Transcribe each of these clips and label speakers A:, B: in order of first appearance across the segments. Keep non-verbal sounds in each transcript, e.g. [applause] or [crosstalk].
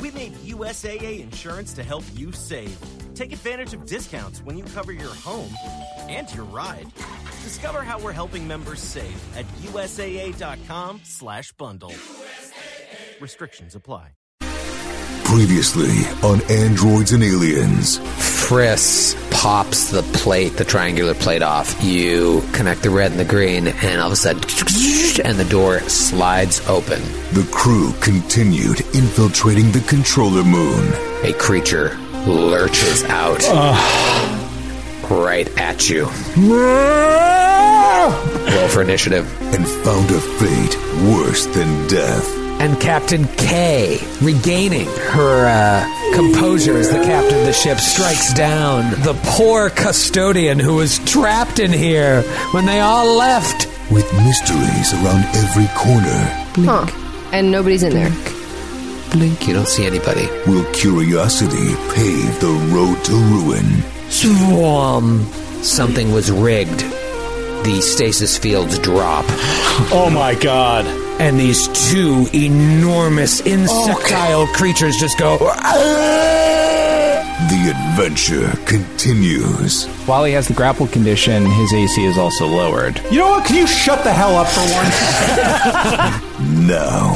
A: We need USAA insurance to help you save. Take advantage of discounts when you cover your home and your ride. Discover how we're helping members save at USAA.com slash bundle. Restrictions apply.
B: Previously on Androids and Aliens.
C: Friss pops the plate, the triangular plate off. You connect the red and the green, and all of a sudden, and the door slides open.
B: The crew continued infiltrating the controller moon.
C: A creature lurches out right at you. Roll for initiative.
B: and found a fate worse than death.
C: and Captain K, regaining her uh, composure as the captain of the ship, strikes down the poor custodian who was trapped in here when they all left.
B: With mysteries around every corner,
D: Huh. And nobody's in there.
C: Blink, you don't see anybody.
B: will curiosity pave the road to ruin?
C: Swam. Something was rigged. The stasis fields drop,
E: Oh my god.
C: and these two enormous insectile creatures just go.
B: The adventure continues.
F: While he has the grapple condition, his AC is also lowered.
E: You know what? Can you shut the hell up for once?
B: Now,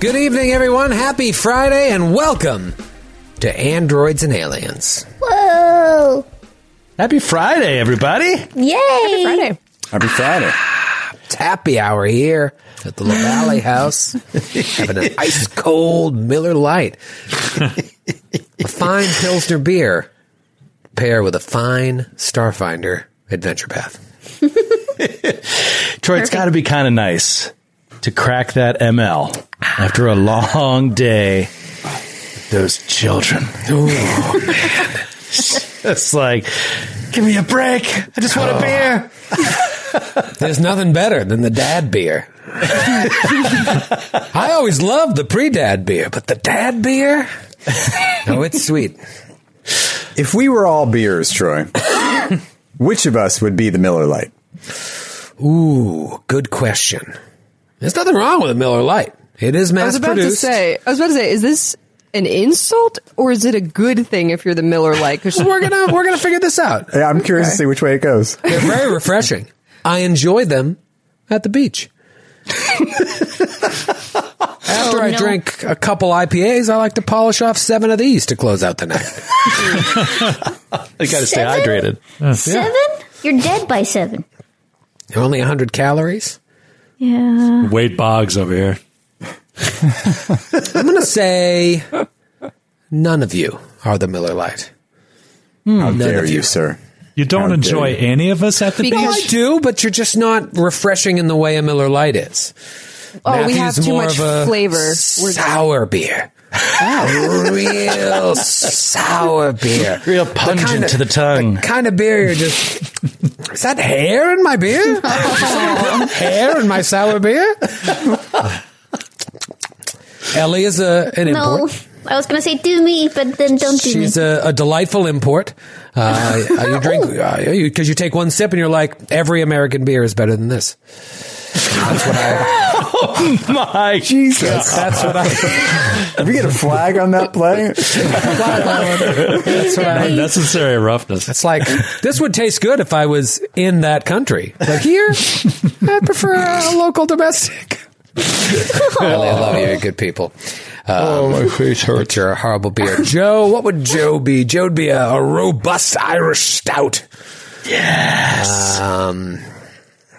C: Good evening, everyone. Happy Friday, and welcome to Androids and Aliens.
G: Whoa!
E: Happy Friday, everybody.
G: Yay!
D: Friday.
E: Happy Friday.
C: It's [sighs] happy hour here at the La Valley
E: [laughs]
C: House, having an ice cold Miller Light, a fine Pilsner beer, pair with a fine Starfinder adventure path.
E: Troy, it's got to be kind of nice to crack that ML after a long day. with Those children. it's like, give me a break. I just want a beer.
C: Oh. [laughs] There's nothing better than the dad
E: [laughs]
C: beer. I always loved the pre-dad beer, but the dad
E: [laughs]
C: beer, oh, it's sweet.
H: [laughs] If we were all beers,
D: [laughs]
H: Troy, which of us would be the Miller Lite?
C: Ooh, good question. There's nothing wrong with a Miller Light. It is
D: I was
C: mass
D: about
C: produced.
D: to say, I was about to say, is this an insult or is it a good thing if you're the Miller like?
C: [laughs] we're gonna we're gonna figure this out.
H: Yeah, I'm curious to see which way it goes.
C: [laughs] They're very refreshing. I enjoy them at
D: [laughs]
C: the beach. After
D: Oh,
C: I drink a couple IPAs, I like to polish off seven of these to close out the night. [laughs]
E: [laughs] You got to stay
G: Seven?
E: hydrated.
G: Seven? You're dead by seven.
C: They're only 100 calories.
E: Mm.
G: Yeah.
I: Wade Boggs over here.
C: [laughs] I'm going to say none of you are the Miller Lite. Hmm,
H: How dare
C: of
H: you,
C: you.
H: sir?
I: You don't
H: How
I: enjoy
H: dare
I: any of us at the
C: No,
D: Because-
C: I do, but you're just not refreshing in the way a Miller Lite is.
D: oh, we have
C: Matthew's
D: too
C: more
D: much
C: of a
D: flavor. Oh. We're-
C: Sour beer. [laughs] Real sour beer.
E: Real
C: The
E: pungent
C: kinda-
E: to the tongue.
C: kind of beer you're just is that hair in my
D: [laughs]
C: beer hair in my sour beer ellie is a, an
G: No,
C: import
G: I was gonna say do me, but then don't do
C: she's
G: me.
C: a, a delightful import
G: [laughs]
C: uh, uh, you drink
G: Oh.
C: because you, 'cause you take one sip and you're like every american beer is better than this
E: My
H: Jesus.
C: that's what i
H: Did we get a flag on that play?
C: [laughs] that's what i
I: unnecessary roughness.
C: it's like this would taste good if i was in that country but here i prefer a local domestic Ellie, [laughs] I love you. You're good people. Um,
E: oh, my face
C: But you're a horrible beer. Joe, what would Joe be? Joe'd be a, a robust Irish stout. Yes. Um,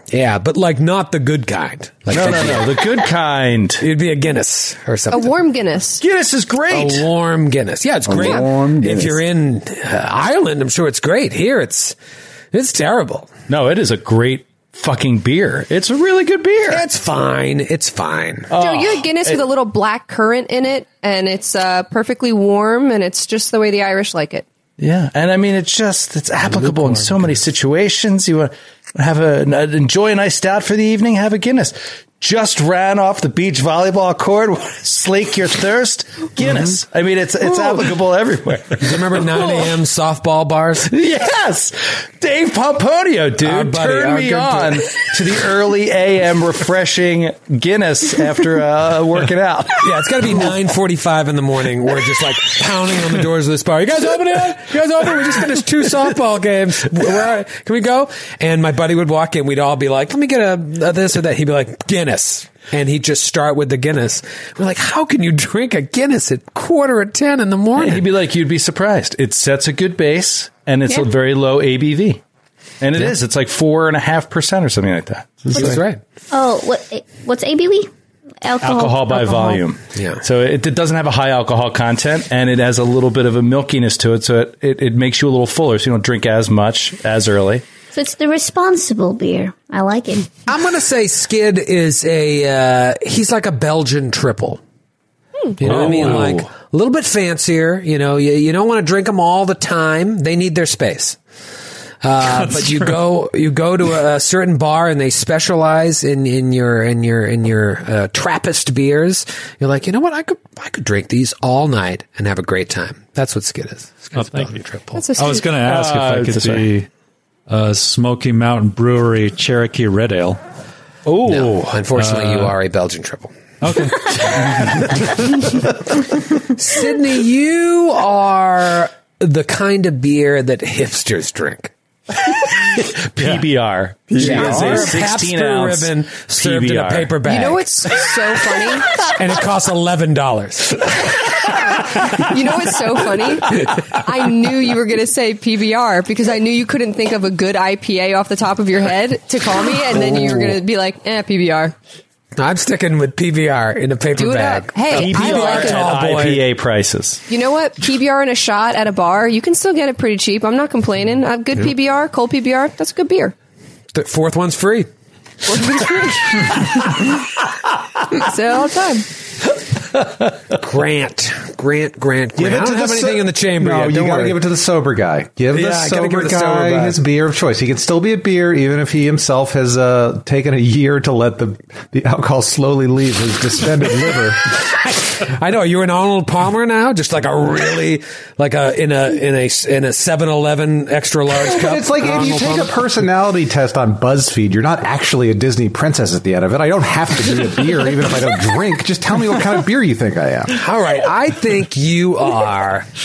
C: yeah, but like not the good kind. Like
E: No, no, no. The good
C: [laughs]
E: kind.
C: it'd be a Guinness or
D: a
C: something.
D: warm Guinness.
E: Guinness is great.
C: A warm Guinness. Yeah, it's great.
H: warm Guinness.
C: If you're in uh, Ireland, I'm sure it's great. Here, it's it's terrible.
E: No, it is a great fucking beer. It's a really good beer. Oh.
C: It's fine. It's fine.
D: Joe, you had Guinness with a little black currant in it, and it's uh, perfectly warm, and it's just the way the Irish like it.
E: yeah, and I mean, it's just it's applicable in uh, so many situations. You want have a an- enjoy a nice stout for the evening. Have a Guinness. just ran off the beach volleyball court, [laughs] slake your thirst, Guinness. I mean, it's it's applicable everywhere.
C: Do Mm-hmm. [laughs] you remember 9 a.m. softball bars? [laughs]
E: Yes, Dave Pomponio,
C: Our
E: dude,
C: buddy,
E: turned
C: our
E: me
C: good
E: on
C: dude.
E: to the early AM refreshing Guinness after uh, working out.
C: [laughs] Yeah, it's got to be 9:45 in the morning. We're just like pounding on the doors of this bar. You guys open it? up? You guys open? We just finished two softball games. Where can we go? And my buddy would walk in. We'd all be like, "Let me get a, a this or that." He'd be like, "Guinness," and he'd just start with the Guinness. We're like, "How can you drink a Guinness at quarter of ten in the morning?"
E: He'd be like, you'd be surprised. It sets a good base and it's a
D: Yeah.
E: very low ABV. And it is. It's like four and a half percent or something like that.
C: That's right.
G: Oh, what? What's ABV? Alcohol,
E: alcohol by
G: alcohol.
E: volume.
C: Yeah.
E: So it, it doesn't have a high alcohol content, and it has a little bit of a milkiness to it. So it, it, it makes you a little fuller, so you don't drink as much as early.
G: So it's the responsible beer. I like it.
C: I'm gonna say Skid is a uh, he's like a Belgian triple. You know what I mean?
E: Oh.
C: Like a little bit fancier. You know, you, you don't want to drink them all the time. They need their space.
I: [laughs]
C: Uh, but you go you go to a, a certain bar and they specialize in, in your in your in your uh, Trappist beers. You're like, you know what? I could I could drink these all night and have a great time. That's what Skid is. Skid's
I: Oh, thank
C: Belgian
I: you.
C: Triple.
D: That's so
I: I was
D: sweet.
I: going to ask
E: Uh,
I: if I
E: that's
I: could be uh, Smoky Mountain Brewery Cherokee Red Ale. Uh,
E: Oh,
C: No, unfortunately, you are a Belgian triple.
I: Okay.
C: Sydney, you are the kind of beer that hipsters
E: [laughs]
C: drink.
E: PBR. It is
C: Or
E: a
C: a
E: 16
C: Pabst Blue
E: ounce
C: ribbon served in a
E: PBR.
C: paper bag.
D: You know what's so
C: [laughs]
D: funny?
C: and it costs
D: [laughs]
C: eleven dollars.
D: You know what's so funny? I knew you were going to say PBR because I knew you couldn't think of a good IPA off the top of your head to call me, and then you were going to be like, eh, PBR.
C: I'm sticking with PBR in a paper
D: Do it
C: bag.
D: up. Hey, I
E: PBR
D: like it.
C: tall boy.
E: at IPA prices.
D: You know what? PBR and a shot at a bar, you can still get it pretty cheap. I'm not complaining. A good PBR, cold PBR, that's a good beer.
C: The fourth one's free.
D: Say it all the time.
C: Grant, Grant, Grant, Grant. I don't have anything in the chamber
J: No,
C: yet.
J: you
C: Don't
J: gotta
C: worry.
J: give it to the sober guy. [laughs] Give
C: Yeah,
J: the
C: I gotta
J: sober
C: give it to the
J: guy
C: sober guy.
J: his beer of choice. He can still be a beer, even if he himself has uh, taken a year to let the the alcohol slowly leave his distended liver.
C: I know you're an Arnold Palmer now, just like a really like a in a in a in a Seven Eleven extra large cup.
J: But it's like if you
C: Arnold
J: take a
C: Palmer.
J: personality test on BuzzFeed, you're not actually a Disney princess at the end of it. I don't have to be a beer, even if I don't drink. Just tell me what kind of beer you think I am.
C: All right, I think you are.
J: [laughs]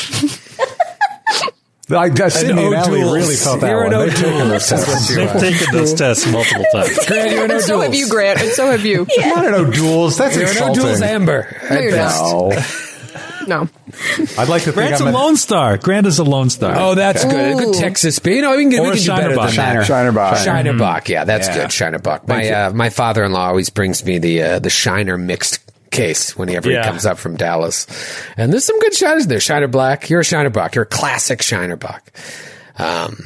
J: I, I, Sydney and Allie
C: O'Doul's.
J: really felt that
C: You're
J: one.
C: an
J: They've taken
C: O'Doul's.
J: those tests.
I: They've taken this test multiple times.
C: Grant, [laughs] you're an
D: And [laughs] so have
C: O'Doul's.
D: you, Grant, and so have
I: [laughs]
D: you.
J: Not an O'Doul's. That's
C: You're an
J: insulting.
C: O'Doul's Amber.
D: No, you're not.
J: No.
D: No.
J: I'd like to think
I: Grant's a
J: I'm
I: Lone Star. Grant is a Lone Star.
C: Oh, that's
D: Okay.
C: good. A good
D: Ooh.
C: Texas beer. You know, we can, get, we
I: Or Mm-hmm.
C: can do better than
I: Shinerbach.
C: that.
H: Shiner box.
C: Shinerbach, yeah, that's good. Shinerbach. My uh, my father in law always brings me the uh, the Shiner mixed case whenever
I: Yeah.
C: he comes up from Dallas, and there's some good shiners in there. Shiner Black, you're a Shinerbach, you're a classic Um, Shinerbach.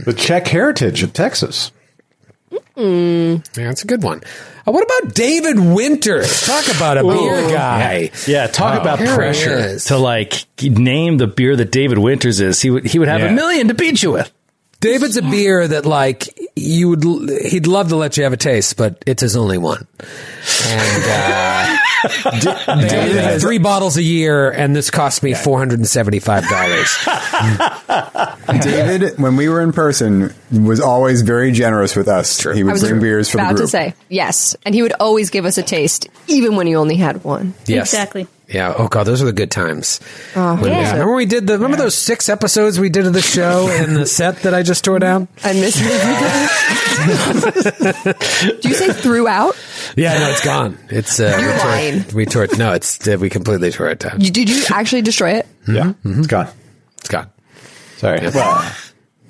J: the Czech heritage of Texas.
C: Mm-hmm. Yeah, that's a good one. Uh, what about David Winters? Talk about a beer guy.
E: Yeah, talk about
C: Oh, Here it
E: pressure
C: is.
E: to like name the beer that David Winters is. He would he would have
I: Yeah.
E: a million to beat you with.
C: David's a beer that like you would l- he'd love to let you have a taste, but it's his only
E: [laughs]
C: one. And uh, d- David had three bottles a year, and this cost me four hundred and seventy five
E: [laughs]
C: dollars.
H: David, when we were in person, was always very generous with us. He
D: I
H: would
D: was
H: bring beers for the
D: about
H: group.
D: to say, yes. And he would always give us a taste, even when he only had one.
C: Yes.
G: Exactly.
C: Yeah. Oh god, those are the good times.
D: Oh,
C: When-
G: Yeah.
C: Remember when we did the remember those six episodes we did of the show and the set that I just tore down?
D: I miss
C: [laughs]
D: it. [laughs] Do you say throughout?
C: Yeah, no, it's gone. It's uh,
D: You're
C: we tore,
D: lying.
C: We tore it. No, it's uh, we completely tore it down. Mm-hmm.
D: You, did you actually destroy it?
J: Yeah, it's gone.
C: It's gone.
J: Sorry. Well,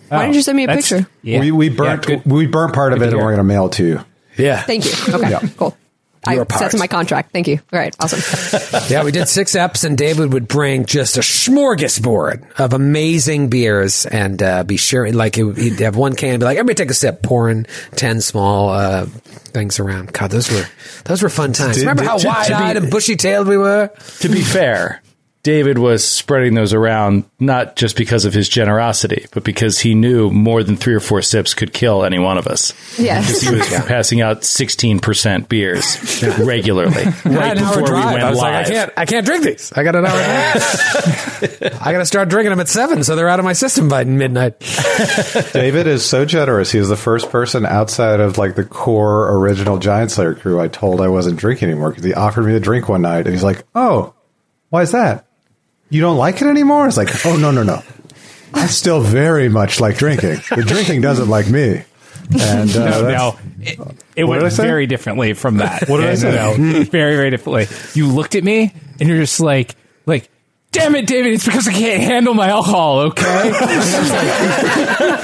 D: Why didn't you send me a picture?
J: we, we burnt
E: Yeah, good.
J: we burnt part of it, and we're going to mail it to you.
C: Yeah.
D: Thank you. Okay, cool. I,
C: You're a pirate.
D: that's in my contract. Thank you. All right, awesome.
C: [laughs] yeah, we did six eps, and David would bring just a smorgasbord of amazing beers and uh, be sharing. Like, it, he'd have one can and be like, everybody take a sip, pouring 10 small uh, things around. God, those were those were fun times. Remember how
E: to- to
C: wide eyed
E: be-
C: and bushy tailed we were?
E: To be fair, David was spreading those around not just because of his generosity, but because he knew more than three or four sips could kill any one of us.
K: Yes.
E: Because he was
K: Yeah.
E: passing out 16% beers regularly.
C: Right before we went I was like,
E: live.
C: I can't, I can't drink these. I got an hour. and a [laughs] half. I got to start drinking them at seven, so they're out of my system by midnight.
J: David is so generous. He was the first person outside of like the core original Giant Slayer crew I told I wasn't drinking anymore because he offered me a drink one night and he's like, "Oh, why is that? You don't like it anymore?" It's like, "Oh no, no, no. I still very much like drinking. The drinking doesn't like me." And uh,
L: [laughs] no,
J: that's-
L: no, it, it
J: What did I
L: went
J: say?
L: very differently from that.
J: What did I
L: And,
J: say?
L: no, [laughs] very, very differently. You looked at me, and you're just like, like, damn it, David, it's because I [laughs] can't handle my alcohol. Okay.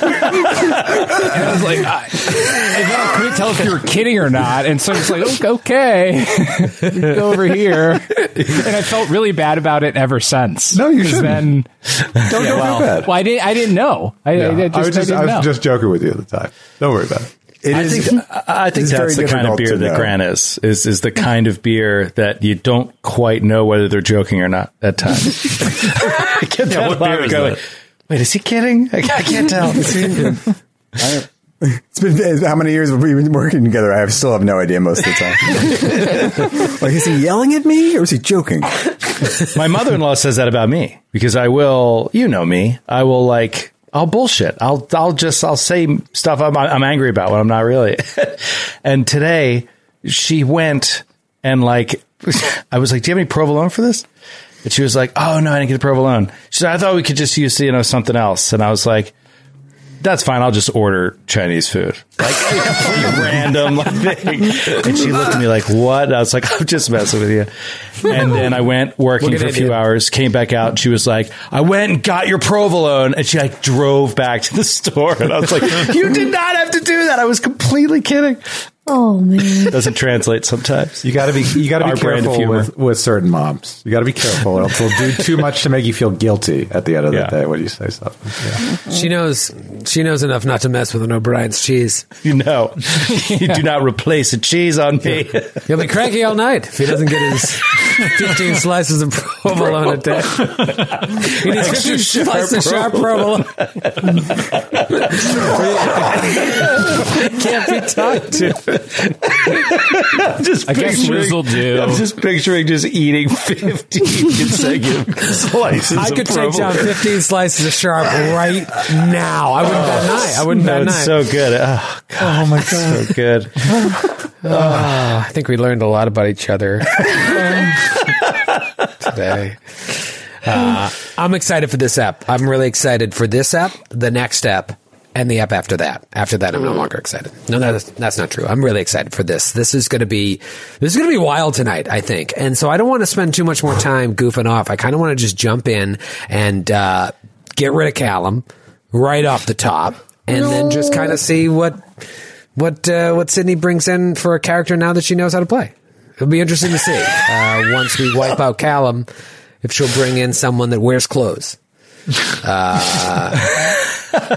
L: And I was like, I, and then I couldn't tell if you were kidding or not. And so I was like, okay, [laughs] go over here. And I felt really bad about it ever since. No, you should. Then,
J: Don't feel bad.
L: Well, I didn't. I didn't know. I,
J: Yeah.
L: I, just, I,
J: was just,
L: didn't
J: I was
L: know.
J: just joking with you at the time. Don't worry about it. It
E: I
J: is-
E: think, I- I think
J: it's
E: that's the
J: very
E: kind of
J: difficult to
E: beer that
J: know.
E: Grant is, is is the kind of beer that you don't quite know whether they're joking or not at times. Get
K: Yeah, what
E: vibe
K: beer is
E: going,
K: that?
E: Wait, is he kidding? I, I
H: [laughs]
E: can't tell.
H: It's been how many years have we been working together? I have- still have no idea most of the
E: [laughs]
H: time. like, is he yelling at me or is he joking?
E: My mother in law says that about me because I will, you know me, I will like, I'll bullshit. I'll, I'll just, I'll say stuff I'm, I'm angry about when I'm not really. [laughs] and today she went and like, [laughs] I was like, do you have any provolone for this? And she was like, oh no, I didn't get the provolone. She said, I thought we could just use, you know, something else. And I was like, that's fine. I'll just order Chinese food. Like a complete random like, thing. And she looked at me like, "What?" And I was like, "I'm just messing with you." And then I went working
K: Look at
E: for a
K: it,
E: few
K: dude.
E: hours, came back out, and she was like, "I went and got your provolone," and she like drove back to the [laughs] store, and I was like, [laughs] "You did not have to do that. I was completely kidding."
G: Oh man.
E: Doesn't translate sometimes.
J: You gotta be you gotta be
E: Our brand of
J: careful
E: humor.
J: with, with certain moms. You gotta be careful, or else they'll do too much to make you feel guilty at the end of the day when you say something.
C: She knows. She knows enough not to mess with an O'Brien's cheese.
E: You know, you
C: [laughs]
E: do not replace a cheese on me.
C: He'll be cranky all night if he doesn't get his fifteen slices of provolone a day. He needs fifteen slices of sharp provolone. Can't be talked
E: to. just
K: I guess
E: picturing-
K: Riz will do.
E: I'm just picturing just eating 15 consecutive slices.
C: I
E: of
C: could take
E: provolone.
C: down 15 slices of sharp right now. I wouldn't that night. I wouldn't
E: no,
C: that
E: it's
C: night.
E: so good. Oh, God,
C: my
E: it's so [laughs] good.
C: Ah, I think we learned a lot about each other today. Uh, I'm excited for this app. I'm really excited for this app, the next app, and the app after that. After that, I'm no longer excited. No, that's that's not true. I'm really excited for this. This is going to be this is going to be wild tonight, I think. And so I don't want to spend too much more time goofing off. I kind of want to just jump in and uh, get rid of Callum right off the top, and then just kind of see what what uh, what Sydney brings in for a character now that she knows how to play. It'll be interesting to see uh, once we wipe out Callum if she'll bring in someone that wears clothes. Uh,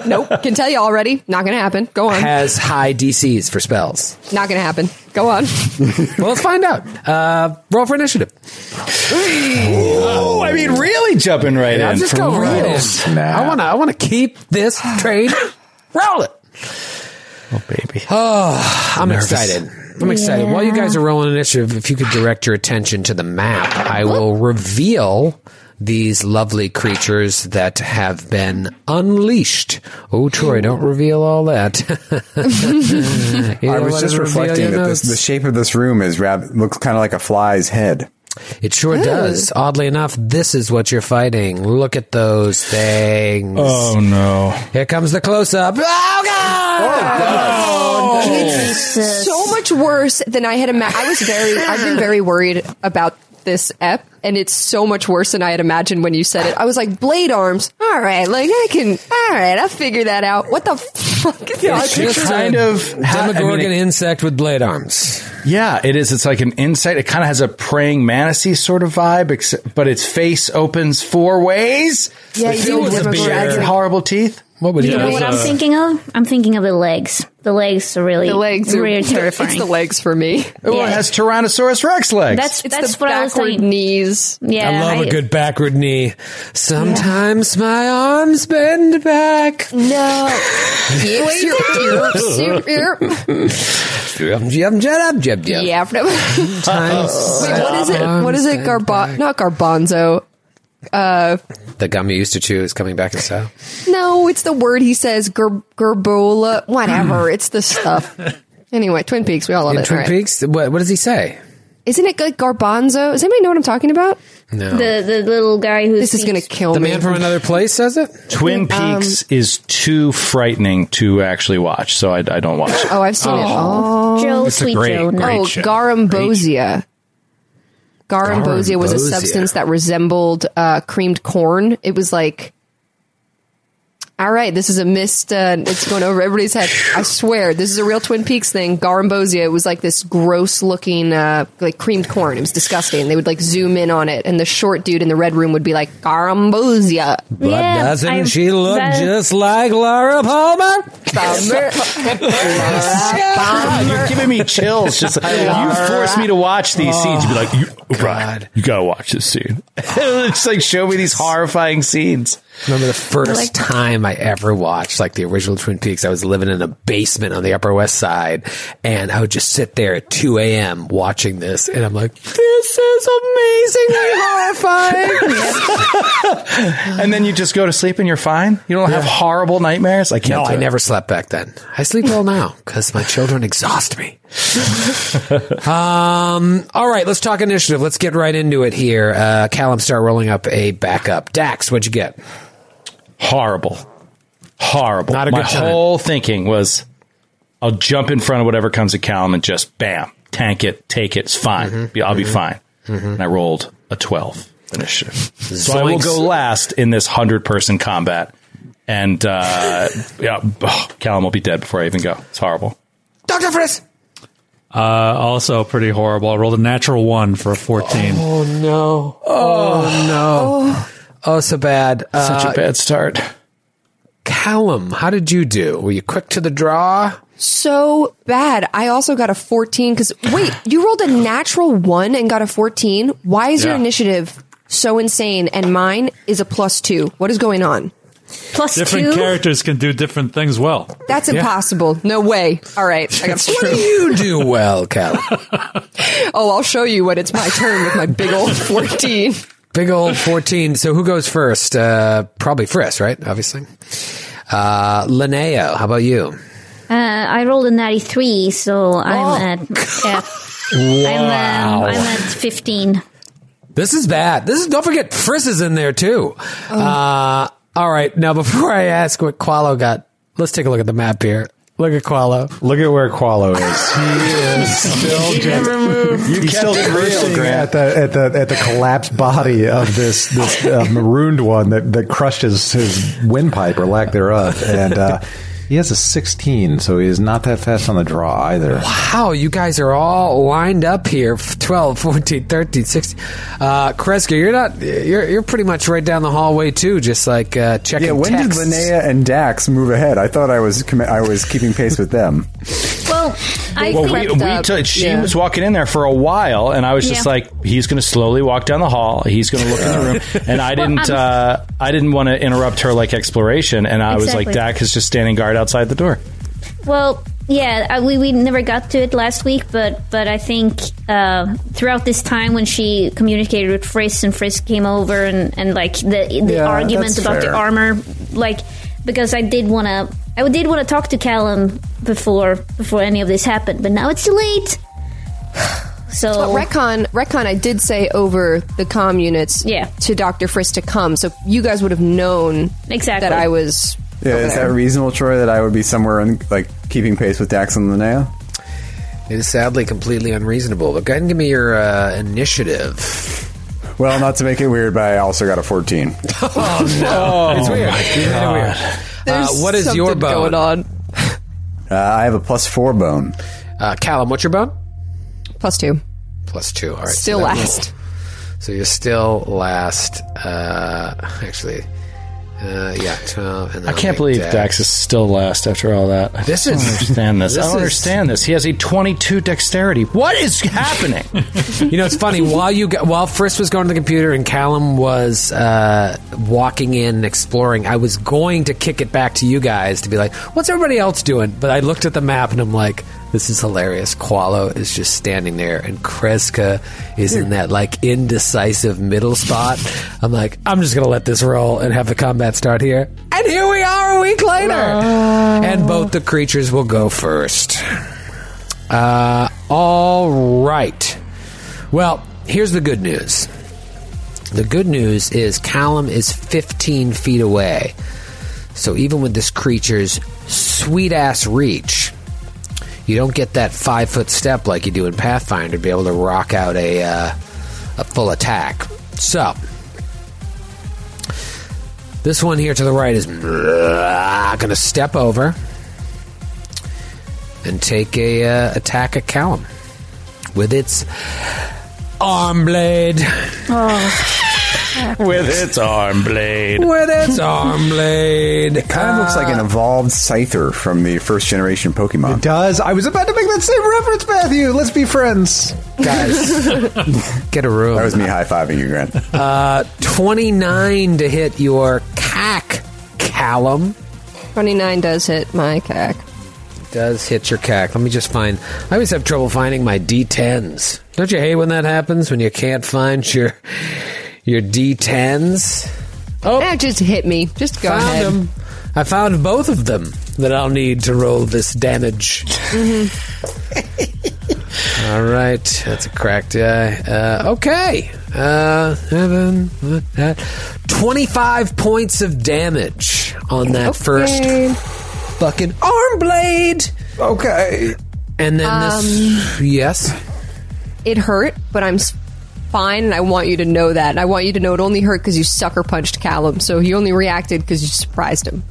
D: nope. Can tell you already. Not going to happen. Go on.
C: has high DCs for spells.
D: Not going to happen. Go on.
C: well, let's find out. Uh, roll for initiative.
E: Oh, I mean, really jumping right
C: I'm
E: in.
C: just
E: for
C: going right
E: real.
C: in.
E: Snap.
C: I want to. I want to keep this train rolling.
E: Oh, baby.
C: Oh, I'm
E: Nervous.
C: excited. I'm excited. While you guys are rolling initiative, if you could direct your attention to the map, I will reveal these lovely creatures that have been unleashed. Oh, Troy, don't reveal all
E: [laughs]
C: that. [laughs] You
H: I
C: don't
H: was
C: wanna
H: just
C: reveal
H: reflecting
C: your
H: that this,
C: notes?
H: the shape of this room is rab- looks kind of like a fly's head.
C: It sure does. Oddly enough, this is what you're fighting. Look at those things.
E: Oh, no.
C: Here comes the close up. Oh, God!
D: so much worse than I had imagined. I was very, I've been very worried about this ep, and it's so much worse than I had imagined when you said it. I was like, blade arms. All right, like I can. All right, I'll figure that out. What the fuck is that?
C: It's just kind of demogorgon
E: I mean,
C: insect with blade arms.
E: Yeah, it is. It's like an insect. It kind of has a praying manatee sort of vibe, except, but its face opens four ways.
K: Yeah,
E: It's
K: you
E: filled
K: would
E: with
K: remember
E: jagged,
K: that.
E: horrible teeth. What would
G: you know what I'm thinking of? I'm thinking of the legs. The legs are really
D: The legs are- [laughs]
G: really
D: it's
G: terrifying.
D: the legs for me.
E: Oh, it has Tyrannosaurus Rex legs.
G: That's
D: It's
G: that's
D: the
G: what I was
D: backward
G: thinking.
D: Knees.
G: Yeah,
C: I love a good backward knee.
D: [laughs]
C: Sometimes my arms bend back. [laughs]
D: No.
C: Yum, yum, jab, jab, jab. [laughs]
D: Yeah. Wait, what is it? What is it? Garba? Not garbanzo. Uh,
C: The gum you used to chew is coming back in style.
D: no, it's the word he says. Ger- gerbola.
C: [clears throat]
D: Whatever. it's the stuff. Anyway, Twin Peaks. We all love
C: In
D: it.
C: Twin
D: right?
C: Peaks, what, what does he say?
D: Isn't it like garbanzo? Does anybody know what I'm talking about?
C: No.
D: the little guy who this is going to kill
C: The
D: me. Um,
C: man from another place says it?
E: Twin Peaks is too frightening to actually watch, so I, I don't watch it.
D: Oh, I've seen it. all.
E: Joe, It's a sweet great, Joe. great
D: oh,
E: show.
D: Garambozia. Garambozia was a
E: Garambozia.
D: substance that resembled uh, creamed corn. It was like, all right, this is a mist. Uh, it's going over everybody's head. I swear, this is a real Twin Peaks thing. Garambozia was like this gross looking, uh, like creamed corn. It was disgusting. They would like zoom in on it, and the short dude in the red room would be like, Garambozia.
C: But doesn't she look just
E: [laughs]
C: like Laura Palmer?
E: You're giving me chills. Just you forced me to watch these scenes. You'd be like, you, God, you gotta watch this scene. it's like show me these horrifying scenes.
C: Remember the first time I ever watched like the original Twin Peaks, I was living in a basement on the Upper West Side, and I would just sit there at 2 a.m. watching this, and I'm
E: [laughs]
C: like, [laughs] This is amazingly horrifying.
E: and then you just go to sleep and you're fine. You don't have horrible nightmares. I can't.
C: No,
E: do
C: I
E: it.
C: never slept back then. I sleep well now because [laughs] my children exhaust me. um, all right, let's talk initiative. Let's get right into it here. Uh, Callum, start rolling up a backup. Dax, what'd you get?
E: Horrible. Horrible.
C: Not a
E: My
C: good time.
E: whole thinking was, I'll jump in front of whatever comes at Callum and just bam, tank it, take it. It's fine. Be- I'll be
C: Mhm.
E: fine.
C: Mhm.
E: And I rolled a twelve initiative, so I will
C: Zoinks.
E: go last in this hundred person combat. And uh, [laughs] yeah, [sighs] ugh, Callum will be dead before I even go. It's horrible.
C: Dr. Friss!
I: Uh, also pretty horrible. I rolled a natural one for a 14.
C: Oh, no. Oh, no. Oh, so bad. Uh,
I: Such a bad
E: start.
C: Callum, how did you do? Were you quick to the draw?
D: so bad. I also got a 14 because wait, you rolled a natural one and got a 14. Why is your
I: Yeah.
D: initiative so insane and mine is a plus two? What is going on? Plus
I: different characters can do different things well.
D: That's
I: Yeah.
D: impossible. No way. All right. I got
C: What do you do well, Callum?
D: [laughs] Oh, I'll show you when it's my turn with my big old 14.
C: Big old 14. So who goes first? Uh, probably Friss, right? Obviously. Uh, Linnea, how about you?
G: Uh, I rolled a 93, so
D: Oh.
G: I'm at yeah, I'm, um,
C: Wow.
G: I'm
D: [laughs]
G: at 15.
C: This is bad. This is, don't forget, Friss is in there too.
G: Oh.
C: Uh, all right. Now, before I ask what Qualo got, let's take a look at the map here. Look at Qualo.
J: Look at where Qualo is.
C: He is still
J: You He's still cursing at the at the at the collapsed body of this this uh, marooned one that that crushed his, his windpipe or lack thereof, and uh, [laughs] he has a sixteen, so he is not that fast on the draw either.
C: Wow, you guys are all lined up here. 12, 14, 13, 16. Uh, Kreska, you're not, you're, you're pretty much right down the hallway too, just like, uh, checking
H: Yeah, when
C: texts.
H: did Linnea and Dax move ahead? I thought I was commi- I was keeping pace with
C: [laughs]
H: them.
G: Well, I
E: well, we,
G: think
E: we took, she [laughs] was walking in there for a while, and I was just
G: Yeah.
E: like, "He's going to slowly walk down the hall. He's going to look in the
G: [laughs]
E: room." And I
G: Well,
E: didn't,
G: I'm-
E: uh, I didn't want to interrupt her like exploration. And I was like,
G: Exactly.
E: "Dak is just standing guard outside the door."
G: Well, yeah, I, we, we never got to it last week, but but I think uh, throughout this time when she communicated with Frisk and Frisk came over and, and like the the
K: Yeah,
G: argument
K: that's
G: about
K: fair.
G: the armor, like because I did want to I did want to talk to Callum before before any of this happened, but now it's too late. So
D: But retcon, retcon, I did say over the com units yeah. to Dr. Friss to come. So you guys would have known
G: exactly
D: that I was.
H: Yeah,
D: over
H: is that
D: there.
H: reasonable, Troy? That I would be somewhere in like keeping pace with Dax and Linnea?
C: It is sadly completely unreasonable, but go ahead and give me your uh, initiative.
H: Well, not to make it weird, but I also got a fourteen.
C: Oh no, it's weird. It's kinda weird. Uh, [laughs] what is your bone?
D: on?
H: Uh, I have a plus four bone.
C: Uh, Callum, what's your bone?
D: Plus two.
C: Plus two. All right,
D: Still
C: that
D: last.
C: So you're still last. Uh, [laughs] actually, Uh, yeah, twelve. And
E: I
C: I'll
E: can't
C: make
E: believe
C: Dax.
E: Dax. is still last after all that. I
C: This
E: don't
C: is-
E: understand this.
C: [laughs]
E: I
C: this
E: don't
C: is-
E: understand this. He has a 22 dexterity. What is happening?
C: [laughs] you know, it's funny. While you got, while Frisk was going to the computer and Callum was uh, walking in and exploring, I was going to kick it back to you guys to be like, "What's everybody else doing?" But I looked at the map and I'm like, "This is hilarious." Qualo is just standing there, and Kreska is in that like indecisive middle spot. I'm like, "I'm just gonna let this roll and have the combat start here." And here we are a week later. And both the creatures will go first. Uh, all right. Well, here's the good news. The good news is Callum is 15 feet away. So even with this creature's sweet ass reach, you don't get that five foot step like you do in Pathfinder to be able to rock out a, uh, a full attack. So, this one here to the right is [laughs] going to step over and take a uh, attack at Callum with its arm blade. [laughs]
E: With [laughs] its arm blade.
C: With its arm blade.
H: It kind of looks like an
J: Uh,
H: evolved Scyther from the first generation Pokemon. It
J: does. I was about to make that same reference, Matthew. Let's be friends.
C: Guys, [laughs] get a room.
H: That was me high fiving you, Grant.
C: Uh, 29 to hit your cack, Callum.
D: 29 does hit my cack.
C: Does hit your cack. Let me just find. I always have trouble finding my D10s. Don't you hate when that happens? When you can't find your your D10s? Oh.
D: Eh, just hit me. Just go
C: Found
D: ahead.
C: them. I found both of them that I'll need to roll this damage. [laughs] All right, that's a cracked eye. Uh, okay, uh, seven, what, that, twenty-five points of damage on that
D: Okay.
C: first fucking arm blade.
H: Okay,
C: and then this. Yes,
D: It hurt, but I'm s- fine, and I want you to know that. And I want you to know it only hurt because you sucker punched Callum, so he only reacted because you surprised
G: [laughs]
D: him.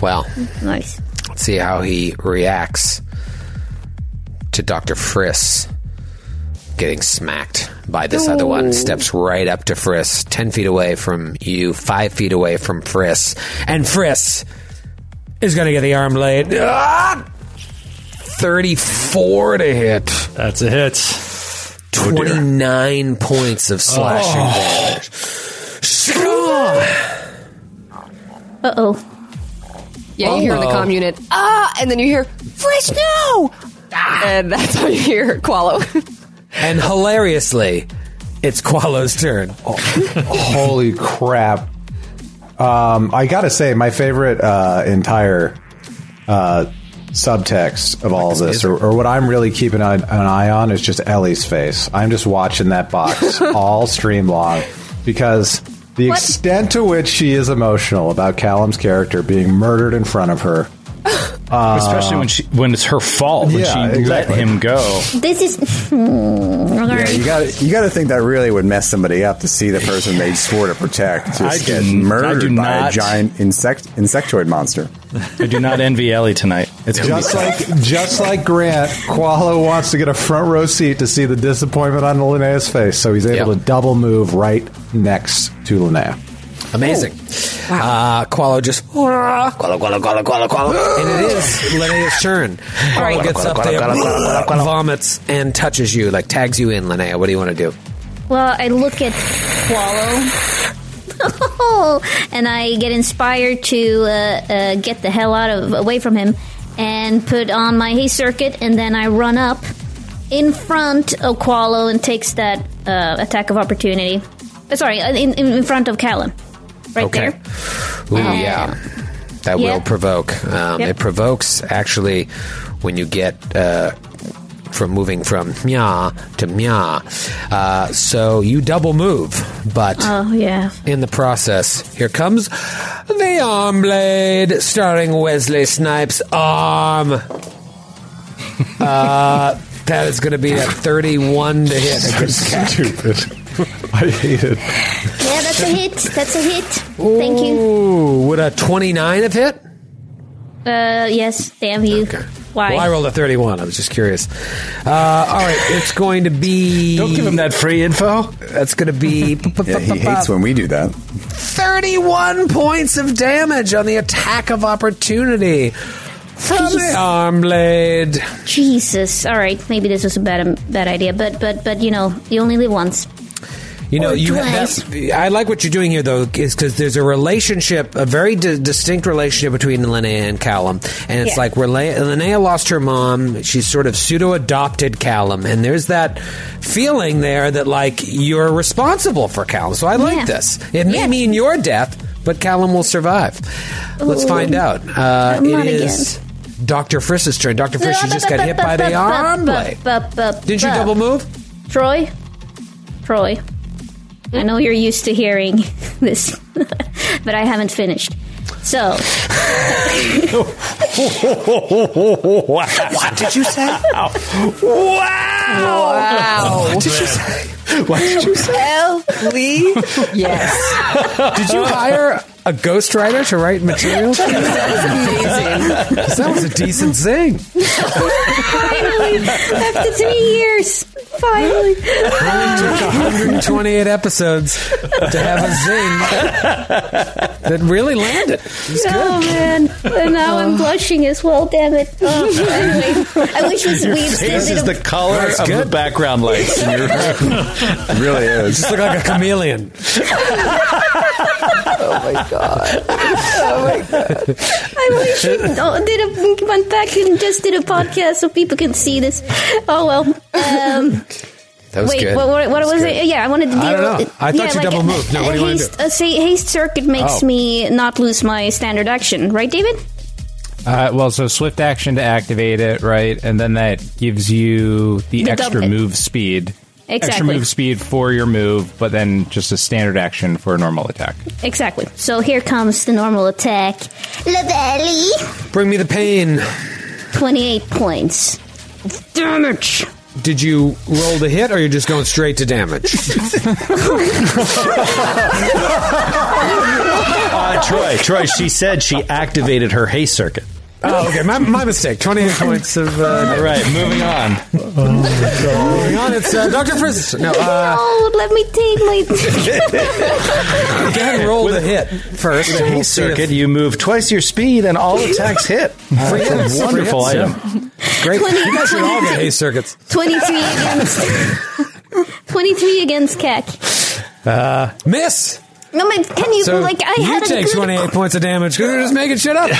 C: well,
G: nice.
C: Let's see how he reacts to Doctor Friss getting smacked by this other one. Steps right up to Friss, ten feet away from you, five feet away from Friss, and Friss is going to get the arm blade. Ah! Thirty-four to hit.
I: That's a hit.
C: Twenty-nine points of slashing
I: Oh.
C: damage. Strong.
G: Uh oh.
D: Yeah, you hear in the
C: Oh.
D: comm unit, ah, and then you hear, Frisk, no! And that's how you hear Qualo. [laughs]
C: And hilariously, it's Qualo's turn. Oh,
J: [laughs] Holy crap. Um, I gotta say, my favorite uh, entire uh, subtext of all this, or, or what I'm really keeping an, an eye on, is just Ellie's face. I'm just watching that
E: [laughs]
J: box all stream long because the extent to which she is emotional about Callum's character being murdered in front of her. uh,
E: [laughs] Especially when she when it's her fault when
J: Yeah,
E: she
J: exactly.
E: let him go.
G: This is. [laughs]
H: Yeah, you got you got to think that really would mess somebody up to see the person they swore to protect
E: [laughs] I
H: just
E: do-
H: get
E: I
H: murdered
E: do
H: by a
E: not-
H: giant insect insectoid monster.
E: I do not envy Ellie tonight. It's gonna
J: Just
E: be tough.
J: like just like Grant, Qualo wants to get a front row seat to see the disappointment on Linnea's face, so he's able to double move right next to Linnea.
C: Amazing. Uh, Qualo just. Qualo, Qualo, Qualo, Qualo, Qualo. And it is Linnea's turn. Qualo gets up there, vomits, and touches you, like tags you in, Linnea. What do you want to do?
G: Well, I look at Quallo, [laughs] and I get inspired to uh, uh, get the hell out of away from him, and put on my haste circuit, and then I run up in front of Quallo and takes that uh, attack of opportunity. Uh, Sorry, uh, in, in in front of Callum, right
C: Okay.
G: there.
C: Ooh,
G: Uh,
C: yeah. That
G: yeah.
C: will provoke. Um,
G: Yep.
C: It provokes, actually, when you get uh, from moving from mia to mia. Uh, so you double move, but
G: Oh yeah.
C: in the process, here comes the arm blade, starring Wesley Snipes' arm. [laughs] Uh, that is going to be a 31 to hit against Cat.
J: [laughs] Stupid. I hate it.
G: Yeah, that's a hit. That's a hit. Thank you.
C: Ooh, would a 29 have hit?
G: Uh, yes. Damn you. Why?
C: Well, I rolled a 31. I was just curious. Uh, all right, it's going to be. Don't give him
E: that free info.
H: [laughs]
C: That's going to be.
H: Yeah, he hates when we do that.
C: 31 points of damage on the attack of opportunity from the arm blade.
G: Jesus. All right, maybe this was a bad bad idea, but but but you know, you only live once.
C: You know,
G: Or
C: you
G: twice.
C: that- I like what you're doing here, though, is because there's a relationship, a very di- distinct relationship between Linnea and Callum, and it's
K: Yeah.
C: like where Le- Linnea lost her mom, she's sort of pseudo adopted Callum, and there's that feeling there that like you're responsible for Callum. So I like
K: Yeah.
C: this. It may mean your death, but Callum will survive. Let's
K: Ooh.
C: find out. Uh,
G: Not
C: it is Doctor Friss's turn. Doctor Friss, you just got hit by the arm blade.
G: Did
C: Didn't you double move?
G: Troy? Troy. I know you're used to hearing [laughs] this, but I haven't finished. So.
K: what
C: did you say?
K: Wow. Wow.
G: Oh.
C: What
K: did you
C: say?
K: What did you say?
D: L. Lee? Yes.
C: Did you hire a ghostwriter to write material?
K: That was amazing.
C: That was a decent thing.
G: Finally! After three years! Finally!
C: took 128 episodes to have a zing that really landed.
G: Oh man! And now
C: Oh.
G: I'm blushing as well. Damn it! Oh, anyway, I wish we
K: Your
G: we
K: face
G: extended
K: is
G: a-
K: the color
J: That's
K: of
J: good.
K: the background lights in your
C: [laughs]
K: room.
J: really is.
C: Just look like a
G: [laughs]
C: chameleon.
K: oh my god.
G: Oh my god! I wish we oh, did a went back and just did a podcast so people can see this. Oh well. Um,
K: That was
G: wait,
K: good.
G: what, what, what
K: That was
G: was
K: good.
G: it? Yeah, I wanted to
K: I
G: deal
K: don't
G: with
K: know. I thought
G: yeah,
K: you double moved. No,
G: a
K: what do you wanna
G: haste, do? haste circuit makes
L: Oh.
G: me not lose my standard action, right, David?
L: Uh, well, so swift action to activate it, right? And then that gives you the,
G: The
L: extra
G: double-
L: move speed. Extra
G: Exactly.
L: move speed for your move, but then just a standard action for a normal attack.
G: Exactly. So here comes the normal attack. Lavelli,
C: Bring me the pain.
G: twenty-eight points. Damage.
C: Did you roll the hit or you're just going straight to damage?
K: Uh,
C: Troy,
K: Troy, she said she activated her hay circuit.
C: [laughs] Oh, okay. My, my mistake. 28 points of. Uh,
K: All right, moving on.
C: Moving on, it's uh, Dr. Frizz. No, uh,
G: no, let me
K: [laughs]
G: take my.
C: go ahead and roll the hit first.
K: With a hay circuit, you move twice your speed and all attacks
C: [laughs]
K: hit.
C: Free
K: That's
C: hits, free
K: a wonderful
C: hits,
K: item.
C: Great.
G: Twenty-
C: you guys should all get
G: twenty-
C: hay circuits.
K: [laughs]
G: 23 against [laughs] 23 against Keck.
C: Uh, miss!
G: No, man, can you
C: so
G: like I
C: you
G: had
C: take
G: a good [laughs]
C: 28 points of damage because you're just making shit up.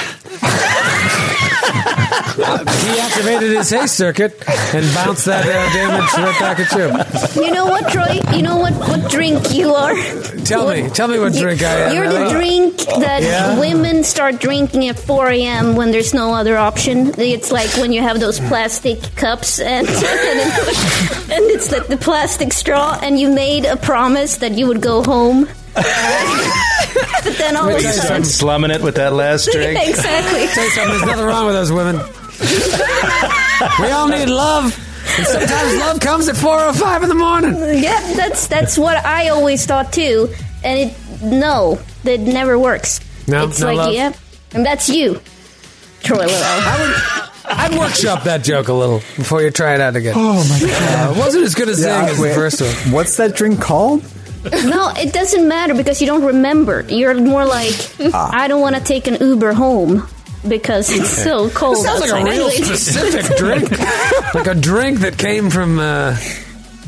C: Uh, he activated his hay circuit and bounced that uh, damage right back at you.
G: You know what, Troy? You know what what drink you are?
C: Tell me, tell me what drink I am.
G: You're the
C: Ellie.
G: drink that
C: Yeah.
G: women start drinking at 4 a.m. when there's no other option. It's like when you have those plastic cups and [laughs] and it's like the plastic straw and you made a promise that you would go home. but then all of a
K: You
G: sudden
K: start slumming it with that last drink.
G: Exactly.
C: Tell you something, there's nothing wrong with those women. We all need love. And sometimes love comes at 4.05 in the morning.
G: Yeah, that's that's what I always thought too. And it no, that never works.
C: No,
G: it's
C: no
G: like
C: love?
G: yeah, and that's you,
C: [laughs]
G: Troy Willow.
C: I'd workshop that joke a little before you try it out again. Oh my god! Uh, it wasn't as good as
H: Yeah,
C: Zing as the
H: wait.
C: first one.
H: What's that drink called?
G: [laughs] no, it doesn't matter because you don't remember. You're more like
H: Ah.
G: I don't want to take an Uber home because it's
C: Okay.
G: so cold.
C: This sounds like a
G: outside.
C: real
G: [laughs]
C: specific drink, like a drink that came from uh,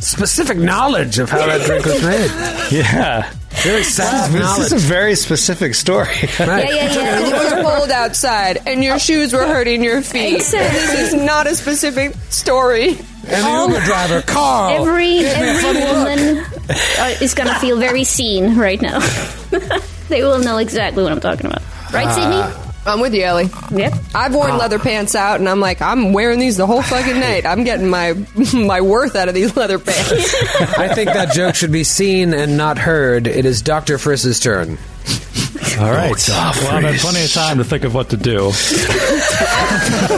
C: specific knowledge of how that drink was made.
K: Yeah.
C: Very sound knowledge.
K: This is a very specific story.
D: yeah, yeah. It was cold outside, and your shoes were hurting your feet.
G: Exactly.
D: This is not a specific story.
C: And the Uber driver, Carl.
G: Every
C: give me a
G: every
C: funny
G: woman uh, is gonna
C: [laughs]
G: feel very seen right now. [laughs] they will know exactly what I'm talking about, right,
C: Uh,
G: Sydney?
D: I'm with you, Ellie.
G: Yep.
D: I've worn leather pants out, and I'm like, I'm wearing these the whole [laughs] fucking night. I'm getting my my worth out of these leather pants.
C: I think that joke should be seen and not heard. It is Doctor Friss's turn.
I: All right. well, I've had Oh, plenty of time to think of what to do.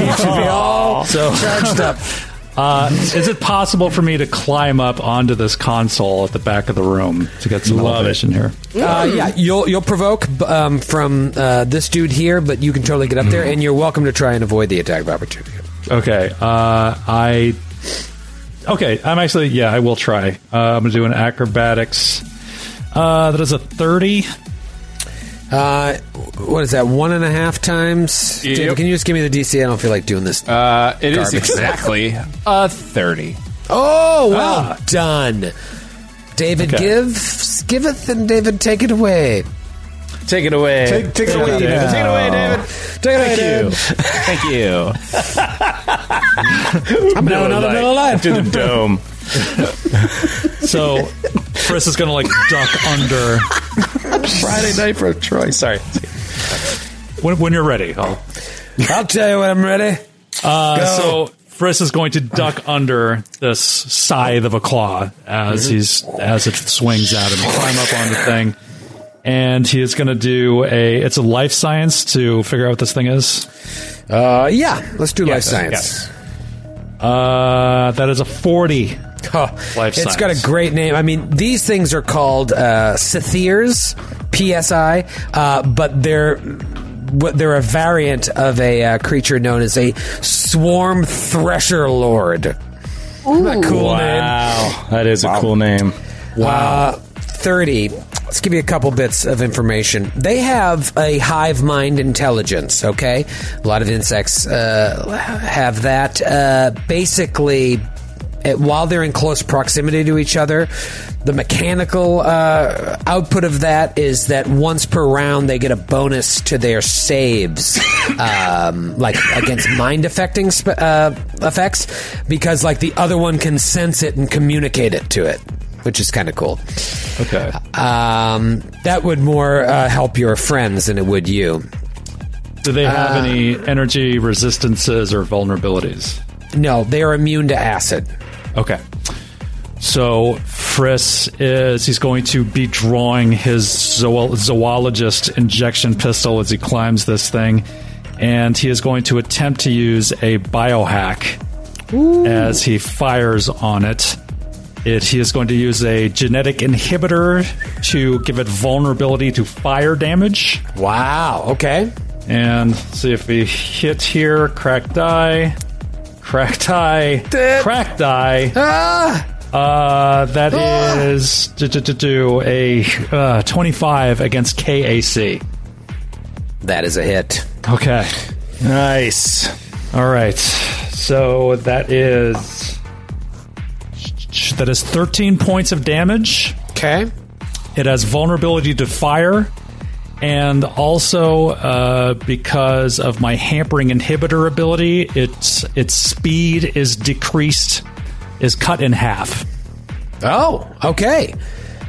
I: so
C: charged Oh, up.
I: [laughs] Uh, is it possible for me to climb up onto this console at the back of the room to get some elevation here?
C: Uh, yeah, you'll you'll provoke b- um, from uh, this dude here, but you can totally get up there, and you're welcome to try and avoid the attack of opportunity.
I: Mm. Okay. Uh, I. Okay. I'm actually. Yeah, I will try. Uh, I'm going to do an acrobatics. Uh, that is a 30.
C: Uh, what is that? One and a half times?
L: Yep.
C: David, can you just give me the DC? I don't feel like doing this.
L: Uh, it is
C: Garbage. [laughs] Uh,
L: exactly a 30.
C: Oh,
I: Ah.
C: well done. David
L: Okay.
C: gives, giveth, and David take it away.
E: Take it away.
C: Take- take it away,
E: David.
C: David.
E: Take it away, David.
C: Take it away,
E: Thank you.
C: David.
E: Thank
C: [laughs]
E: you.
C: I'm doing another Miller Lite.
E: to the dome.
I: [laughs] So Chris is going to like duck under.
E: Friday night for Troy. Sorry.
I: When, when you're ready, I'll.
C: I'll tell you when I'm ready.
I: Uh,
E: Go.
I: so Friss is going to duck under this scythe of a claw as
C: Mm-hmm.
I: he's as it swings at him, climb up on the thing, and he is going to do a. It's a life science to figure out what this thing is.
C: Uh, yeah, let's do life science.
I: Uh, that is a forty. life
C: Oh, It's
I: science.
C: got a great name. I mean, these things are called uh, Cytheres, PSI, uh, but they're what they're a variant of a uh, creature known as a swarm thresher lord. Isn't that a cool
E: Wow. That is a cool name.
C: name. Uh, 30. Let's give you a couple bits of information. They have a hive mind intelligence, okay? A lot of insects uh, have that. Uh, basically, it, while they're in close proximity to each other, the mechanical uh, output of that is that once per round they get a bonus to their saves, um, like against mind affecting sp- uh, effects, because like the other one can sense it and communicate it to it, which is kind of cool.
I: Okay,
C: um, that would more uh, help your friends than it would you.
I: Do they have
C: Uh,
I: any energy resistances or vulnerabilities?
C: No, they are immune to acid.
I: Okay. So Friss is he's going to be drawing his zool- zoologist injection pistol as he climbs this thing, and he is going to attempt to use a biohack as he fires on it. It he is going to use a genetic inhibitor to give it vulnerability to fire damage.
C: Wow. Okay.
I: And see if we hit here. Crack die. Crack die. Crack die.
C: Ah!
I: Uh, that is do, do, do, do, a uh, 25 against KAC.
C: That is a hit.
I: Okay. Nice. All right. So that is that is 13 points of damage.
C: Okay.
I: It has vulnerability to fire and also uh, because of my hampering inhibitor ability, its its speed is decreased is cut in half.
C: Oh, okay.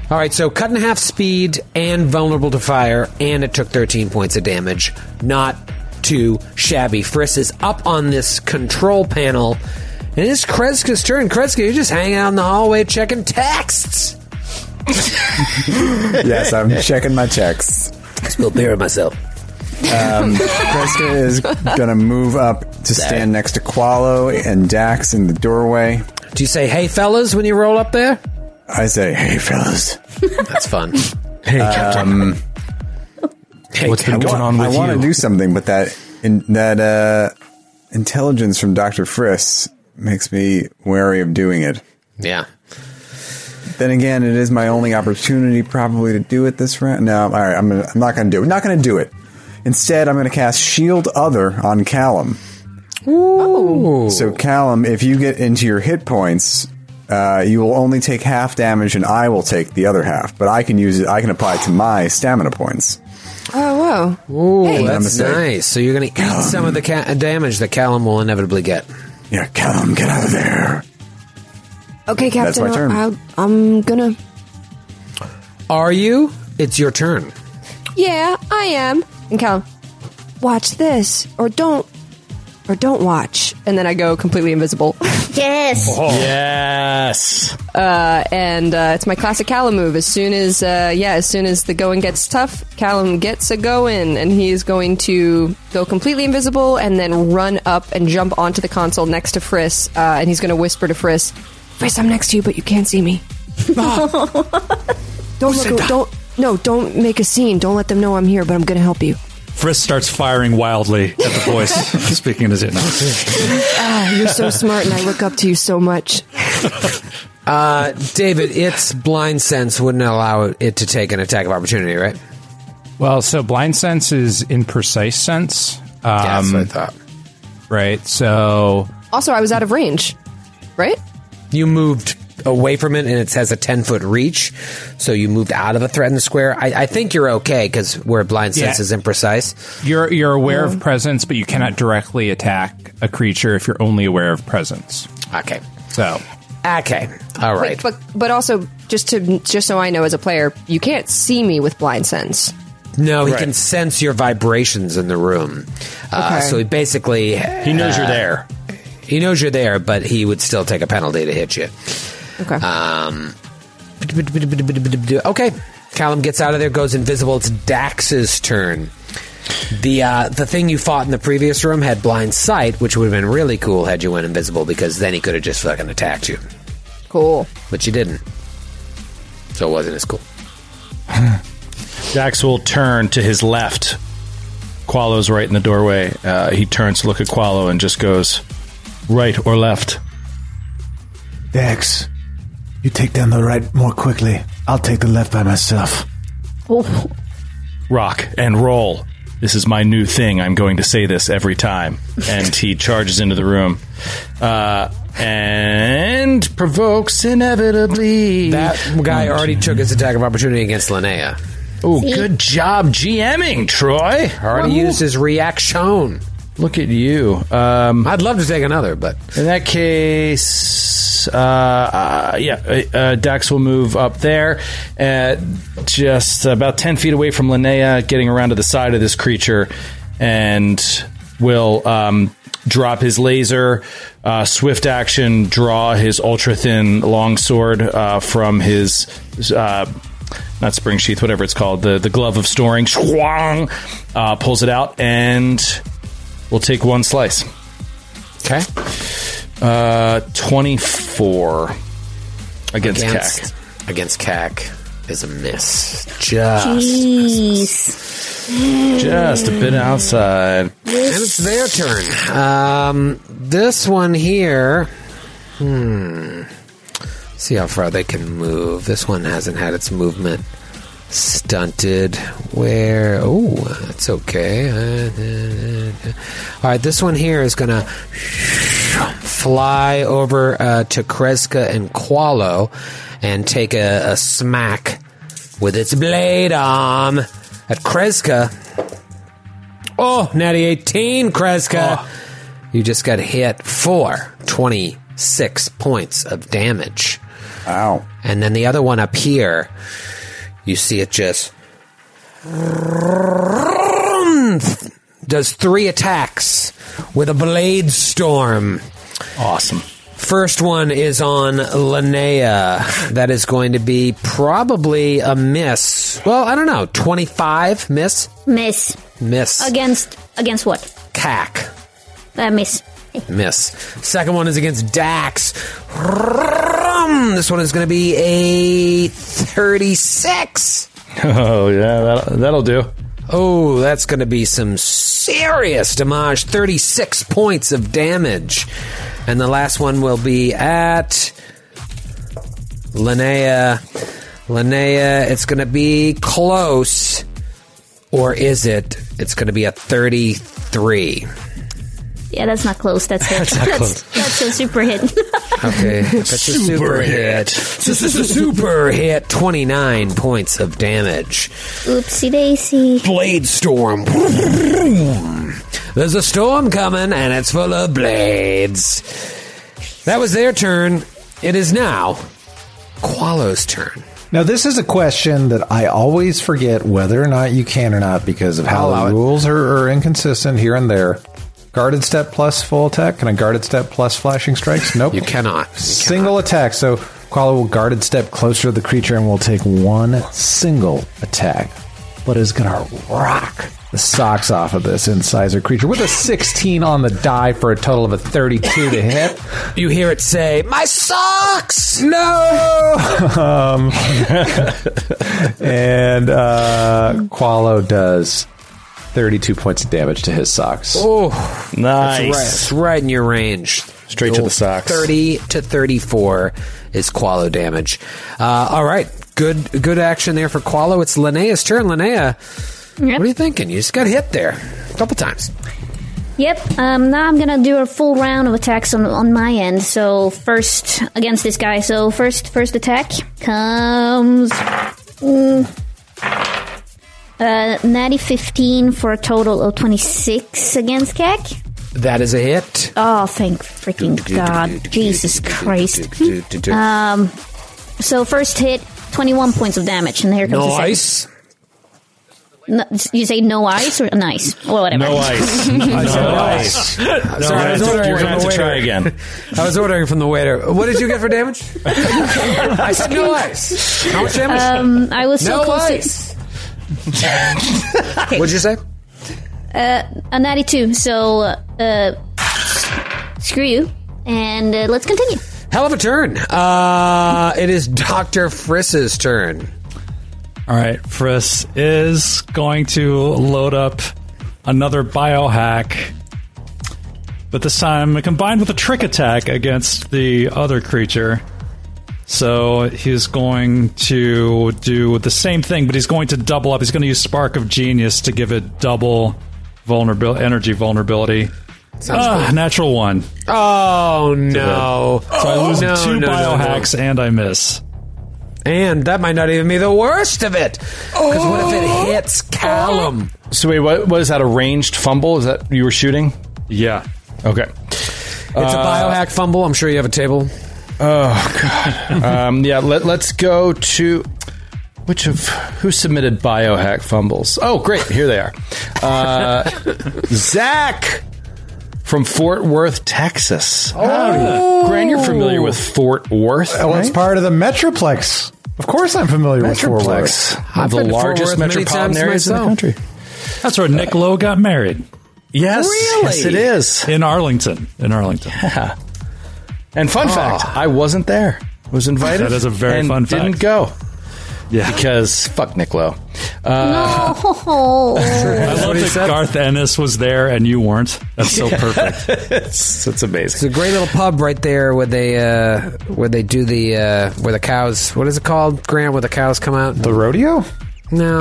C: All right, so cut in half speed and vulnerable to fire, and it took 13 points of damage. Not too shabby. Friss is up on this control panel, and it's Kreska's turn. Kreska, you're just hanging out in the hallway
H: [laughs]
C: checking texts.
H: [laughs] yes, I'm
J: [laughs]
H: checking my checks.
C: I spilled beer on myself. [laughs]
H: Um, Kreska is going to move up to stand next to Qualo and Dax in the doorway.
C: Do you say, hey, fellas, when you roll up there?
H: I say, hey, fellas.
C: That's fun.
H: Hey, um,
C: hey, what's
H: I wa- I want to do something, but that in, that uh, intelligence from Dr. Friss makes me wary of doing it.
C: Yeah.
H: Then again, it is my only opportunity probably to do it this round. No, all right, I'm, gonna, I'm not going to do it. Not going to do it. Instead, I'm going to cast Shield Other on Callum.
C: Ooh.
H: So, Callum, if you get into your hit points, uh, you will only take half damage, and I will take the other half. But I can use it. I can apply it to my stamina points.
D: [laughs] Oh, whoa.
C: Ooh,
D: Hey.
C: that's nice. So you're going to
H: Um,
C: eat some of the ca- damage that Callum will inevitably get.
H: Yeah, Callum, get out of there.
D: Okay, Captain.
C: That's my turn.
D: I'll, I'm gonna.
C: Are you? It's your turn.
D: Yeah, I am. And Cal, watch this, or don't, or don't watch. And then I go completely invisible. [laughs]
G: Yes.
C: Oh.
E: Yes.
D: Uh, and uh, it's my classic Callum move. As soon as, uh, yeah, as soon as the going gets tough, Callum gets a go in, and he is going to go completely invisible and then run up and jump onto the console next to Friss, uh, and he's going to whisper to Friss, "Friss, I'm next to you, but you can't see me. [laughs] don't Ah. look. Don't no. Don't make a scene. Don't let them know I'm here. But I'm going to help [laughs] you.
I: Frisk starts firing wildly at the voice [laughs] speaking in his ear. No.
D: Ah, you're so smart, and I look up to you so much.
C: Uh, David, its blind sense wouldn't allow it to take an attack of opportunity, right?
L: Well, so blind sense is in precise sense. Um,
D: That's what I
L: thought. Right. So
D: Also, I was out of range, right?
C: You moved away from it, and it has a ten foot reach, so you moved out of the threatened square. I, I think you're okay because where blind sense
L: Yeah.
C: is imprecise.
L: you're you're aware of presence, but you cannot directly attack a creature if you're only aware of presence.
C: Okay.
L: So.
C: Okay. All
D: Wait, but but also just to just so I know as a player, you can't see me with blind sense.
C: No, he
D: Right.
C: can sense your vibrations in the room. Uh,
D: Okay.
C: So he basically
D: He knows you're
C: there. He knows you're there, but he would still take a penalty to hit you.
D: Okay.
C: Um, okay. Callum gets out of there, goes invisible. It's Dax's turn. The uh, the thing you fought in the previous room had blind sight, which would have been really cool had you went invisible because then he could have just fucking attacked you.
D: Cool.
C: But you didn't, so it wasn't as cool.
E: Dax will turn to his left. Qualo's right in the doorway. Uh, he turns to look at Qualo and just goes, right or left?
M: Dex, you take down the right more quickly. I'll take the left by myself.
E: Rock and roll. This is my new thing. I'm going to say this every time. And he charges into the room uh, and provokes inevitably.
C: That guy [laughs] already took his attack of opportunity against Linnea.
E: Oh, good job GMing, Troy.
C: Already used his reaction.
E: Look at you. Um,
C: I'd love to take another, but
E: in that case, uh, uh, yeah, uh, uh, Dax will move up there, uh, just about ten feet away from Linnea, getting around to the side of this creature, and will um, drop his laser, uh, swift action, draw his ultra thin longsword uh, from his. Uh, not spring sheath, whatever it's called, the, the glove of storing, Shwang! uh, pulls it out, and we'll take one slice.
C: Okay.
E: Uh, 24 against,
C: Against-
E: Cac.
C: Against Cac is a miss. Just.
G: Jeez.
E: Just a bit outside.
C: And it's their turn. Um, this one here. Hmm. See how far they can move. This one hasn't had its movement stunted. Where? Oh, that's okay. Uh, uh, uh, uh. All right, this one here is going to fly over uh, to Kreska and Qualo and take a, a smack with its blade arm at Kreska. Oh, natty 18, Kreska. You just got hit for 26 points of damage. Wow. And then the other one up here, you see it just does three attacks with a blade storm.
E: Awesome.
C: First one is on Linnea. That is going to be probably a miss. Well, I don't know. 25 miss?
G: Miss.
C: Miss.
G: Against against what?
C: Cack.
G: Uh, miss.
C: [laughs] Miss. Second one is against Dax. This one is going to be a 36.
E: [laughs] Oh, yeah, that'll, that'll do.
C: Oh, that's going to be some serious damage. 36 points of damage. And the last one will be at Linnea. Linnea, it's going to be close. Or is it? It's going to be a 33.
G: Yeah, that's not
C: [laughs]
G: close. That's hit.
C: That's not close.
G: that's a super hit. [laughs]
C: Okay, that's a super,
G: Super
C: hit. This is a super hit. Twenty nine points of damage.
G: Oopsie daisy.
C: Blade [laughs] storm. There's a storm coming, and it's full of blades. That was their turn. It is now Qualo's turn.
J: Now, this is a question that I always forget whether or not you can or not because of how the rules are, are inconsistent here and there. Guarded step plus full attack. Can I guarded step plus flashing strikes? Nope. You
C: cannot.
J: single attack. So Quala will guarded step closer to the creature and will take one single attack, but is going to rock the socks off of this incisor creature with a 16 on the die for a total of a 32 to hit.
C: [laughs] You hear it say, "My socks!"
J: No. [laughs] um, and uh, Qualo does 32 points of damage to his socks.
C: Oh,
J: Nice.
C: That's right, that's right in your range. Straight
J: to the socks.
C: Thirty to thirty-four is Qualo damage. Uh, all right, good good action there for Qualo. It's Linnea's turn. Linnea,
G: Yep.
C: What are you thinking? You just got hit there a couple times.
G: Yep. Um, now I'm gonna do a full round of attacks on on my end. So first against this guy. So first first attack comes. mm, uh, natty 15 for a total of 26 against Kek.
C: That is a hit.
G: Oh, thank freaking God. Jesus Christ. Um, so first hit, 21 points of damage, and here comes
C: No
G: the second.
C: ice.
G: No, you say no ice or nice? Well, whatever.
C: No
G: [laughs]
C: ice. [laughs]
E: No
C: ice.
E: No,
C: Sorry, I was ordering
E: you're
C: from
E: going to have
C: the
E: to try
C: waiter.
E: again.
C: I was ordering from the waiter. What did you get for damage? I said no ice. How much damage?
G: Um, I was so
C: No
G: close. [laughs]
C: ice. What'd you say?
G: To, uh, a natty two. So, uh, screw you. And uh, let's continue.
C: Hell of a turn. Uh, it is Dr. Friss's turn.
I: All right, Friss is going to load up another biohack, but this time combined with a trick attack against the other creature. So he's going to do the same thing, but he's going to double up. He's going to use Spark of Genius to give it double vulnerability, energy vulnerability. Ah, natural one.
C: Oh, no.
I: So I lose
C: no,
I: two
C: no, no,
I: biohacks and I miss.
C: And that might not even be the worst of it. Because what if it hits Callum?
E: So wait, what, what is that? A ranged fumble? Is that you were shooting?
I: Yeah.
E: Okay. Uh,
C: It's a biohack fumble. I'm sure you have a table.
E: Oh
C: [laughs]
E: god. um, yeah. Let, let's go to which of who submitted biohack fumbles? Oh, great. Here they are.
C: [laughs]
E: Uh, Zach from Fort Worth, Texas. Oh, Gran, you're
C: [laughs]
E: familiar with Fort Worth?
J: Well, it's part of the Metroplex. Of course, I'm familiar with Fort
E: Metroplex.
J: Worth.
E: One of the largest metropolitan areas in the country.
I: That's where Nick Lowe got married.
E: Yes,
I: Really?
E: yes, it is
I: in Arlington. In Arlington,
E: yeah. And fun
C: Ah.
E: fact, I wasn't there. I was invited.
I: That is a very
E: and
I: fun fact.
E: Didn't go. Yeah, because fuck Nick Lowe.
C: [laughs]
E: Uh,
G: no.
I: I love that Garth Ennis was there and you weren't. That's
E: [laughs]
I: so perfect.
E: it's, it's amazing.
C: It's a great little pub right there where they uh, where they do the uh, where the cows. What is it called, Grant? Where the cows come out?
J: The rodeo? [laughs]
C: No,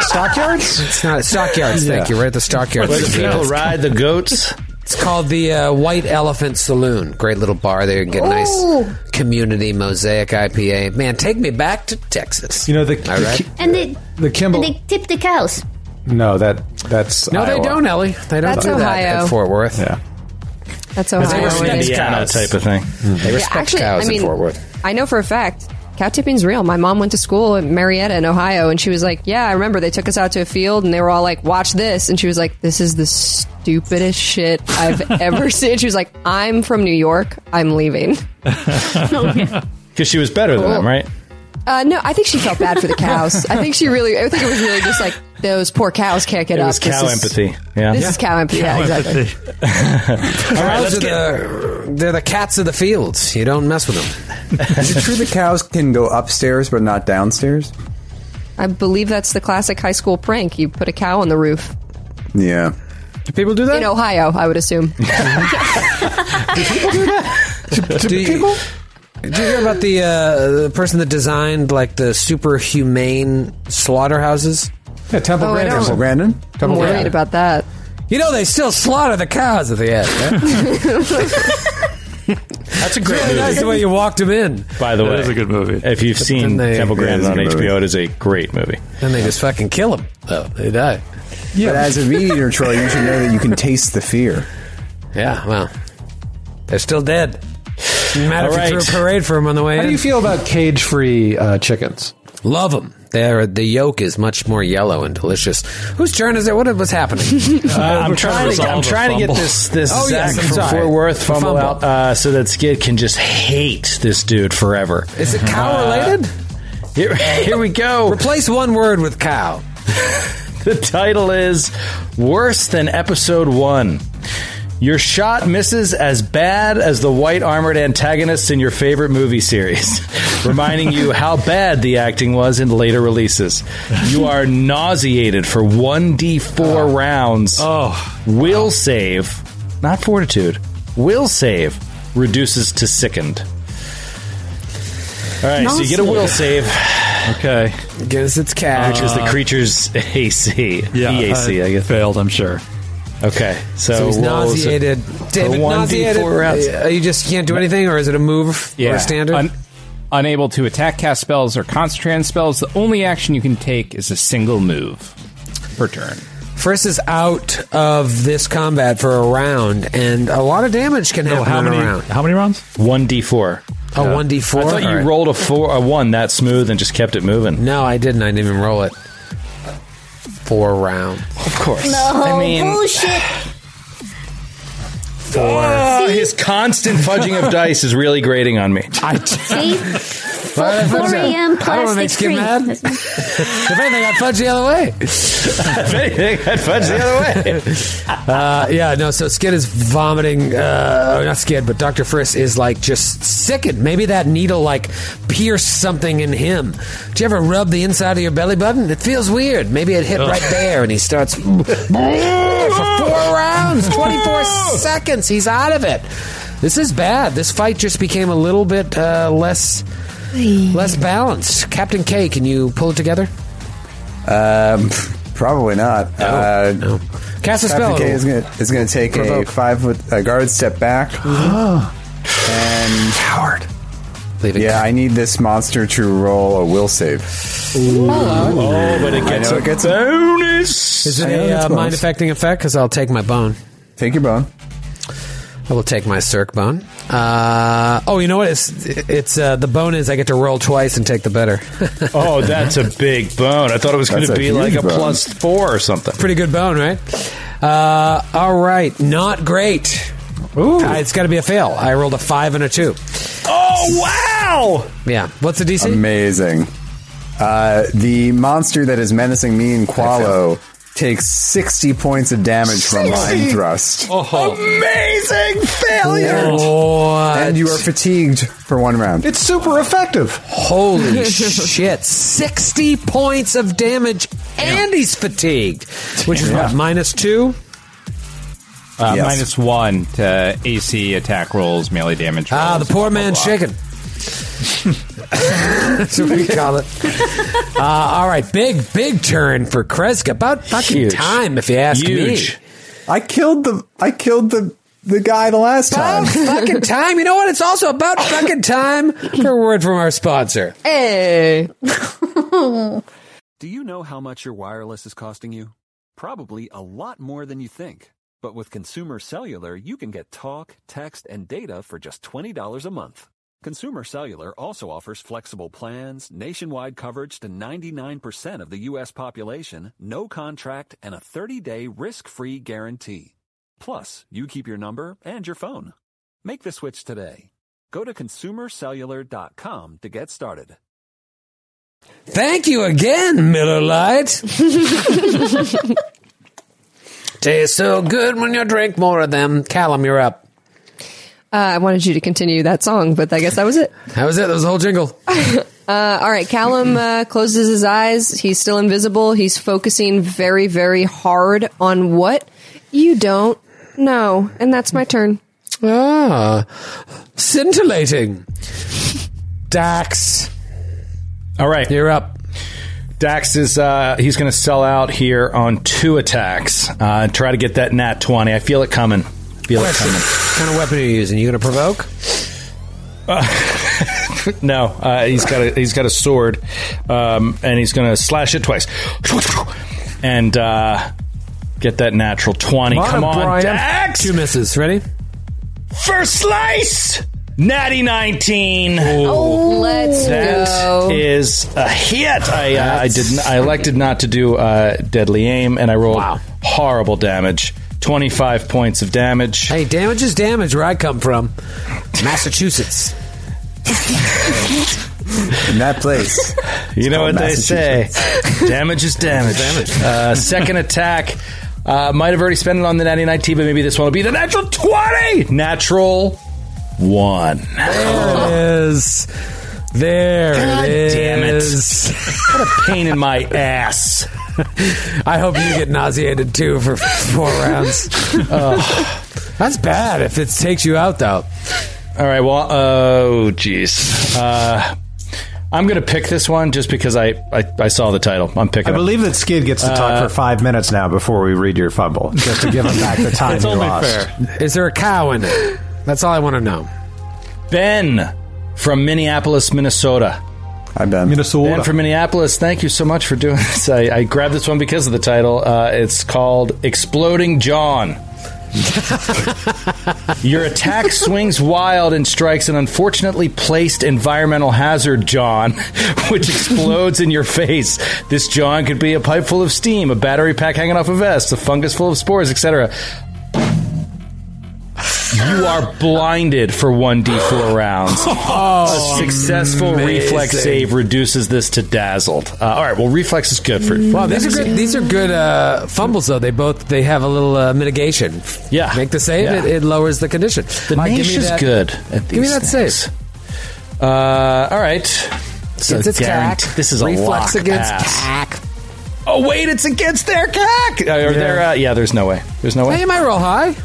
J: stockyards.
C: It's not stockyards. Thank
E: Yeah.
C: you. Right at the stockyards.
E: Where the people ride the goats.
C: It's called the uh, White Elephant Saloon. Great little bar there. You can get a
G: Ooh.
C: nice community mosaic IPA. Man, take me back to Texas. You
J: know the,
C: All right.
G: And they,
J: The Kimball.
G: they tip the cows.
J: No, that that's
C: No,
J: Iowa.
C: they don't, Ellie. They don't
D: That's
C: do that
D: Ohio.
C: at Fort Worth.
J: Yeah.
D: That's Ohio. it is.
E: Indiana type of thing.
C: They respect
D: actually,
C: cows
D: I
C: Mm-hmm.
D: mean,
C: in Fort Worth.
D: I know for a fact cow tipping's real. My mom went to school in Marietta in Ohio, and she was like, "Yeah, I remember they took us out to a field, and they were all like, watch this,' and she was like, "This is the stupidest shit I've ever seen." She was like, "I'm from New York. I'm leaving."
E: [laughs] Because she was better
C: Oh.
E: than them, right?
D: Uh, no, I think she felt bad for the cows. I think she really, I think it was really just like those poor cows can't get
E: it
D: up.
E: was
D: This
E: cow
D: is-
E: empathy. Yeah.
D: This is cow empathy. Yeah, exactly.
C: [laughs] Cows are the, they're the cats of the fields. You don't mess with them.
H: Is it true the cows can go upstairs but not downstairs?
D: I believe that's the classic high school prank. You put a cow on the roof
H: Yeah.
E: Do people do that?
D: in Ohio, I would
E: [laughs]
D: assume.
C: do you, people? Did you hear about the, uh, the person that designed like the super humane slaughterhouses?
J: Yeah, Temple
D: Oh, I
J: Grandin.
D: don't-
J: Temple
H: Grandin.
D: I'm
J: Temple
D: worried
J: Grandin.
D: about that.
C: You know they still slaughter the cows at the end. Right?
E: That's a great
C: Really nice the
E: movie.
C: way you walked them in.
E: By the way,
I: is a good movie.
E: If you've seen
C: they-
E: Temple
C: It
E: Grandin
H: is a
E: on
H: good
E: HBO,
H: movie.
E: it is a great movie.
C: Then they just fucking kill them. Oh, they die.
H: But as a meat eater, Troy, you should know that you can taste the fear.
C: Yeah, well, they're still dead. Doesn't matter
E: All
C: if you
E: right.
C: threw a parade for them on the way
J: How do
C: in.
J: you feel about cage-free uh, chickens?
C: Love them. They're, the yolk is much more yellow and delicious. Whose turn is it? What was happening?
E: Uh, [laughs] I'm
I: we're trying to
E: trying. To, I'm
I: resolve a
E: trying to get
I: fumble.
E: this this
C: Oh,
E: Zach
C: yes, I'm
E: from
C: sorry.
E: Fort Worth fumble,
C: Fumble.
E: out uh, so that Skid can just hate this dude forever.
C: is it cow related?
E: Uh, Here, here we go.
C: Replace one word with cow.
E: [laughs] The title is Worse Than Episode 1. Your shot misses as bad as the white armored antagonists in your favorite movie series, [laughs] reminding you how bad the acting was in later releases. You are nauseated for 1d4 rounds.
I: Oh.
E: Will save, not fortitude, will save reduces to sickened. All right, so you get a will save.
I: Okay.
C: Guess it's cat.
E: Which is the creature's [laughs] AC.
I: Uh, Yeah,
E: EAC, I guess.
I: Failed, I'm sure.
E: Okay. So,
C: So he's
E: what was it?
C: nauseated. Damn
E: For
C: it,
E: one
C: nauseated.
E: D4 rounds.
C: Uh, You just can't do anything, or is it a move or a standard?
L: Un- unable to attack, cast spells, or concentrate on spells, the only action you can take is a single move per turn.
C: Friss is out of this combat for a round, and a lot of damage can happen
E: No, how
C: in a
E: many?
C: round.
E: How many rounds? One D four.
C: Oh, 1d4?
E: I thought you
C: Alright.
E: rolled a four, a one that smooth, and just kept it moving.
C: No, I didn't. I didn't even roll it. Four rounds.
E: Of course. [laughs]
G: No
E: I mean,
G: bullshit.
E: four. his constant fudging of dice is really grating on me. I
G: See,
C: Well, if
G: 4
C: it's a- I
G: a.m.
C: don't wanna make
G: plastic
C: Skip
G: screen.
C: mad. if anything, I'd fudge the other way.
E: if anything, I'd fudge the other
C: [laughs]
E: way.
C: Uh, yeah, no. So Skid is vomiting. Uh, not Skid, but Doctor Friss is like just sickened. Maybe that needle like pierced something in him. Do you ever rub the inside of your belly button? It feels weird. Maybe it hit
K: Ugh.
C: right there, and he starts [laughs] for four rounds, twenty four seconds. He's out of it. This is bad. This fight just became a little bit uh, less less balanced. Captain K, can you pull it together?
H: Um, probably not. uh,
C: Cast a
H: Captain
C: spell.
H: K is gonna, is gonna take
C: Provoke.
H: a five foot uh, guard step back.
E: Oh,
H: and coward. Yeah, I need this monster to roll a will save.
E: Oh, but it
H: I
E: gets
H: know
E: a
H: it gets a-
E: bonus.
C: Is it
H: I know
C: a
H: that's
C: uh,
H: bonus.
C: mind affecting effect? Because I'll take my bone.
H: Take your bone.
C: I will take my circ bone. Uh, oh, you know what? It's it's uh, the bone is I get to roll twice and take the better. [laughs]
E: Oh, that's a big bone. I thought it was going
C: That's
E: to
C: a
E: be like
C: huge
E: a
C: bone.
E: plus four or something.
C: Pretty good bone, right? Uh, all right, not great. Ooh. it's got to be a fail. I rolled a five and a two.
E: Oh wow!
C: Yeah. What's the DC?
H: Amazing. Uh, the monster that is menacing me and Qualo takes 60 points of damage from
E: 60?
H: line thrust.
E: Amazing failure.
H: And you are fatigued for one round.
J: It's super effective.
E: [laughs]
C: [laughs] Holy shit! Sixty points of damage, and he's fatigued, which is what minus two.
L: Uh,
C: Yes.
L: Minus one to AC attack rolls, melee damage.
C: Ah,
L: rolls,
C: the poor
L: blah, blah,
C: man's
L: blah.
C: shaken. [laughs] That's what
L: [laughs]
C: we call it. Uh, all right, big big turn for Kreska. About fucking
H: Huge.
C: time, if you ask me.
H: I killed the I killed the the guy the last time.
C: About [laughs] fucking time. You know what? It's also about fucking time for a word from our sponsor.
D: Hey.
N: Do you know how much your wireless is costing you? Probably a lot more than you think. But with Consumer Cellular, you can get talk, text, and data for just $20 a month. Consumer Cellular also offers flexible plans, nationwide coverage to 99% of the U.S. population, no contract, and a 30 day risk free guarantee. Plus, you keep your number and your phone. Make the switch today. Go to consumercellular.com to get started.
C: [laughs] Thank you again, Miller Lite. Tastes so good when you drink more of them. Callum, you're up.
D: Uh, I wanted you to continue that song, but I guess that was
E: [laughs]
D: it.
C: That was it. That was the whole jingle.
D: Uh, all right, Callum uh, closes his eyes. He's still invisible. He's focusing very, very hard on what you don't know, and that's my turn.
C: Ah, scintillating. Dax.
E: All right,
C: you're up.
E: Dax is uh, he's going to sell out here on two attacks uh, and try to get that nat twenty. I feel it coming. Feel it
C: Question.
E: coming.
C: What kind of weapon are you using? You going to provoke?
E: Uh, [laughs] No, uh, he's got a he's got a sword, um, and he's going to slash it twice, and uh, get that natural twenty. Come on, Dax.
C: Two misses. Ready?
E: First slice. Natty nineteen.
C: Oh,
D: Let's
E: That
D: go.
E: is a hit. I uh, I didn't.
C: [laughs]
E: I elected not to do uh, deadly aim, and I rolled horrible damage. Twenty five points of damage.
C: Hey, damage is damage where I come from, Massachusetts.
H: In that place.
E: [laughs] You know
H: called
E: what they say: damage is damage. Uh, second attack. Uh, might have already spent it on the natty 19, but maybe this one will be the natural 20! Natural one.
C: There it is. There
E: God
C: it
E: damn it.
C: is.
E: What a pain in
C: [laughs]
E: my ass.
C: I hope you get nauseated too for four rounds. Ugh. that's bad if it takes you out, though.
E: All right. Well, oh, jeez. Uh, I'm going to pick this one just because I, I, I saw the title. I'm picking.
J: I
E: it.
J: believe that Skid gets to talk for
E: Uh, [laughs]
J: five minutes now before we read your fumble, just to give him back the time
C: It's
J: he
C: only
J: lost.
C: fair. Is there a cow in it? That's all I want to know.
E: Ben from Minneapolis, Minnesota.
H: Hi, Ben.
J: Minnesota.
E: Ben from Minneapolis. Thank you so much for doing [laughs] this. I, I grabbed this one because of the title. Uh, it's called Exploding John. Your
C: [laughs]
E: attack swings wild and strikes an unfortunately placed environmental hazard, John, [laughs] which explodes in your face. This John could be a pipe full of steam, a battery pack hanging off a vest, a fungus full of spores, etc. You are blinded for 1d4 rounds.
C: [laughs]
E: a
K: Oh,
E: successful
K: amazing.
E: reflex save reduces this to dazzled. Uh, all right, well, reflex is good for.
C: Wow, these are good. These are good uh, fumbles, though. They both they have a little uh, mitigation. Yeah, make the save.
E: Yeah.
C: It, it lowers the condition.
E: The
C: Mike,
E: niche is
C: that-
E: good at
C: Give me
E: these
C: that save.
E: Uh, all right. So
C: It's its
E: guarant-
C: CAC.
E: This is a
C: reflex
E: lock
C: against
E: pass.
C: CAC.
E: Oh wait, it's against their CAC. Uh, are
C: Yeah.
E: there, uh, yeah, there's no way. There's no way.
C: Hey, you might roll high.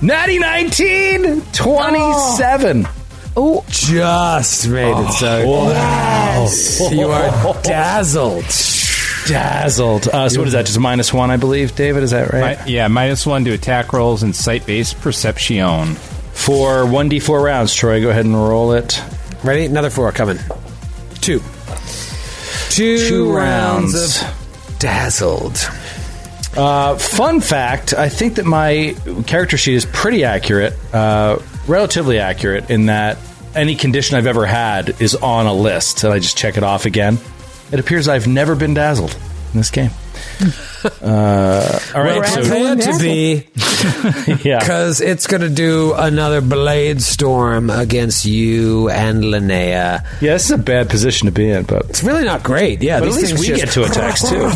E: Natty 19, 27.
C: Oh, just made it. So
E: Oh,
C: you are dazzled.
E: Dazzled. Uh, so what is that? Just minus one, I believe. David, is that right?
L: yeah, minus one to attack rolls and sight based perception.
E: For 1d4 rounds, Troy, go ahead and roll it.
C: Ready? Another four coming. Two. Two, rounds of dazzled.
E: Uh, fun fact: I think that my character sheet is pretty accurate, uh, relatively accurate, in that any condition I've ever had is on a list, and I just check it off again. It appears I've never been dazzled in
C: [laughs]
E: this game. uh, all right, so
C: pretend to
E: [laughs]
C: be, because it's going to do another blade storm against you and Linnea.
E: Yeah, this is a bad position to be in, but
C: it's really not great. Yeah,
E: But at
C: these
E: least
C: things
E: we
C: just-
E: get two attacks, too.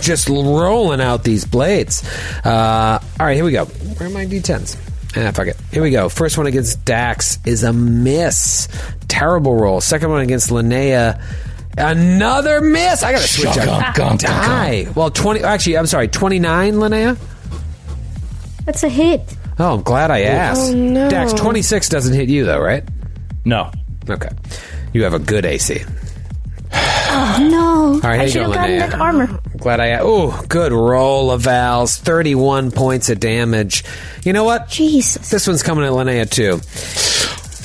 C: [laughs] Just rolling out these blades. Uh, all right, here we go. Where are my d10s? Ah, fuck it. Here we go. First one against Dax is a miss. Terrible roll. Second one against Linnea. Another miss. I gotta switch
E: Shotgun,
C: up.
E: gun, gun,
C: Die. Well, twenty. Actually, I'm sorry. Twenty-nine, Linnea.
G: [laughs] That's a hit.
C: Oh, I'm glad I asked.
G: Oh, no.
C: Dax, 26 doesn't hit you, though, right?
E: No.
C: Okay. You have a good AC.
G: Oh, no.
C: right,
G: I
C: here you
G: should
C: go,
G: have gotten
C: Linnea.
G: that armor.
C: I'm glad I. Oh, good roll of Val's. 31 points of damage. You know what?
G: Jesus.
C: This one's coming at Linnea, too.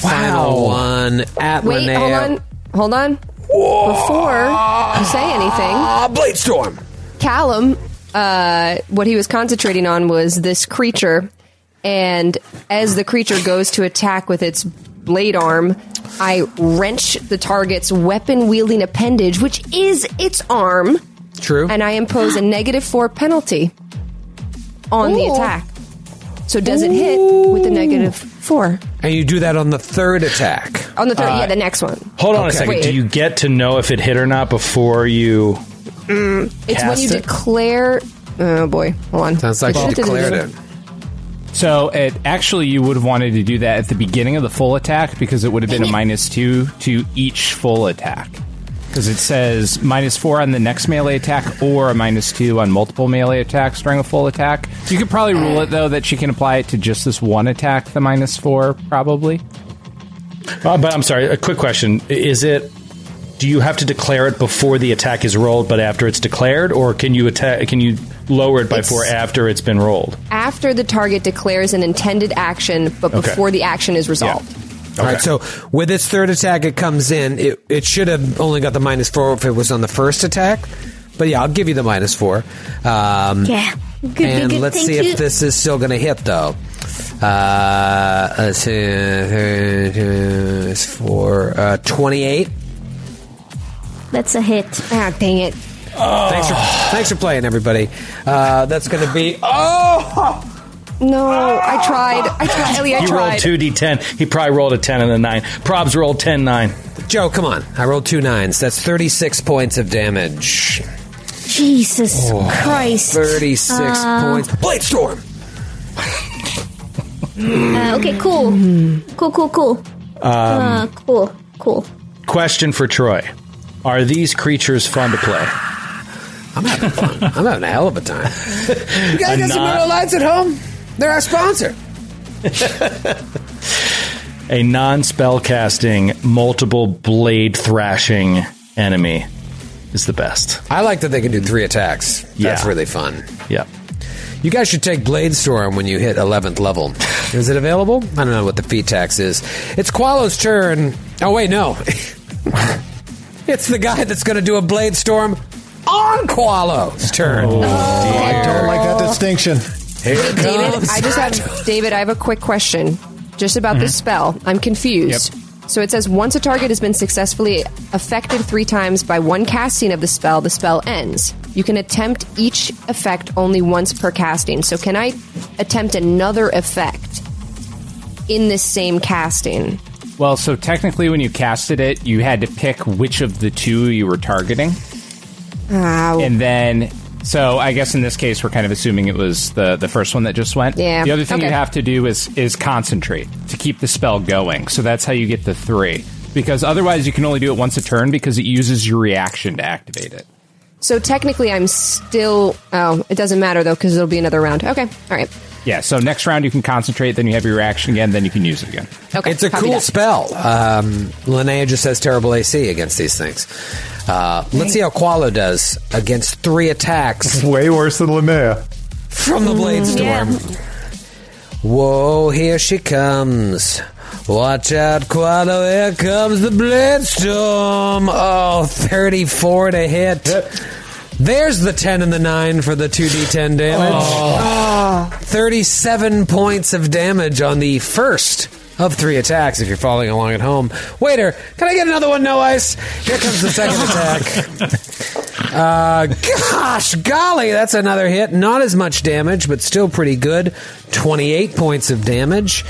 C: Final one at
D: Wait,
C: Linnea.
D: hold on. Hold on. Before you say anything,
C: Ah, Blade Storm.
D: Callum, uh, what he was concentrating on was this creature, and as the creature goes to attack with its blade arm, I wrench the target's weapon wielding appendage, which is its arm.
C: True.
D: And I impose a negative four penalty on the
O: Ooh.
D: attack. So does it hit with a negative four?
C: And you do that on the third attack.
D: On the third,
E: Uh,
D: yeah, the next one.
E: Hold on a second.
D: Wait.
E: Do you get to know if it hit or not before you?
D: Mm, It's when
E: cast
D: you
E: it?
D: declare. Oh boy, hold on.
C: Sounds
L: like you declared it. So it actually you would have wanted to do that at the beginning of the full attack because it would have been a minus two to each full attack. Because it says minus four on the next melee attack or a minus two on multiple melee attacks during a full attack. You could probably rule it though that she can apply it to just this one attack, the minus four, probably.
E: Uh, but I'm sorry. A quick question: Is it? Do you have to declare it before the attack is rolled, but after it's declared, or can you attack? Can you lower it by four after it's been rolled?
D: After the target declares an intended action, but
E: Okay.
D: before the action is resolved.
C: All right, so with its third attack, it comes in. It, it should have only got the minus four if it was on the first attack. But yeah, I'll give you the minus four. Um,
G: Yeah. Good, good,
C: and
G: good.
C: let's
G: Thank
C: see
G: you.
C: if this is still going to hit, though. Uh, let's see. It's for uh, 28.
G: That's a hit.
D: Ah, dang it.
E: Oh.
C: Thanks, for, thanks for playing, everybody. Uh, that's going to be. Oh!
D: No, I tried. I tried. Ellie, I
E: he
D: tried.
E: rolled two d10. He probably rolled a ten and a nine. Probs rolled 10, 9.
C: Joe, come on. I rolled two nines. That's 36 points of damage.
G: Jesus
C: Oh,
G: Christ.
C: 36
G: Uh,
C: points. Blade Storm!
G: Uh, okay, cool. Cool, cool, cool. uh,
E: Um,
G: cool, cool.
E: question for Troy: Are these creatures fun to play?
C: I'm having a hell of a time. You
E: A
C: guys got some
E: knot.
C: Miller Lights at home? They're our sponsor.
E: [laughs] a non spell casting, multiple blade thrashing enemy is the best.
C: I like that they can do three attacks. That's
E: Yeah.
C: really fun.
E: Yeah.
C: You guys should take Blade Storm when you hit 11th level. Is it available? I don't know what the fee tax is. It's Qualo's turn. Oh, wait, no. [laughs] it's the guy that's going to do a Blade Storm on Qualo's turn. Oh,
M: I don't like that distinction.
C: Here
D: David, I just have David. I have a quick question, just about this
M: Mhm.
D: spell. I'm confused. So it says once a target has been successfully affected three times by one casting of the spell, the spell ends. You can attempt each effect only once per casting. So can I attempt another effect in this same casting?
L: Well, so technically, when you casted it, you had to pick which of the two you were targeting.
D: Ow.
L: And then, so I guess in this case, we're kind of assuming it was the, the first one that just went.
D: Yeah.
L: The other thing you
D: Okay.
L: have to do is is concentrate to keep the spell going. So that's how you get the three. Because otherwise, you can only do it once a turn because it uses your reaction to activate it.
D: So technically, I'm still. Oh, it doesn't matter though because it'll be another round. Okay, all right.
L: Yeah. So next round, you can concentrate. Then you have your reaction again. Then you can use it again.
D: Okay,
C: it's a
D: copy
C: cool
D: that.
C: spell. Um, Linnea just has terrible AC against these things. Uh, let's see how Qualo does against three attacks.
J: Way worse than Linnea.
C: From the Blade
D: Mm,
C: Storm. Whoa, here she comes. Watch out, Quado. Here comes the Blade Storm. Oh, 34 to hit. There's the 10 and the 9 for the 2d10 damage.
D: Oh.
C: 37 points of damage on the first of three attacks if you're following along at home. Waiter, can I get another one, no ice? Here comes the [laughs] second attack. [laughs] Uh, gosh, golly, that's another hit. Not as much damage, but still pretty good. 28 points of damage.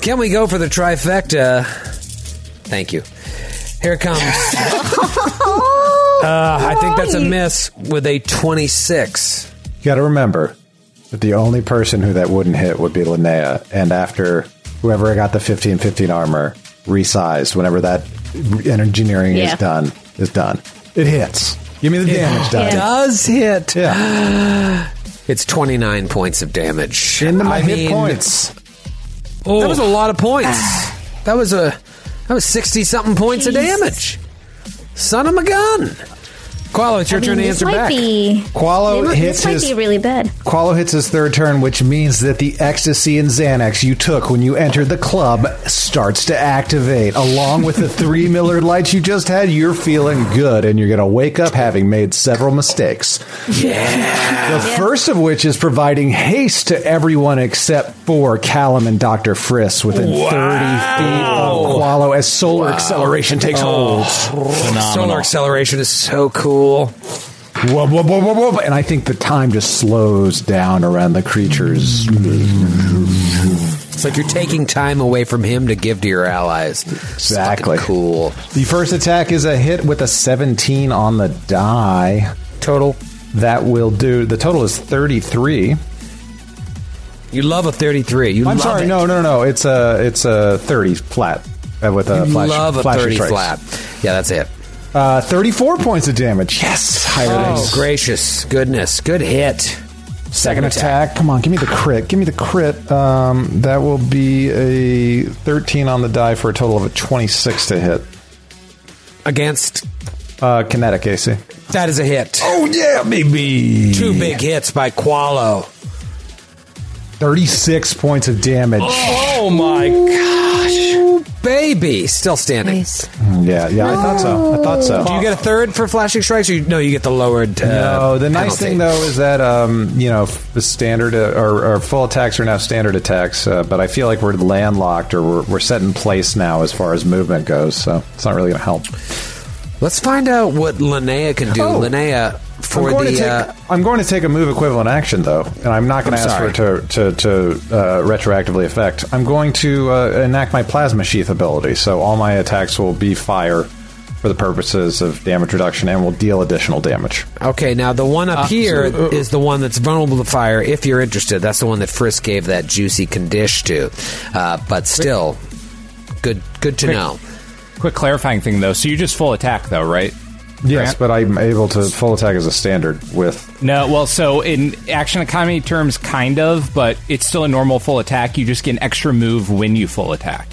C: Can we go for the trifecta? Thank you. Here it comes. Uh, I think that's a miss with a 26.
J: You got to remember that the only person who that wouldn't hit would be Linnea. And after whoever got the 15 15 armor resized, whenever that engineering
M: Yeah.
J: is done, is done. It hits. Give me the damage die.
C: does hit.
J: Yeah.
C: it's 29 points of damage. Into
J: my hit points.
C: [gasps] That [laughs] was a lot of points.
J: Ah.
C: that was a that was 60 something points of damage. Son of a gun. Qualo, it's your turn to answer
G: this might
C: back.
G: Be,
J: Qualo
G: they might-
J: hits
G: This might
J: his-
G: be really bad.
J: Qualo hits his third turn, which means that the ecstasy and Xanax you took when you entered the club starts to activate. Along with the three Miller lights you just had, you're feeling good and you're going to wake up having made several mistakes. Yeah. The first of which is providing haste to everyone except for Callum and Dr. Friss within 30 feet of Qualo as solar acceleration takes
C: Oh,
J: hold.
C: Solar acceleration is so cool.
J: Whoa, whoa, whoa, whoa, whoa. And I think the time just slows down around the creatures.
C: It's like you're taking time away from him to give to your allies. Exactly. Cool.
J: The first attack is a hit with a 17 on the die.
C: Total.
J: That will do. The total is 33.
C: You love a 33. You
J: I'm
C: love
J: sorry.
C: it.
J: No, no, no. It's a it's a 30 flat uh, with a
C: You
J: flash.
C: love a
J: flash
C: 30
J: strikes.
C: flat. Yeah, that's it.
J: Uh, 34 points of damage. Yes, higher than
C: Oh, gracious. Goodness. Good hit.
J: Second attack. Come on, give me the crit. Give me the crit. Um, that will be a 13 on the die for a total of a 26 to hit.
C: Against?
J: Uh, kinetic AC.
C: That is a hit.
J: Oh, yeah, baby.
C: Two big hits by Qualo.
J: 36 points of damage.
E: Oh my gosh.
C: Baby. Still standing.
J: Yeah, yeah, I thought so. I thought so.
C: Do you get a third for flashing strikes? Or you, no, you get the lowered. Uh,
J: No, the nice
C: penalty.
J: thing though is that um, you know f- the standard uh, or, or full attacks are now standard attacks, uh, but I feel like we're landlocked or we're, we're set in place now as far as movement goes, so it's not really going to help.
C: Let's find out what Linnea can do.
J: Oh.
C: Linnea for
J: I'm going,
C: the
J: to take,
C: uh,
J: I'm going to take a move equivalent action though, and I'm not going to
C: I'm
J: ask for it to to, to uh, retroactively affect. I'm going to uh, enact my plasma sheath ability, so all my attacks will be fire for the purposes of damage reduction and will deal additional damage.
C: Okay, now the
E: Ah,
C: one up
J: Uh,
C: here is
J: so-
C: the one that's vulnerable to fire. If you're interested, that's the one that Frisk gave that juicy condish to. Uh, but still, good good to
L: Quick-
C: know.
L: Quick clarifying thing though. So you just full attack though, right?
J: Yes, but I'm able to full attack as a standard with
L: No, well, so in action economy terms, kind of, but it's still a normal full attack. You just get an extra move when you full attack.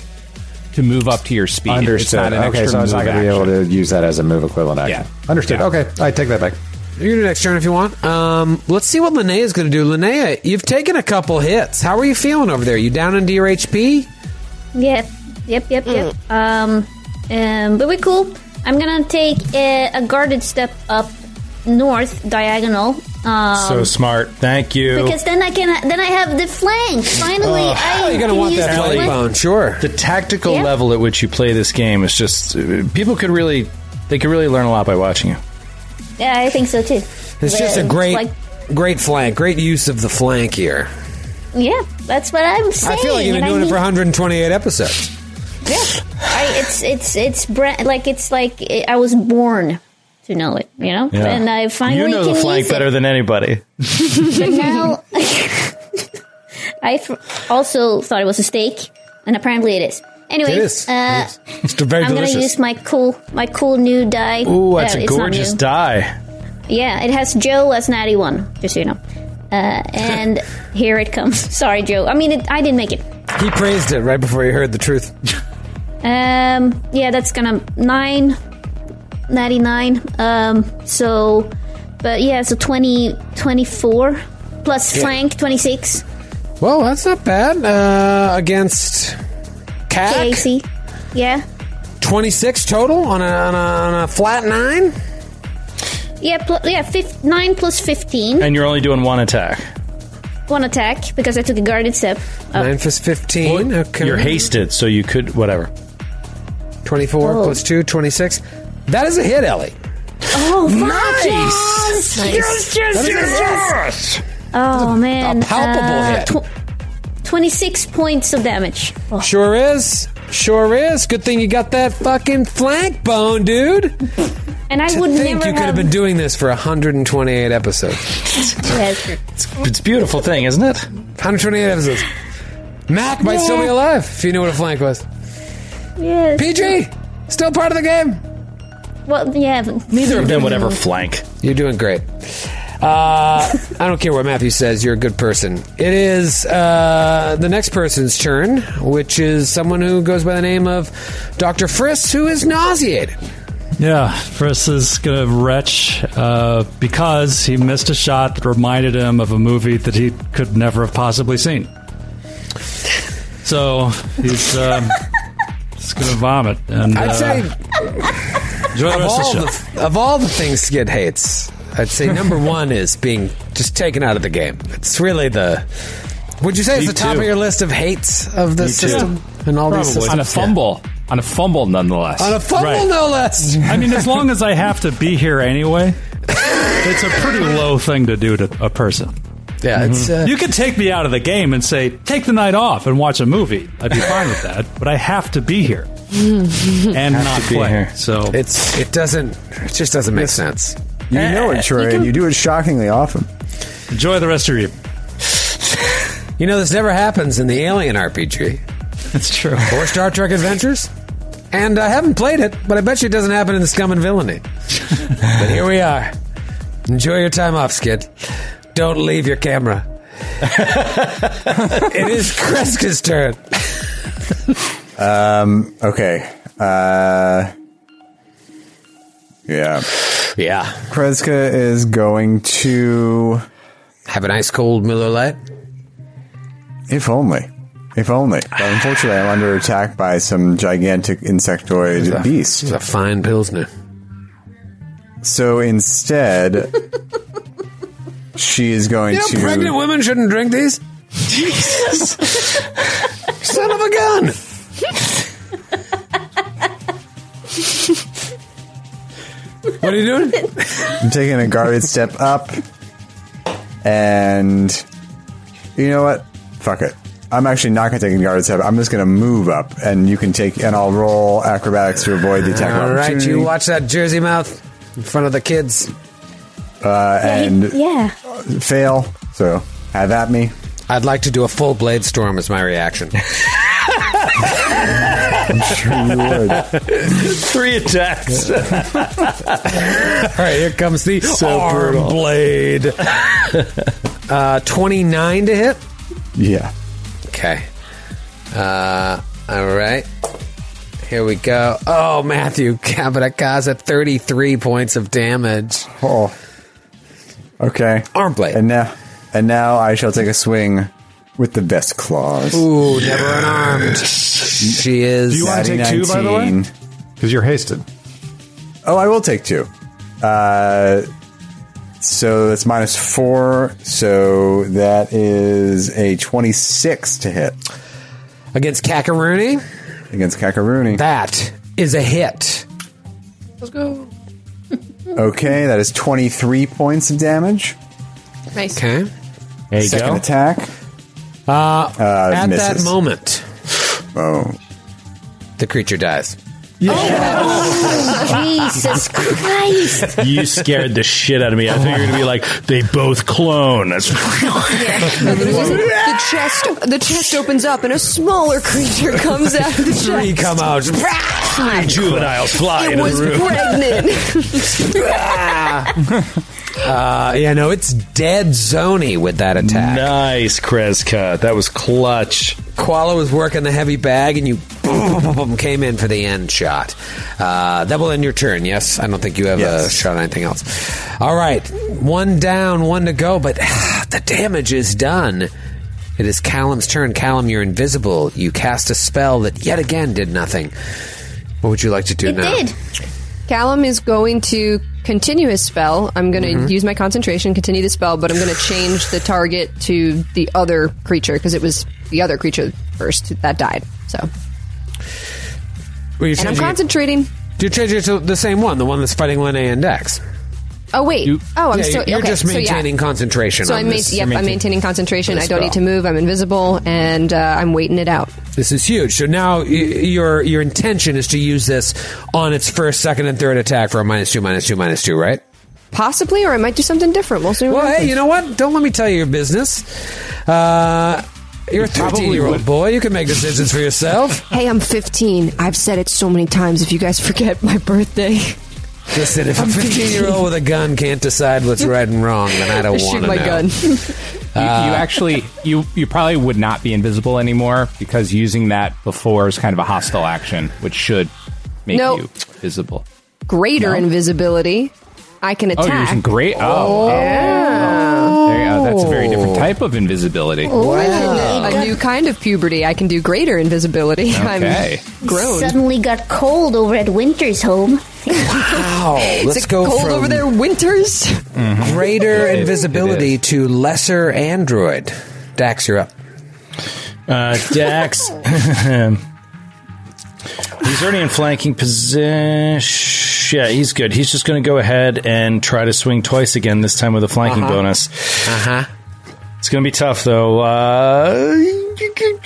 L: to move up to your speed. It's
J: Understood.
L: not an
J: Okay,
L: extra
J: so I was not
L: move
J: going to be
L: action.
J: able to use that as a move equivalent action. Understood. Okay, I take that back.
C: You can do next turn if you want. Um, let's see what Linnea is going to do. Linnea, you've taken a couple hits. How are you feeling over there? You down into your HP?
G: Yep, yep, yep, yep. Um, um, but we're cool. I'm gonna take a, a guarded step up north diagonal. Um,
E: so smart. Thank you.
G: because then I can then I have the flank. Finally, I
E: you're
G: can use the flank.
C: Sure.
E: The tactical
G: Yeah.
E: level at which you play this game is just uh, people could really they could really learn a lot by watching you.
G: Yeah, I think so too.
C: It's just a
G: Yeah,
C: great,
G: like-
C: great flank. Great use of the flank here.
G: yeah, that's what I'm saying.
C: I feel like you've been
G: and I
C: doing it
G: need-
C: for 128 episodes.
G: I, it's it's it's brand, like it's like I was born to know it, you know.
E: Yeah.
G: And I finally
E: you know
G: can
E: the flank
G: use it.
E: better than anybody.
G: [laughs] but now I th- also thought it was a steak, and apparently it is. Anyways,
E: It is.
G: Uh,
E: It's very
G: I'm
E: delicious.
G: gonna use my cool my cool new die.
E: Ooh, that's
G: Uh,
E: a
G: it's not
E: gorgeous
G: new.
E: die.
G: Yeah, it has Joe as natty one, just so you know.
E: [laughs]
G: Uh, and here it comes. [laughs] Sorry, Joe. I mean, it, I didn't make it.
C: He praised it right before he heard the truth. [laughs]
G: Um, yeah, that's gonna nine, ninety nine. Um, so, but yeah, so 20, 24 plus
C: Yeah.
G: flank twenty six.
C: Well, that's not bad. Uh, against Cat?
G: KAC. Yeah.
C: 26 total on a, on a, on a flat nine?
G: Yeah, pl- yeah, fif- 9 plus 15.
E: And you're only doing one attack.
G: One attack, because I took a guarded step.
C: Nine plus 15. okay.
E: You're hasted, so you could whatever.
C: 24 plus 2, 26. That is a hit, Ellie.
G: Oh,
C: nice!
G: Yes,
C: That
G: yes, yes,
C: is a
G: yes! Oh, man. uh,
C: a palpable hit.
G: tw- 26 points of damage.
C: Sure is. Sure is. Good thing you got that fucking flank bone, dude.
G: And I
C: To
G: would
C: think
G: never
C: you could have been doing this for 128 episodes.
E: It's a beautiful thing, isn't it?
C: 128 episodes. Mac might still be
G: Yeah.
C: alive if you knew what a flank was.
G: Yes.
C: PG, still part of the game.
G: Well, yeah.
E: Neither of them would
G: [laughs]
E: ever flank.
C: You're doing great. Uh, I don't care what Matthew says. You're a good person. It is uh, the next person's turn, which is someone who goes by the name of Dr. Friss, who is nauseated.
I: Yeah, Chris is gonna retch uh, because he missed a shot that reminded him of a movie that he could never have possibly seen. So he's um, [laughs] just gonna vomit. And
C: I'd [laughs]
I: uh,
C: say
I: enjoy the
C: of
I: rest
C: all,
I: of the show.
C: the, of all the things Skid hates, I'd say number one is being just taken out of the game. It's really the. Would you say it's
L: Me
C: the top
L: too.
C: of your list of hates of this
L: Me too.
C: system and all these systems?
L: on a fumble, on a fumble, nonetheless.
C: On a fumble, no less.
I: I mean, as long as I have to be here anyway, it's a pretty low thing to do to a person. Mm-hmm.
C: Yeah, it's, uh,
I: you could take me out of the game and say take the night off and watch a movie. I'd be fine with that, but I have to be here and
C: Have
I: not
C: to be
I: play.
C: here.
I: So
C: it's it doesn't it just doesn't make sense.
H: You know it, Troy, and you do it shockingly often.
I: Enjoy the rest of your.
C: [laughs] You know this never happens in the Alien RPG.
I: That's true.
C: Or Star Trek Adventures. And I haven't played it, but I bet you it doesn't happen in the Scum and
I: [laughs]
C: Villainy. but here we are. Enjoy your time off, Skid. Don't leave your
I: [laughs]
C: camera. it is Kreska's turn.
H: Um, okay. Uh, yeah.
C: Yeah.
H: Kreska is going to
C: have an ice cold Miller Lite.
H: If only. If only. But unfortunately, I'm under attack by some gigantic insectoid beast.
C: It's a fine pilsner.
H: So
C: [laughs]
H: instead, she is going
C: You know,
H: to.
C: pregnant women shouldn't
H: [laughs]
C: drink these. [laughs] Jesus. Son of a gun. What are you doing?
G: [laughs]
H: I'm taking a guarded step up, and you know what? Fuck it. I'm actually not gonna take a guarded step. I'm just gonna move up, and you can take, and I'll roll acrobatics to avoid the attack. of
C: All right,
H: opportunity.
C: you watch that Jersey mouth in front of the kids.
H: uh, and
G: yeah.
H: fail. So have at me.
C: I'd like to do a full blade storm as my
H: [laughs]
C: reaction.
H: I'm sure you would.
E: Three attacks. All
C: right, here comes [laughs] the arm blade.
H: [laughs]
C: uh, Twenty nine to hit.
H: Yeah.
C: Okay. Uh, all right. Here we go. Oh, Matthew Cabatacasa, 33 points of damage.
H: Oh. Okay.
C: Arm blade.
H: And now, and now I shall take a swing with the best claws.
C: Ooh, never unarmed. She is.
H: Do you wanna take two, by the way?
J: Because you're hasted.
H: Oh, I will take two. Uh, so that's minus four. So that is a twenty-six to hit
C: against Kakaruni.
H: Against Kakaruni.
C: That is a hit.
D: Let's go.
H: Okay, that is twenty-three points of damage.
D: Nice.
C: Okay.
H: There
C: you
H: Second
C: go.
H: attack.
C: Uh, at
H: misses.
C: that moment,
H: oh,
C: the creature dies.
G: Jesus Christ.
E: You scared the shit out of me. I figured it'd be like they both clone.
C: [laughs]
E: That's
D: the chest, the chest opens up, and a smaller creature comes out of the
C: Three
D: chest.
C: come out.
E: Juveniles fly
D: It
E: into
D: was
E: the
D: [laughs]
E: room.
C: [laughs]
D: pregnant.
C: Ah. Uh, yeah, no, it's dead Zony with that attack.
E: Nice, Kreska. That was clutch.
C: Koala was working the heavy bag, and you boom, boom, boom, boom, came in for the end shot. Uh, that will end your turn, yes? I don't think you have a shot at anything else. All right, one down, one to go, but [sighs] the damage is done. It is Callum's turn. Callum, you're invisible. You cast a spell that yet again did nothing. What would you like to do now?
D: Callum is going to continue his spell. I'm going to
C: Mhm.
D: use my concentration, continue the spell, but I'm going to change the target to the other creature because it was the other creature first that died. So,
C: Well, you're
D: and I'm
C: changing it-
D: concentrating.
C: You're changing it to the same one, the one that's fighting Lene and Dex.
D: Oh wait. oh, I'm
C: Yeah,
D: still.
C: You're
D: okay,
C: just
D: so yeah.
C: maintaining concentration.
D: So
C: on
D: I'm, main-
C: this.
D: yep, I'm maintaining concentration. I don't need to move. I'm invisible, and uh, I'm waiting it out.
C: This is huge. So now y- your your intention is to use this on its first, second, and third attack for a minus two, minus two, minus two, right?
D: Possibly, or I might do something different. We'll see. what
C: Well, hey,
D: happens.
C: you know what? Don't let me tell you your business. Uh, you're a 13 year old boy. You can make decisions for
D: [laughs]
C: yourself.
D: Hey, I'm 15. I've said it so many times. If you guys forget my birthday,
C: Listen, if a
D: I'm
C: 15 year old with a gun can't decide what's right and wrong, then I
D: I
C: don't want
D: shoot
C: to
D: my
C: know.
D: gun.
L: You, you
C: Uh,
L: actually, you you probably would not be invisible anymore because using that before is kind of a hostile action, which should make
D: No.
L: you visible.
D: Greater
L: No.
D: invisibility. I can
L: Oh, you're
D: attack.
L: using great. Oh, oh, oh. There you go. that's a very different type of invisibility.
D: I can- A new kind of puberty. I can do greater invisibility. [laughs] I'm
L: Okay.
D: grown.
G: Suddenly got cold over at Winter's home.
C: Wow. Oh, Let's
D: Is it
C: go
D: cold
C: from
D: over there, [laughs] winters.
C: [laughs]
E: [laughs]
C: greater
D: Mm-hmm. It- it
C: invisibility to lesser android. Dax, you're up.
E: Uh,
K: [laughs]
E: Dax. he's already in flanking position. Yeah, he's good. He's just going to go ahead and try to swing twice again, this time with a flanking
K: Uh-huh.
E: bonus. Uh huh. It's going to be tough, though. Uh,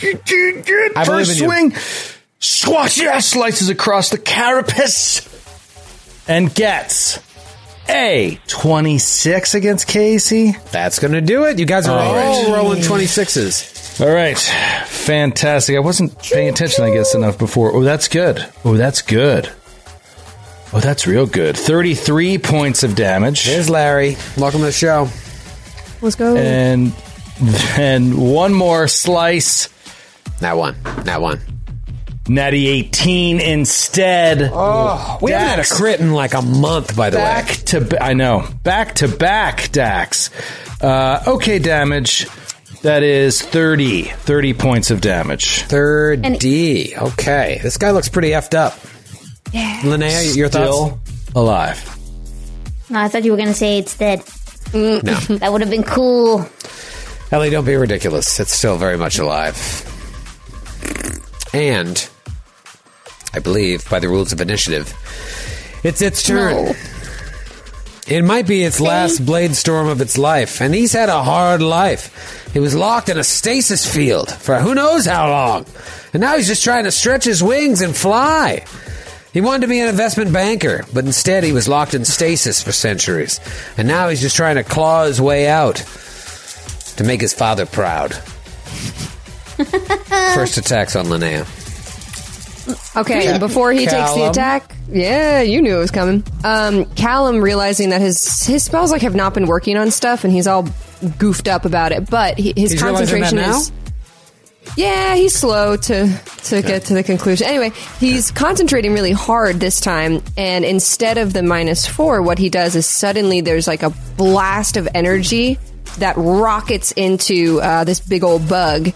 K: I
E: believe
K: First
E: in you.
K: swing,
E: squash yeah, slices across the carapace and gets a 26 against Casey.
C: That's going to do it. You guys are all rolling 26s.
E: All right. Fantastic. I wasn't paying attention, I guess, enough before. Oh, that's good. Oh, that's good. Oh, that's real good. 33 points of damage.
C: There's Larry. Welcome to the show.
D: Let's go.
C: Uh,
E: And then one more slice.
C: Not one. Not one.
E: Natty 18 instead. Oh,
C: we haven't had a crit in like a month, by the way.
E: back to ba- I know back to back Dax. Uh, okay, damage. That is 30. 30 points of damage.
C: Third D. Okay. This guy looks pretty effed up.
G: Yeah.
C: Linnea, your
E: Still
C: thoughts?
E: Alive.
G: No, I thought you were going to say it's dead.
C: No.
G: [laughs] That would have been cool.
C: Ellie, don't be ridiculous. It's still very much alive. And I believe by the rules of initiative, it's its turn. It might be its last blade storm of its life, and he's had a hard life. He was locked in a stasis field for who knows how long, and now he's just trying to stretch his wings and fly. He wanted to be an investment banker, but instead he was locked in stasis for centuries, and now he's just trying to claw his way out to make his
D: [laughs]
C: father proud. First attacks on Linnea.
D: Okay,
C: Yeah.
D: before he takes the
C: Callum.
D: attack, yeah, you knew it was coming. Um, Callum realizing that his his spells like have not been working on stuff, and he's all goofed up about it. But he, his
C: He's realizing that
D: concentration
C: now?
D: is Yeah, he's slow to to get to the conclusion. Anyway, he's concentrating really hard this time, and instead of the minus four, what he does is suddenly there's like a blast of energy that rockets into uh, this big old bug,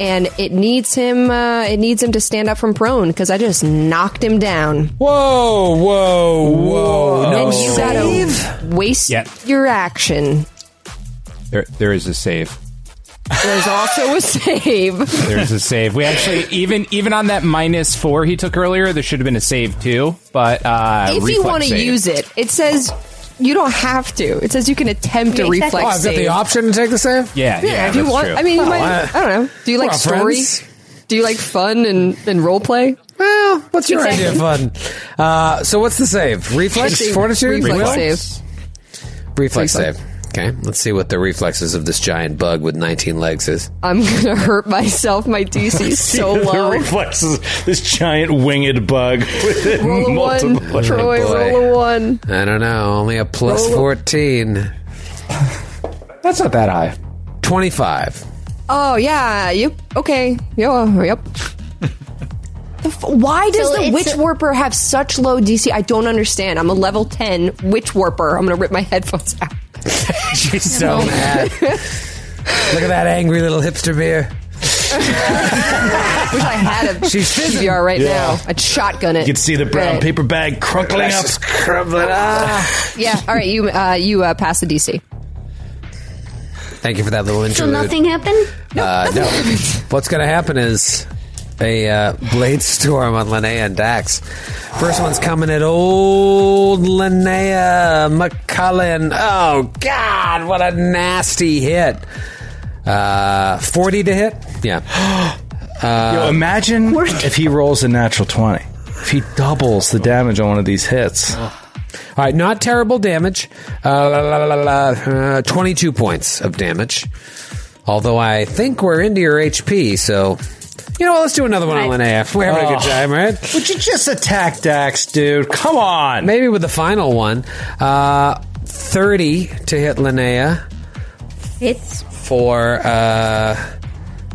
D: and it needs him. Uh, it needs him to stand up from prone because I just knocked him down.
L: Whoa, whoa, whoa.
D: and then you gotta waste
L: Yeah.
D: your action.
L: There, there is a save.
D: There's also a [laughs] save.
L: There's a save. We actually even even on that minus four he took earlier, there should have been a save too. But uh,
D: if you
L: reflex
D: want to
L: save.
D: use it, it says you don't have to. It says you can attempt a reflex
C: Oh, I've got
D: save.
C: the option to take the save?
L: Yeah,
D: yeah, if you want. I mean, you might, I, don't know. Do you
C: We're
D: like
C: all
D: story?
C: friends.
D: Do you like fun and, and role play?
C: Well, what's your
D: Exactly.
C: idea of fun? Uh, so what's the save? Reflex?
D: Save.
C: Fortitude?
D: Reflex
C: Will?
D: save.
C: Reflex save. Okay, let's see what the reflexes of this giant bug with 19 legs is.
D: I'm gonna hurt myself. My DC
C: [laughs]
D: is so
E: The
D: low.
E: reflexes. This giant winged bug with
D: Roll a
E: multiple.
D: one, Troy.
C: boy.
D: Roll a one.
C: I don't know, only a plus
D: Roll a-
C: 14. That's not that high.
D: [laughs]
C: 25.
D: Oh yeah. Yep. Okay. Yeah. Yep. The f- Why does
G: So
D: the
G: it's
D: Witch
G: a-
D: Warper have such low DC? I don't understand. I'm a level 10 Witch Warper. I'm going to rip my [laughs] headphones out.
C: She's so mad. Look at that angry little hipster beer.
D: Wish I had a
C: She's
D: PBR right
E: Yeah.
D: now. I'd shotgun it.
E: You can see the brown
D: Right.
E: paper bag crunkling up.
C: Just crumbling up.
D: [laughs] Yeah. All right. You uh, you uh, pass the DC.
C: Thank you for that little
G: So
C: interlude.
G: nothing happened?
C: Uh, no. What's going to happen is a uh, blade storm on Linnea and Dax. First one's coming at old Linnea McCullen. Oh, God, what a nasty hit. Uh, 40 to hit? Yeah.
E: [gasps] Yo,
C: Uh,
E: imagine if he rolls a natural 20. If he doubles the damage on one of these hits.
C: all right, not terrible damage. Uh, la, la, la, la, la, uh, 22 points of damage. Although I think we're into your HP, so. You know what? Let's do another one on Linnea. We're having a good
E: Oh.
C: time, right?
E: Would you just attack Dax, dude? Come on.
C: Maybe with the final one. Uh, 30 to hit Linnea
G: It's
C: for. Uh,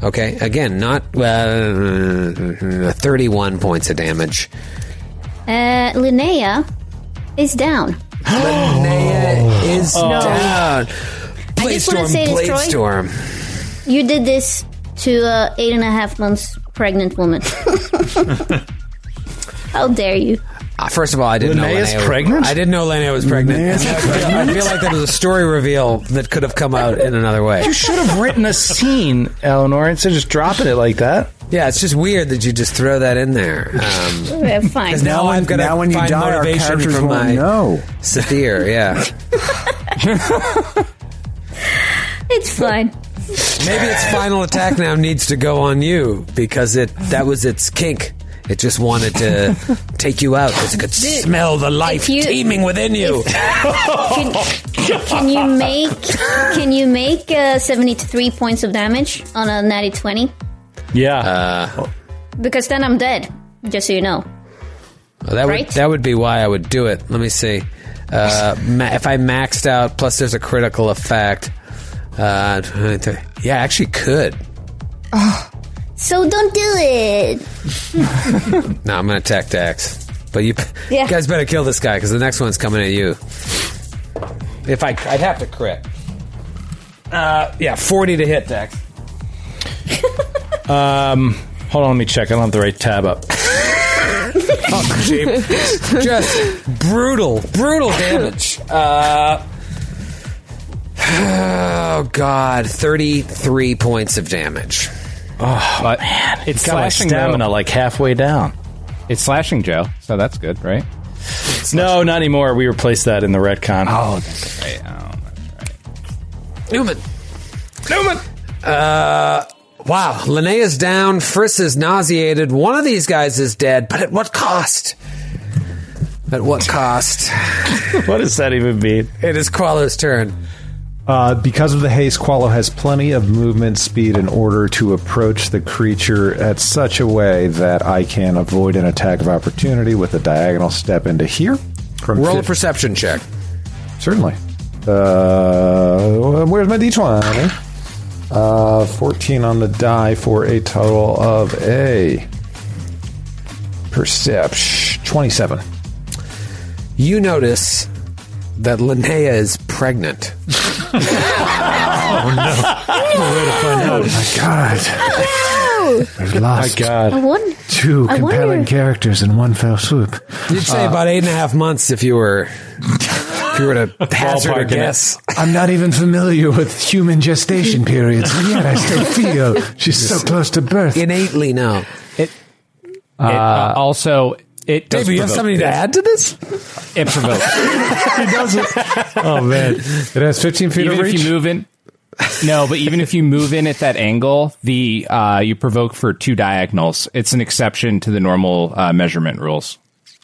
C: okay, again, not. Uh, 31 points of damage.
G: uh, Linnea is down.
C: Linnea is
E: Oh.
C: down.
G: I
C: Oh. Blade
G: just
C: Storm,
G: wanna say this,
C: Blade
G: Troy.
C: Storm.
G: You did this to a eight and a half months
E: [laughs]
G: pregnant woman. How dare you?
C: Uh, first of all, I didn't
E: Linnea's
C: know Linnea
E: pregnant?
C: Was, I didn't know Linnea was pregnant. [laughs] I feel like that was a story reveal that could have come out in another way.
E: You should have written a scene, Eleanor, instead of just dropping it like that.
C: Yeah, it's just weird that you just throw that in there. Um,
G: Okay, fine.
C: 'Cause now,
H: Now when-
C: I've got
H: now when you
C: find
H: die, our
C: motivation
H: characters
C: from
H: won't [laughs]
C: my
H: know.
C: Sathir, yeah.
E: [laughs]
C: [laughs]
G: It's fine.
C: Maybe its final attack now needs to go on you because it that was its kink. It just wanted to take you out because it could
G: Dude,
C: smell the life
G: if you-
C: teeming within you.
D: [laughs]
G: Can, can you make can you make uh, seventy three points of damage on a natty twenty?
E: Yeah.
C: Uh,
G: Because then I'm dead. Just so you know.
C: that would
G: Right?
C: that would be why I would do it. Let me see. Uh, ma- if I maxed out, plus there's a critical effect. Uh, yeah, I actually could.
G: So don't do
D: [laughs]
G: it.
C: No, I'm gonna attack Dax. But you,
G: Yeah.
C: you guys better kill this guy because the next one's coming at you. If I, I'd have to crit. Uh, yeah, forty to hit Dax.
E: Um, hold on, let me check. I don't have the right tab up.
C: Just brutal, brutal damage. Uh, oh god, thirty-three points of damage.
E: Oh,
L: But it's
E: got my
L: slashing
E: stamina
L: though.
E: like halfway down.
L: It's slashing Joe, so that's good, right?
E: No, not anymore. We replaced that in the retcon.
L: Oh,
C: Newman. Newman. Uh, wow. Linnea's down. Friss is nauseated. One of these guys is dead, but at what cost? At what cost?
E: [laughs] what does that even mean?
C: It is Qualo's turn.
J: Uh, because of the haste, Qualo has plenty of movement speed in order to approach the creature at such a way that I can avoid an attack of opportunity with a diagonal step into here. From
C: Roll a
J: fif-
C: perception check.
J: certainly. Uh, where's my d20? Uh, 14 on the die for a total of a perception 27.
C: You notice that Linnea is
J: [laughs]
C: pregnant.
E: Ah.
M: Oh my god. We've lost
C: My God. I won-
M: two
C: I
M: compelling
C: wonder-
M: characters in one fell swoop.
C: You'd say
M: Uh,
C: about eight and a half months if you were if you were
L: [laughs]
C: to hazard a
M: Ballparking it.
C: guess.
M: I'm not even familiar with human gestation periods, and yet I still feel she's so close to birth.
C: Innately know.
M: It,
L: uh, also, it does
C: David, you have
L: provoke
C: something to
L: this.
C: add to this?
L: It [laughs] provokes. it doesn't.
J: [laughs] Oh man, it has 15 feet of
L: even if
J: reach?
L: you move in. No, but even if you move in at that angle, the uh, you provoke for two diagonals. It's an exception to the normal uh, measurement rules.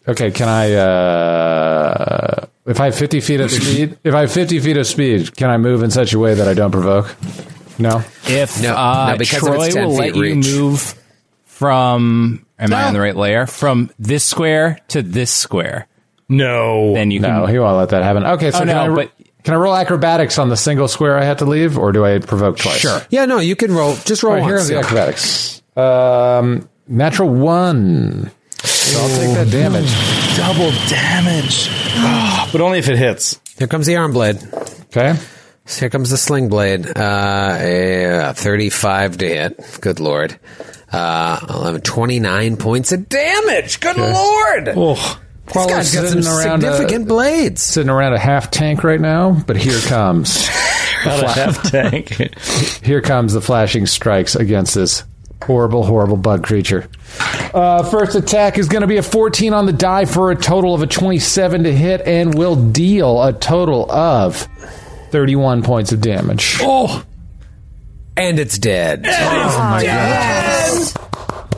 J: Okay, can I? Uh, if I have 50 feet
L: [laughs]
J: of speed, if I have 50 feet of speed, can I move in such a way that I don't provoke? No.
L: If
J: No,
L: uh,
J: no, because
L: Troy
J: if it's 10
L: will
J: feet
L: let you
J: reach.
L: move from, am I on the right layer? From this square to this square.
J: No.
L: Then you
J: no,
L: can-
J: he won't let that happen. Okay, so
L: Oh,
J: can,
L: no,
J: I,
L: but-
J: can I roll acrobatics on the single square I had to leave, or do I provoke twice?
L: Sure.
C: Yeah, no, you can roll. Just roll
J: All right, here are
C: once,
J: the
C: yeah.
J: acrobatics. Um, natural one. So I'll take that damage.
E: Double damage. Ah, but only if it hits.
C: Here comes the arm blade.
J: Okay.
C: Here comes the sling blade. Uh, yeah, 35 to hit. Good lord. Uh, 11, 29 points of damage. Good lord.
J: Oh,
C: This guy's got uh, some significant blades.
J: Sitting around a half tank right now, but here
C: [laughs]
J: comes
E: Not a
J: the fla-
E: half tank.
J: [laughs] Here comes the flashing strikes against this horrible, horrible bug creature. Uh, first attack is going to be a 14 on the die for a total of a 27 to hit, and will deal a total of 31 points of damage.
C: Oh, and it's dead. Oh,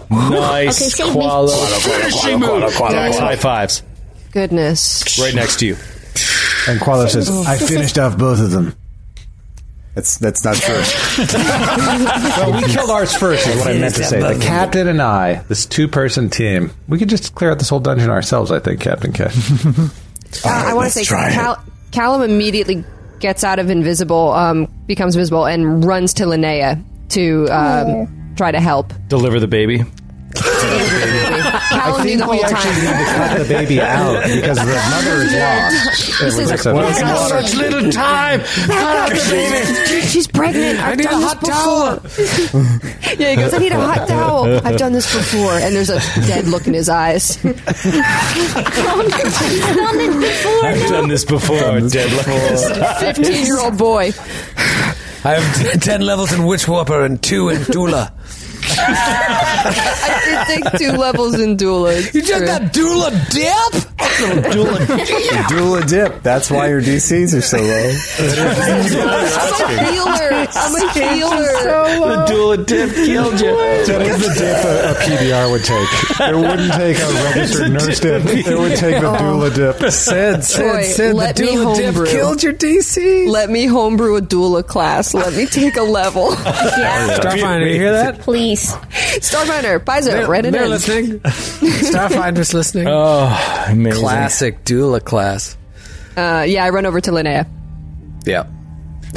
E: Nice.
D: Okay, save me.
E: [laughs] koala.
D: Finishing
E: Koala,
D: move.
E: koala, koala,
D: Yeah.
E: High fives.
D: Goodness.
E: Right next to you.
M: And Qualo says, I finished off both of them.
H: That's that's not
C: [laughs]
H: true.
J: well, we killed ours first, is what I meant to say. The captain and I, this two person team, we could just clear out this whole dungeon ourselves, I think, Captain K.
D: Uh, I want to say Cal- Callum immediately gets out of invisible, um, becomes visible, and runs to Linnea to um, try to help.
E: Deliver the baby.
D: Callum knew the whole [laughs] time.
J: Cut the baby out because the mother is lost.
D: This is-
J: Everything's up.
D: Well, God,
M: such little time.
D: She's pregnant. I've done this before. yeah, he goes. I need a hot towel. I've done this before, and there's a dead look in his eyis. [laughs]
E: I've done this before. Dead like this.
D: Fifteen-year-old boy.
C: I have t- 10 levels in Witch Whopper and 2 in Doula.
D: I did take two levels in doula. You
C: just got doula dip.
D: [laughs]
H: Doula dip. That's why your DCs are so low.
D: I'm a healer. I'm a healer.
E: The duel of dip killed you.
J: That is the dip a, a PBR would take. It wouldn't take a registered nurse dip. It would take the doula dip.
C: Said,
D: Troy, let me homebrew.
C: your DC.
D: Let me homebrew a doula class. Let me take a
G: [laughs]
D: level.
C: Starfinder, you hear that?
G: Please.
D: Starfinder, Paizo, write it
C: they're
D: in.
C: listening. Starfinder's listening.
E: Oh, amazing.
C: Classic doula class.
D: Uh, yeah, I run over to Linnea.
C: Yeah.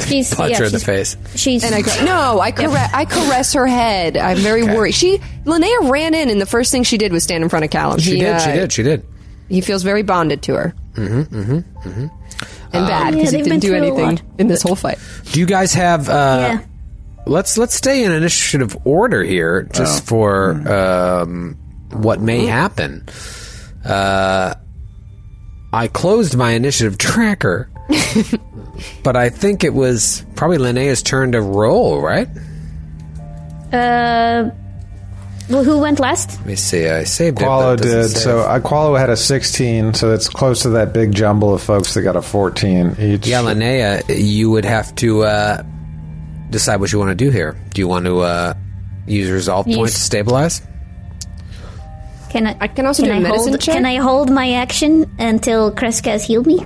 G: She's,
C: Punch
G: yeah,
C: her in the
G: she's-
C: face.
G: She's
D: And I go, no, I caress, I caress her head. I'm very worried. She, Linnea ran in, and the first thing she did was stand in front of Callum.
C: She
D: He,
C: did,
D: uh,
C: she did, she did.
D: He feels very bonded to her
C: Mm-hmm, mm-hmm, mm-hmm.
D: and bad
G: Oh, Yeah,
D: because
G: they've
D: he didn't
G: been
D: do
G: through a
D: anything
G: lot.
D: in this whole fight.
C: Do you guys have? Uh,
G: Yeah.
C: Let's let's stay in initiative order here, just for um, what may
D: Hmm.
C: happen. Uh, I closed my
D: [laughs]
C: initiative tracker, but I think it was probably Linnea's turn to roll. Right?
G: Uh, well, who went last?
C: Let me see. I saved
J: Qualo
C: it. but it doesn't
J: did.
C: save.
J: So uh, Qualo had a 16, so that's close to that big jumble of folks that got a 14 each.
C: yeah, Linnea, you would have to uh, decide what you want to do here. Do you want to uh, use resolve
G: Use-
C: points to stabilize?
G: Can I? I
D: can also do a
G: I
D: medicine
G: hold,
D: check?
G: Can I hold my action until Kreska has healed me?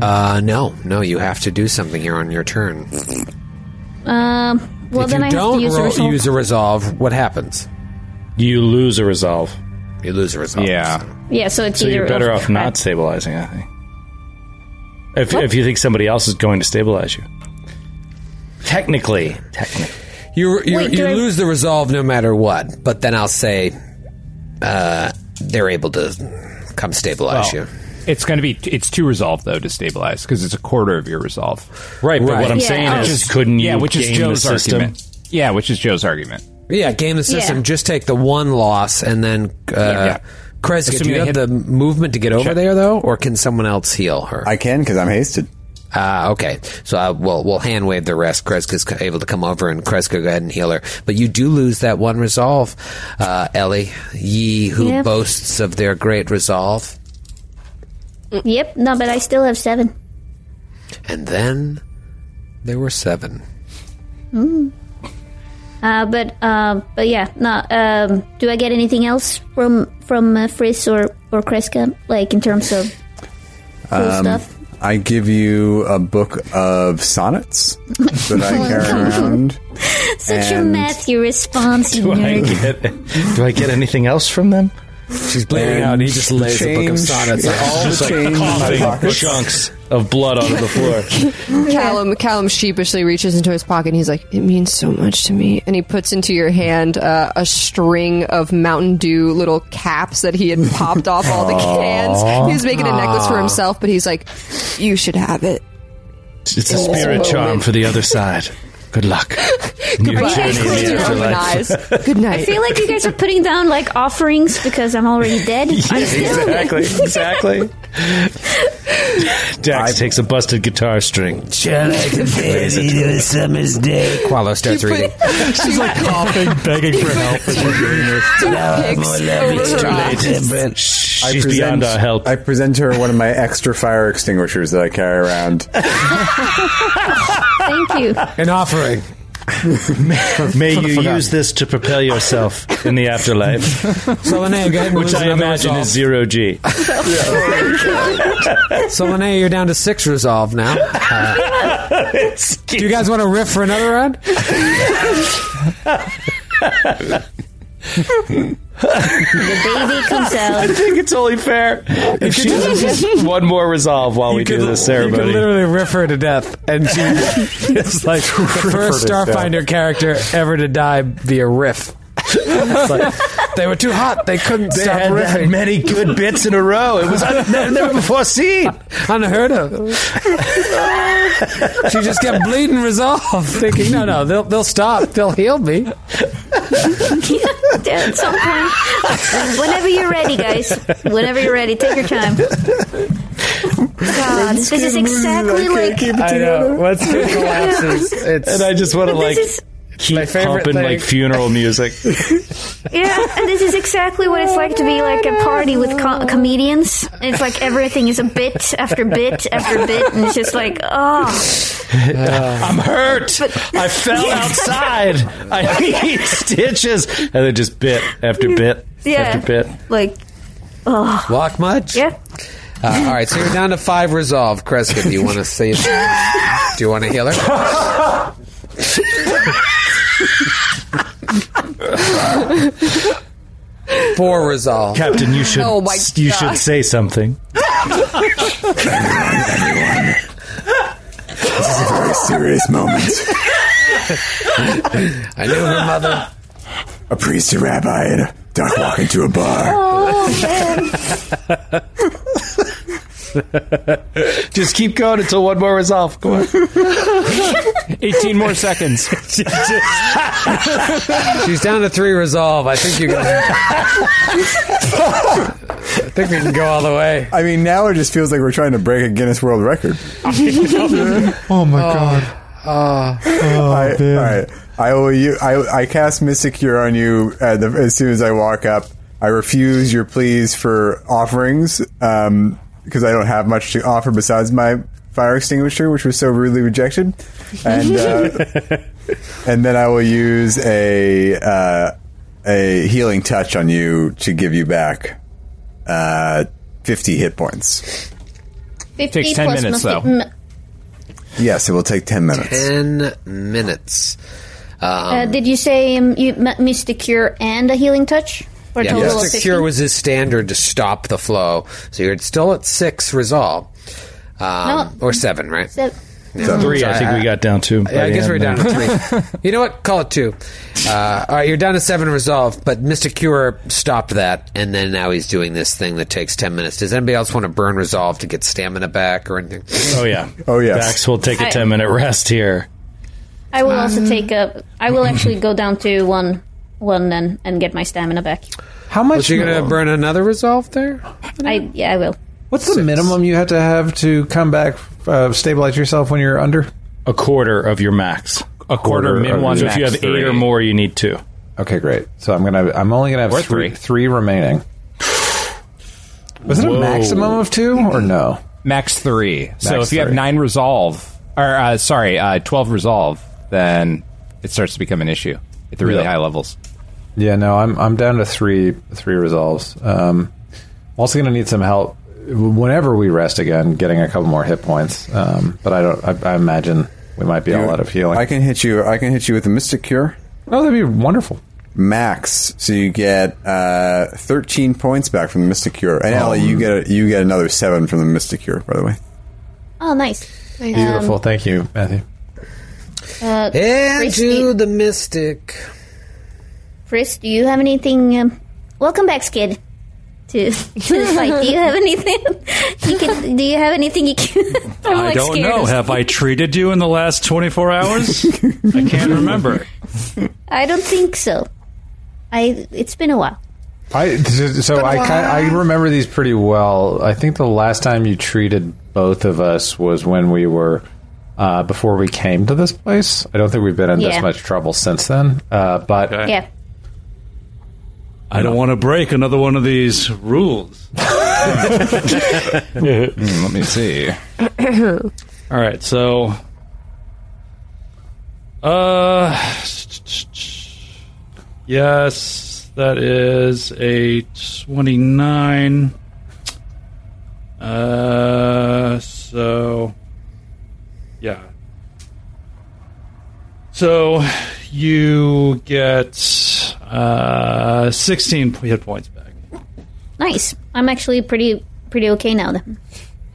C: Uh, no, no. You have to do something here on your turn.
G: Um. Well,
C: if
G: then
C: you
G: I have
C: don't
G: to use
C: ro-
G: a resolve.
C: use a resolve, what happens?
E: You lose a resolve.
C: You lose a resolve.
E: Yeah.
G: yeah, so it's
E: So
G: either
E: you're better
G: of-
E: off not stabilizing, I think. If, if you think somebody else is going to stabilize you. Technically, technically.
C: You you,
E: Wait,
C: you
E: do I-
C: lose the resolve no matter what, but then I'll say uh, they're able to come stabilize
L: Well,
C: you.
L: It's going to be. It's two resolve though to stabilize because it's a quarter of your resolve.
E: Right, but what I'm Yeah. saying is, couldn't
L: yeah,
E: you
L: which is
E: game the
L: Joe's
E: system?
L: argument. Yeah, which is Joe's argument.
C: Yeah, game the system.
L: Yeah.
C: Just take the one loss and then. Uh,
L: yeah.
C: Kreska, do
L: Assuming
C: you
L: they
C: have the
L: hit-
C: movement to get over there though, or can someone else heal her? I
H: can because I'm hasted.
C: Ah, okay. So I, we'll we'll hand wave the rest. Kreska's co- able to come over, and Kreska go ahead and heal her. But you do lose that one resolve, uh, Ellie. Ye who
G: Yep.
C: boasts of their great resolve.
G: Yep. No, but I still have seven.
C: And then there were seven.
G: Mm. Uh, but uh, but yeah, no. Um, do I get anything else from from uh, Frisk or or Kreska, like in terms of cool stuff?
H: Um, I give you a book of sonnets that I
G: [laughs]
H: carry around.
G: Such a
H: and-
G: Matthew response, you
E: Do I
G: nerd.
E: get [laughs] do I get anything else from them?
C: She's
E: bleeding
C: out, and he just lays a book of sonnets on all
E: just
C: the change
E: like
C: in my
E: coughing
C: pockets.
E: chunks of blood onto the
C: [laughs]
E: floor.
D: [laughs] Callum, Callum sheepishly reaches into his pocket and he's like, It means so much to me. And he puts into your hand uh, a string of Mountain Dew little caps that he had popped off all the cans.
E: Aw.
D: He was making a necklace for
E: Aw.
D: himself, but he's like, You should have it.
E: It's a
D: In this
E: spirit charm
D: moment.
E: for the other side. Good
L: [laughs]
E: luck. in your
G: Goodbye.
E: journey in the
G: Thank you.
E: afterlife. [laughs]
D: Good night.
G: I feel like you guys are putting down like offerings because I'm already
E: [laughs]
G: dead. I'm still
E: exactly,
G: [laughs]
E: exactly. [laughs] Dax takes a busted guitar string.
C: a summer's day. Qualo starts reading.
E: She's like coughing, begging for help as you're doing this.
H: I
E: She's beyond our help.
H: I present her one of my extra fire extinguishers that I carry around.
E: [laughs]
G: Thank you.
H: An offering.
E: May you use this to propel yourself in the afterlife.
L: [laughs]
C: So Linnea, go ahead and
E: which
C: lose
E: I
C: another
E: imagine
C: resolve.
E: is zero G.
C: so Linnea, you're down to six resolve now. Uh, do you guys want to riff for another round?
G: the
E: [laughs]
G: baby comes
E: I
G: out.
E: think it's only fair if she loses one more resolve while we do this
L: You
E: ceremony.
L: could literally riff her to
E: [laughs]
L: death, and she
E: it's like
L: the first Starfinder character ever to die via riff. It's like, they were too hot; they couldn't
E: [laughs] They
L: stop
E: had that
L: riffing.
E: many good bits in a row. It was un- never before [laughs] seen,
L: unheard
E: [laughs]
L: of. she just kept bleeding resolve, thinking, "No, no, they'll they'll stop. They'll heal me."
G: At some point, whenever you're ready, guys. Whenever you're ready, take your
E: [laughs]
G: time. God, this is exactly like
L: I know. Once it
E: [laughs]
L: collapses, it's
E: and I just want to like
L: my
E: keep
L: favorite
E: pumping
L: thing. [laughs]
E: like funeral music.
G: yeah, and this is exactly what it's like to
C: Oh,
G: be like a party with co- comedians. It's like everything is a bit after bit after bit, and it's just like oh.
E: I'm hurt. I
G: [laughs]
E: fell outside. I need [laughs] stitches. And then just bit after bit
G: Yeah.
E: after bit.
G: Like,
E: [laughs]
G: oh.
C: Walk much?
G: Yeah.
C: Uh, all right, so you're down to five resolve. Kreska, do you want to see? If, do you want to heal her?
E: [laughs]
C: Four resolve.
E: Captain, you should
C: Oh my
E: you
C: God.
E: should say something. [laughs]
H: This is a very serious moment.
C: [laughs] I knew her mother.
H: A priest, a rabbi, and a duck walk into a bar.
G: Oh man.
E: Just keep going until one more resolve. Come on.
L: [laughs] 18 more seconds.
C: [laughs] She's down to three resolve. I think you guys.
H: I
C: think we can go all the way.
H: I mean, now it just feels like we're trying to break a Guinness World Record.
M: Oh my god.
E: Oh.
H: I, all right, I will. You, I, I cast Mystic Cure on you at the, as soon as I walk up. I refuse your pleas for offerings because I don't have much to offer besides my fire extinguisher, which was so rudely rejected. And
C: [laughs]
H: uh, and then I will use a uh, a healing touch on you to give you back uh, fifty hit points.
G: 50
H: Takes 10
G: plus
H: minutes,
G: must
H: though.
G: m-
H: Yes, it will take ten minutes.
C: Ten minutes. Um,
G: uh, did you say um, you m- missed the cure and a healing touch? Or a
C: yeah,
G: total of
C: Mystic
G: 50?
C: Cure was his standard to stop the flow. So you're still at six resolve. Um, Or seven, right?
G: Se-
H: So-
E: Three, I think we got down to.
C: Yeah, I guess we're down to
E: [laughs]
C: three. you know what? Call it two. Uh, all right, you're down to seven resolve, but Mr. Cure stopped that, and then now he's doing this thing that takes ten minutes. Does anybody else want to burn resolve to get stamina back or anything?
E: Oh yeah.
C: [laughs]
H: Oh yeah.
E: Dax will take a
G: I-
E: ten minute rest here.
G: I will
C: Mm.
G: also take a. I will actually go down to one, one then, and get my stamina back.
C: How much? you gonna burn another resolve there?
G: I yeah, I will.
J: What's the minimum you have to have to come back, uh, stabilize yourself when you're under?
E: A quarter of your max.
J: A
E: quarter min one, so if you have eight or more, you need two.
J: Okay, great. So I'm gonna. I'm only gonna have
E: Or
J: three,
E: three.
J: three remaining. Was it a
L: Whoa.
J: maximum of two or no?
L: Max three. so
J: Max
L: if you have
J: three.
L: nine resolve, or uh, sorry, uh, twelve resolve, then it starts to become an issue at the really
J: Yeah.
L: high levels.
J: Yeah, no, I'm I'm down to three three resolves. Um, I'm also going to need some help whenever we rest again, getting a couple more hit points. Um, but I don't. I, I imagine we might be
H: You-
J: all out of healing.
H: I can hit you. I can hit you with a mystic cure.
J: Oh, that'd be wonderful.
H: Max, so you get uh, thirteen points back from the mystic cure, and
J: Oh.
H: Allie, you get you get another seven from the mystic cure. By the way,
G: Oh, nice.
J: Beautiful. Thank you, Matthew.
G: Um, uh,
C: And
G: Chris,
C: to the mystic.
G: Chris, do you have anything? Um, welcome back, Skid. To, to the fight. Do you have anything? [laughs] You can, do you have anything you can? [laughs] I'm
I: I
G: like
I: don't
G: scared
I: know.
G: of-
I: Have I treated you in the last 24 hours? I can't remember.
G: I don't think so. I. It's been a while.
J: I so I kind I remember these pretty well. I think the last time you treated both of us was when we were uh, before we came to this place. I don't think we've been in
G: Yeah.
J: this much trouble since then. Uh, but
G: Yeah.
I: I don't want to break another one of these rules.
L: Hmm, let me see.
I: All right, so uh yes, that is a 29 uh so yeah. So you get uh 16 hit points back.
G: Nice. I'm actually pretty pretty okay now. Then.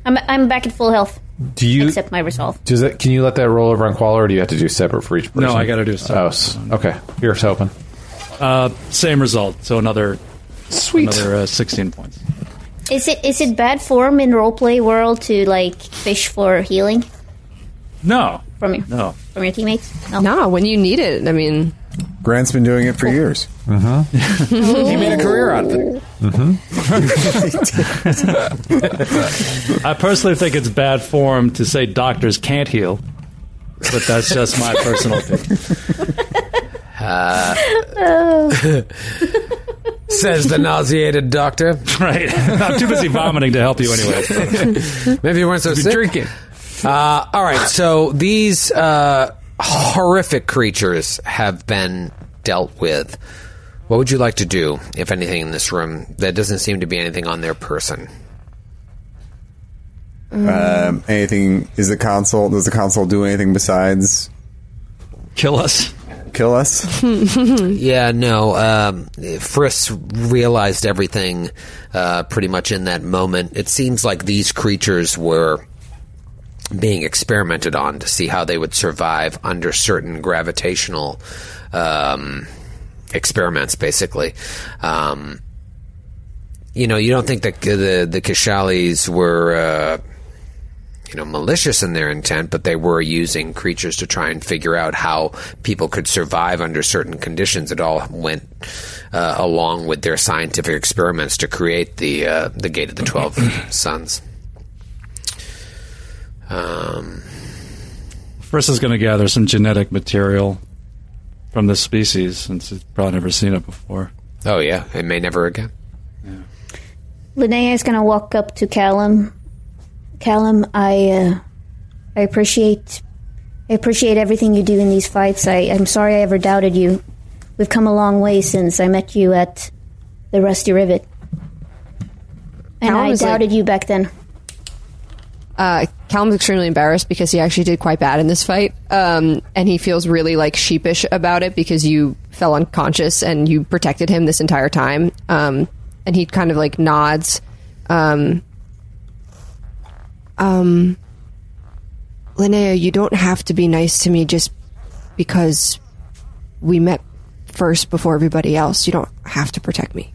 G: I'm I'm back at full health.
J: Do you-
G: accept my resolve?
J: Does it, can you let that roll over on Qual, or do you have to do separate for each person?
I: No, I gotta do separate.
J: Oh, s- okay. Here's hoping.
I: Uh same result, so another
J: Sweet.
I: another uh, 16 points.
G: Is it is it bad form in roleplay world to like fish for healing
I: No.
G: from your
I: No.
G: from your teammates? No.
D: Nah, when you need it. I mean,
H: Grant's been doing it for years.
J: Mm-hmm.
I: [laughs]
G: Oh.
D: he
H: made a career out of
E: [laughs]
D: it.
I: I personally think it's bad form to say doctors can't heal, but that's just my personal opinion.
K: Uh,
C: Says the nauseated doctor.
I: [laughs] Right. I'm too busy vomiting to help you anyway.
C: [laughs] Maybe you weren't so
I: Be
C: sick.
I: drinking.
C: Uh, all right, so these uh, horrific creatures have been dealt with. What would you like to do, if anything, in this room? That doesn't seem to be anything on their person.
H: Um, anything is the console? Does the console do anything besides
I: kill us?
H: Kill us?
C: yeah, no. Um, Friss realized everything uh, pretty much in that moment. It seems like these creatures were being experimented on to see how they would survive under certain gravitational um, experiments, basically. Um, you know, you don't think that the the Kishalis were. Uh, you know, malicious in their intent, but they were using creatures to try and figure out how people could survive under certain conditions. It all went uh, along with their scientific experiments to create the uh, the Gate of the
E: [clears throat]
C: Twelve Suns. Um,
I: Friss is going to gather some genetic material from this species since it's probably never seen it before.
C: oh yeah, it may never again.
G: Linnea is gonna walk up to Callum. Callum, I uh, I appreciate I appreciate everything you do in these fights. I I'm sorry I ever doubted you. We've come a long way since I met you at the Rusty Rivet, and
D: Callum
G: I
D: is like-
G: doubted you back then.
D: Uh, Callum's extremely embarrassed because he actually did quite bad in this fight, um, and he feels really like sheepish about it because you fell unconscious and you protected him this entire time. Um, and he kind of like nods. Um, um, Linnea, you don't have to be nice to me just because we met first before everybody else. You don't have to protect me.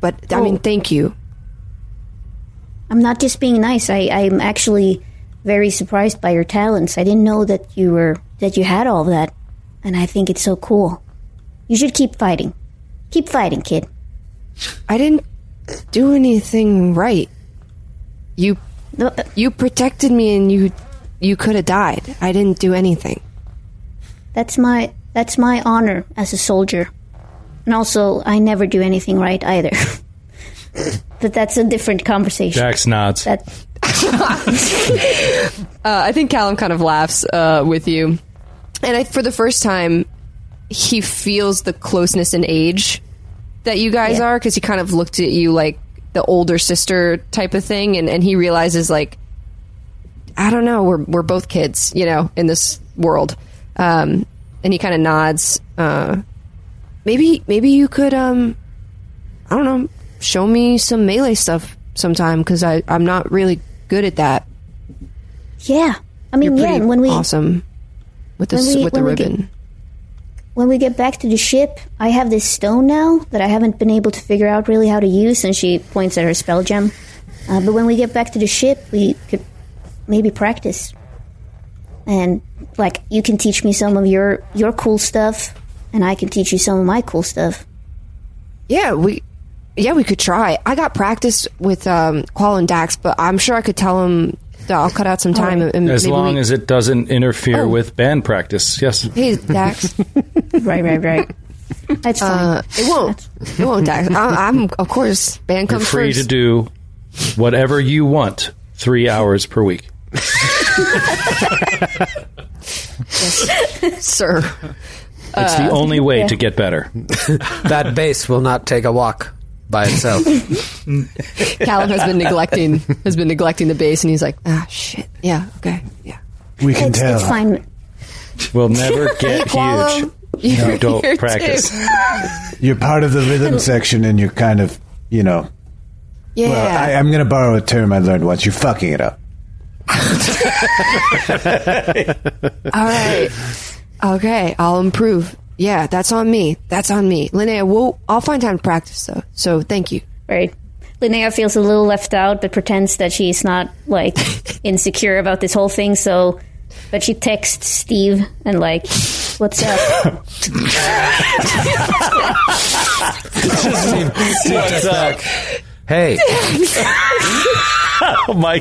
D: But I mean,
G: Oh.
D: thank you.
G: I'm not just being nice. I, I'm actually very surprised by your talents. I didn't know that you were that you had all of that, and I think it's so cool. You should keep fighting. Keep fighting, kid.
D: I didn't do anything right. You
G: uh,
D: you protected me and you you could have died. I didn't do anything.
G: That's my that's my honor as a soldier. And also, I never do anything right either. [laughs] but that's a different conversation.
E: Jax nods.
G: That
D: Uh, I think Callum kind of laughs uh, with you, and I, for the first time, he feels the closeness in age that you guys are because he kind of looked at you like the older sister type of thing, and, and he realizes like I don't know, we're we're both kids, you know, in this world, um, and he kind of nods. Uh, maybe maybe you could um, I don't know, show me some melee stuff sometime because I I'm not really good at that.
G: yeah. I mean,
D: You're
G: yeah.
D: pretty
G: and When we
D: awesome with
G: when
D: this
G: we-
D: with the
G: when we get-
D: ribbon.
G: when we get back to the ship, I have this stone now that I haven't been able to figure out really how to use, and she points at her spell gem. Uh, but when we get back to the ship, we could maybe practice, and like you can teach me some of your your cool stuff, and I can teach you some of my cool stuff.
D: Yeah, we yeah we could try. I got practice with um, Qual and Dax, but I'm sure I could tell him that I'll cut out
G: Oh.
D: some time. and
E: as
D: maybe
E: long
D: we- Oh.
E: as it doesn't interfere with band practice. Yes.
D: hey Dax,
G: [laughs] right, right, right. That's
D: fine. it won't. It won't, Dax. I, I'm of course band
E: You're
D: comes
E: free
D: first.
E: to do whatever you want three hours per week.
D: [laughs] sir. Uh,
E: It's the only way to get better.
C: [laughs] that bass will not take a walk by
E: [laughs]
C: itself.
D: Callum has been neglecting has been neglecting the bass, and he's like, ah, shit. Yeah, okay.
M: We can
G: it's,
M: tell.
G: It's fine.
E: We'll
G: [laughs]
E: never
D: Hey,
E: get
D: Qualo,
E: huge.
D: you're
M: No, don't
D: here
M: practice.
D: too.
M: You're part of the rhythm section and you're kind of, you know.
D: [laughs] Yeah.
M: Well, I, I'm going to borrow a term I learned once. You're fucking it up.
D: [laughs] All right. Okay, I'll improve. Yeah, that's on me. That's on me. Linnea, we'll, I'll find time to practice, though. So thank you.
G: Right. Linnea feels a little left out, but pretends that she's not like insecure about this whole thing. So, but she texts Steve and like, "What's up?"
E: What's up?
K: [laughs]
C: Hey.
E: [laughs] oh my!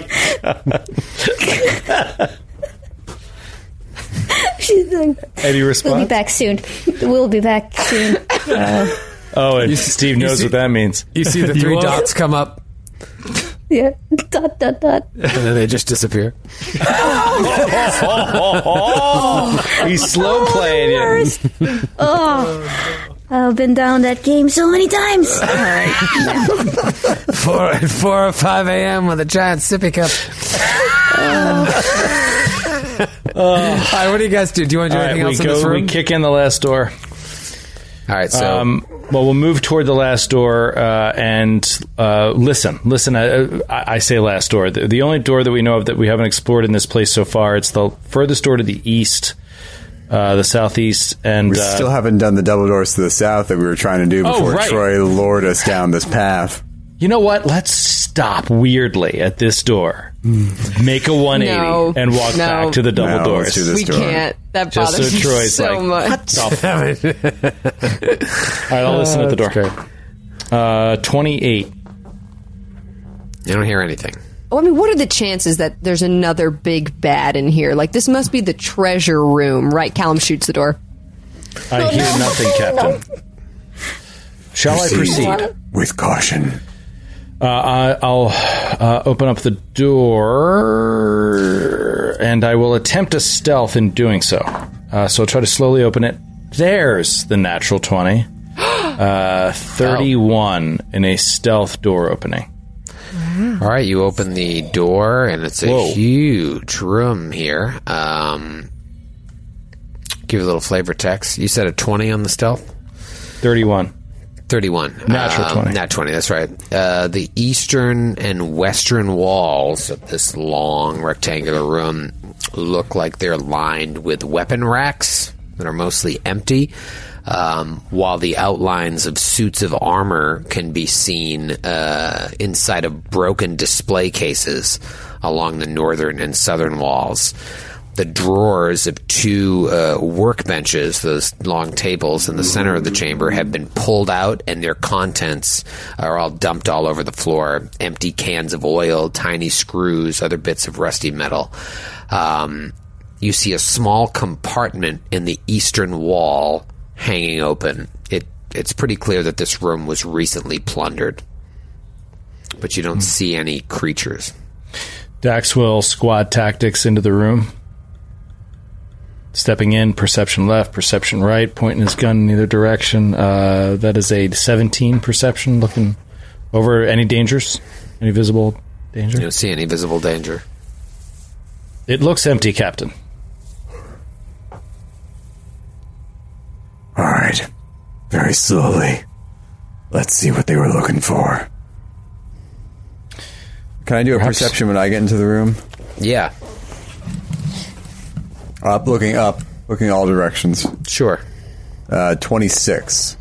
G: she's like,
E: Any
G: "We'll be
E: [laughs] response?
G: back soon. We'll be back soon."
D: Uh,
E: Oh, and Steve knows what that means.
C: You see the
E: [laughs] You
C: three
E: are-
C: dots come up
G: yeah. Dot
E: [laughs]
G: dot dot.
C: and then they just disappear.
E: Oh, He's slow playing it.
G: Oh, I've been down that game so many times. All right.
C: Four at four or five a.m. with a giant sippy
E: [laughs]
C: cup. All right, what do you guys do? Do you want to do
E: All right,
C: anything
E: we
C: else in
E: go.
C: this room?
E: We kick in the last door. Um,
C: All right, so-
E: well, we'll move toward the last door uh, and uh, listen. Listen, uh, I, I say last door. The, the only door that we know of that we haven't explored in this place so far. It's the furthest door to the east, uh, the southeast, and
H: We
E: uh,
H: still haven't done the double doors to the south that we were trying to do
E: Oh,
H: before
E: right.
H: Troy lured us down this path.
E: You know what? Let's stop weirdly at this door. Make a 180
D: No.
E: and walk
D: No.
E: back to the double
H: No, let's
E: doors.
H: do this We door.
D: can't. That
E: Just
D: bothers
E: so
D: me
E: Troy's
D: so
E: like,
D: much.
E: "What the f-" [laughs] All right, I'll listen at the door. Uh, 28.
C: You don't hear anything.
D: Well, I mean, what are the chances that there's another big bad in here? Like, this must be the treasure room, right? Callum shoots the door. Oh,
E: I hear nothing,
D: [laughs]
E: Captain. Shall I proceed?
H: With caution.
E: Uh, I- I'll uh, open up the door and I will attempt a stealth in doing so. Uh, so I'll try to slowly open it. There's the
C: [gasps]
E: natural 20. Uh, 31 in a stealth door opening.
C: All right, you open the door, and it's a huge room here. Um, give you a little flavor text. You said a 20 on the stealth?
E: 31.
C: 31.
E: Natural
C: Um,
E: 20.
C: Nat 20, that's right. Uh, the eastern and western walls of this long rectangular room look like they're lined with weapon racks that are mostly empty, um, while the outlines of suits of armor can be seen uh, inside of broken display cases along the northern and southern walls. The drawers of two uh, workbenches, those long tables in the center of the chamber, have been pulled out, and their contents are all dumped all over the floor. Empty cans of oil, tiny screws, other bits of rusty metal. Um, you see a small compartment in the eastern wall hanging open. It it's pretty clear that this room was recently plundered, but you don't
E: Hmm.
C: see any creatures.
E: Dax will squad tactics into the room. Stepping in, perception left, perception right, pointing his gun in either direction. Uh, that is a 17 perception, looking over any dangers, any visible danger.
C: You don't see any visible danger.
E: It looks empty, Captain.
O: All right. Very slowly. Let's see what they were looking for.
H: Can I do a perception when I get into the room?
C: Yeah.
H: Up, looking up, looking all directions.
C: Sure.
H: Uh, 26.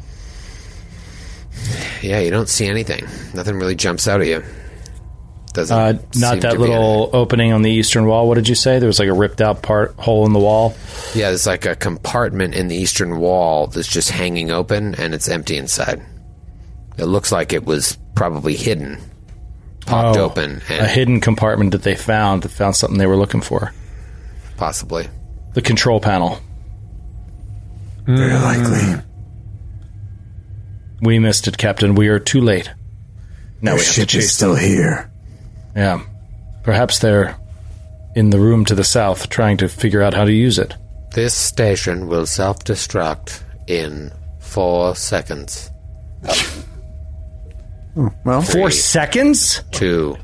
C: Yeah, you don't see anything. Nothing really jumps out at you. Doesn't
E: Uh,
C: seem
E: not
C: to
E: that
C: be
E: little opening on the eastern wall. What did you say? There was like a ripped out part hole in the wall.
C: Yeah, there's like a compartment in the eastern wall that's just hanging open and it's empty inside. It looks like it was probably hidden. Popped
E: Oh,
C: open and
E: A hidden compartment that they found that found something they were looking for.
C: Possibly.
E: The control panel. Hmm.
O: Very likely.
E: We missed it, Captain. We are too late. Now
O: Their
E: we have
O: ship
E: to
O: is
E: chase
O: still
E: them.
O: here.
E: Yeah. Perhaps they're in the room to the south trying to figure out how to use it.
C: This station will self destruct in four seconds.
H: Well,
E: four seconds?
C: Two.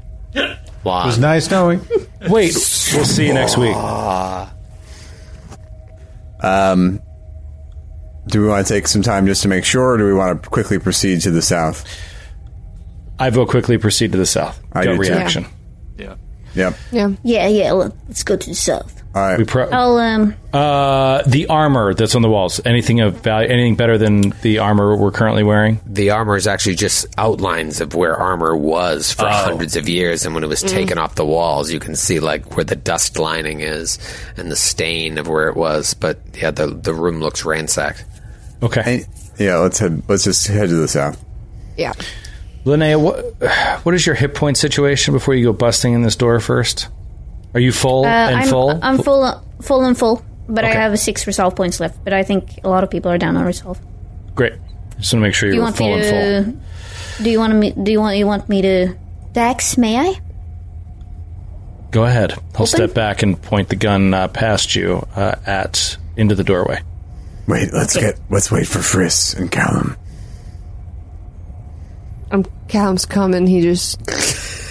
C: One.
J: It was nice knowing.
E: [laughs] Wait, we'll see you next week.
H: Ah. Um, do we want to take some time just to make sure, or do we want to quickly proceed to the south?
E: I vote quickly proceed to the south.
H: I
E: Gut
H: do too.
E: reaction.
H: Yep.
D: Yeah.
G: Yeah, yeah. Look, let's go to the south.
H: All right.
E: We pro-
G: I'll um.
E: uh, the armor that's on the walls. Anything of value? Anything better than the armor we're currently wearing?
C: The armor is actually just outlines of where armor was
E: Oh.
C: for hundreds of years, and when it was
E: Mm.
C: taken off the walls, you can see like where the dust lining is and the stain of where it was. But yeah, the the room looks ransacked.
E: Okay.
H: yeah, let's head. Let's just head to the south.
D: Yeah.
E: Linnea, what what is your hit point situation before you go busting in this door first? Are you full
G: uh,
E: and
G: I'm,
E: full?
G: I'm full, uh, full and full. But I
E: Okay.
G: have six resolve points left. But I think a lot of people are down on resolve.
E: Great. Just want to make sure
G: Do you
E: you're
G: want
E: full and
G: me to?
E: full.
G: Do you want me? Do you want you want me to? Dax, may I?
E: Go ahead. I'll step back and point the gun uh, past you uh, at into the doorway.
O: Wait, let's get let's wait for Friss and Callum.
D: I'm Um, Calum's coming. He just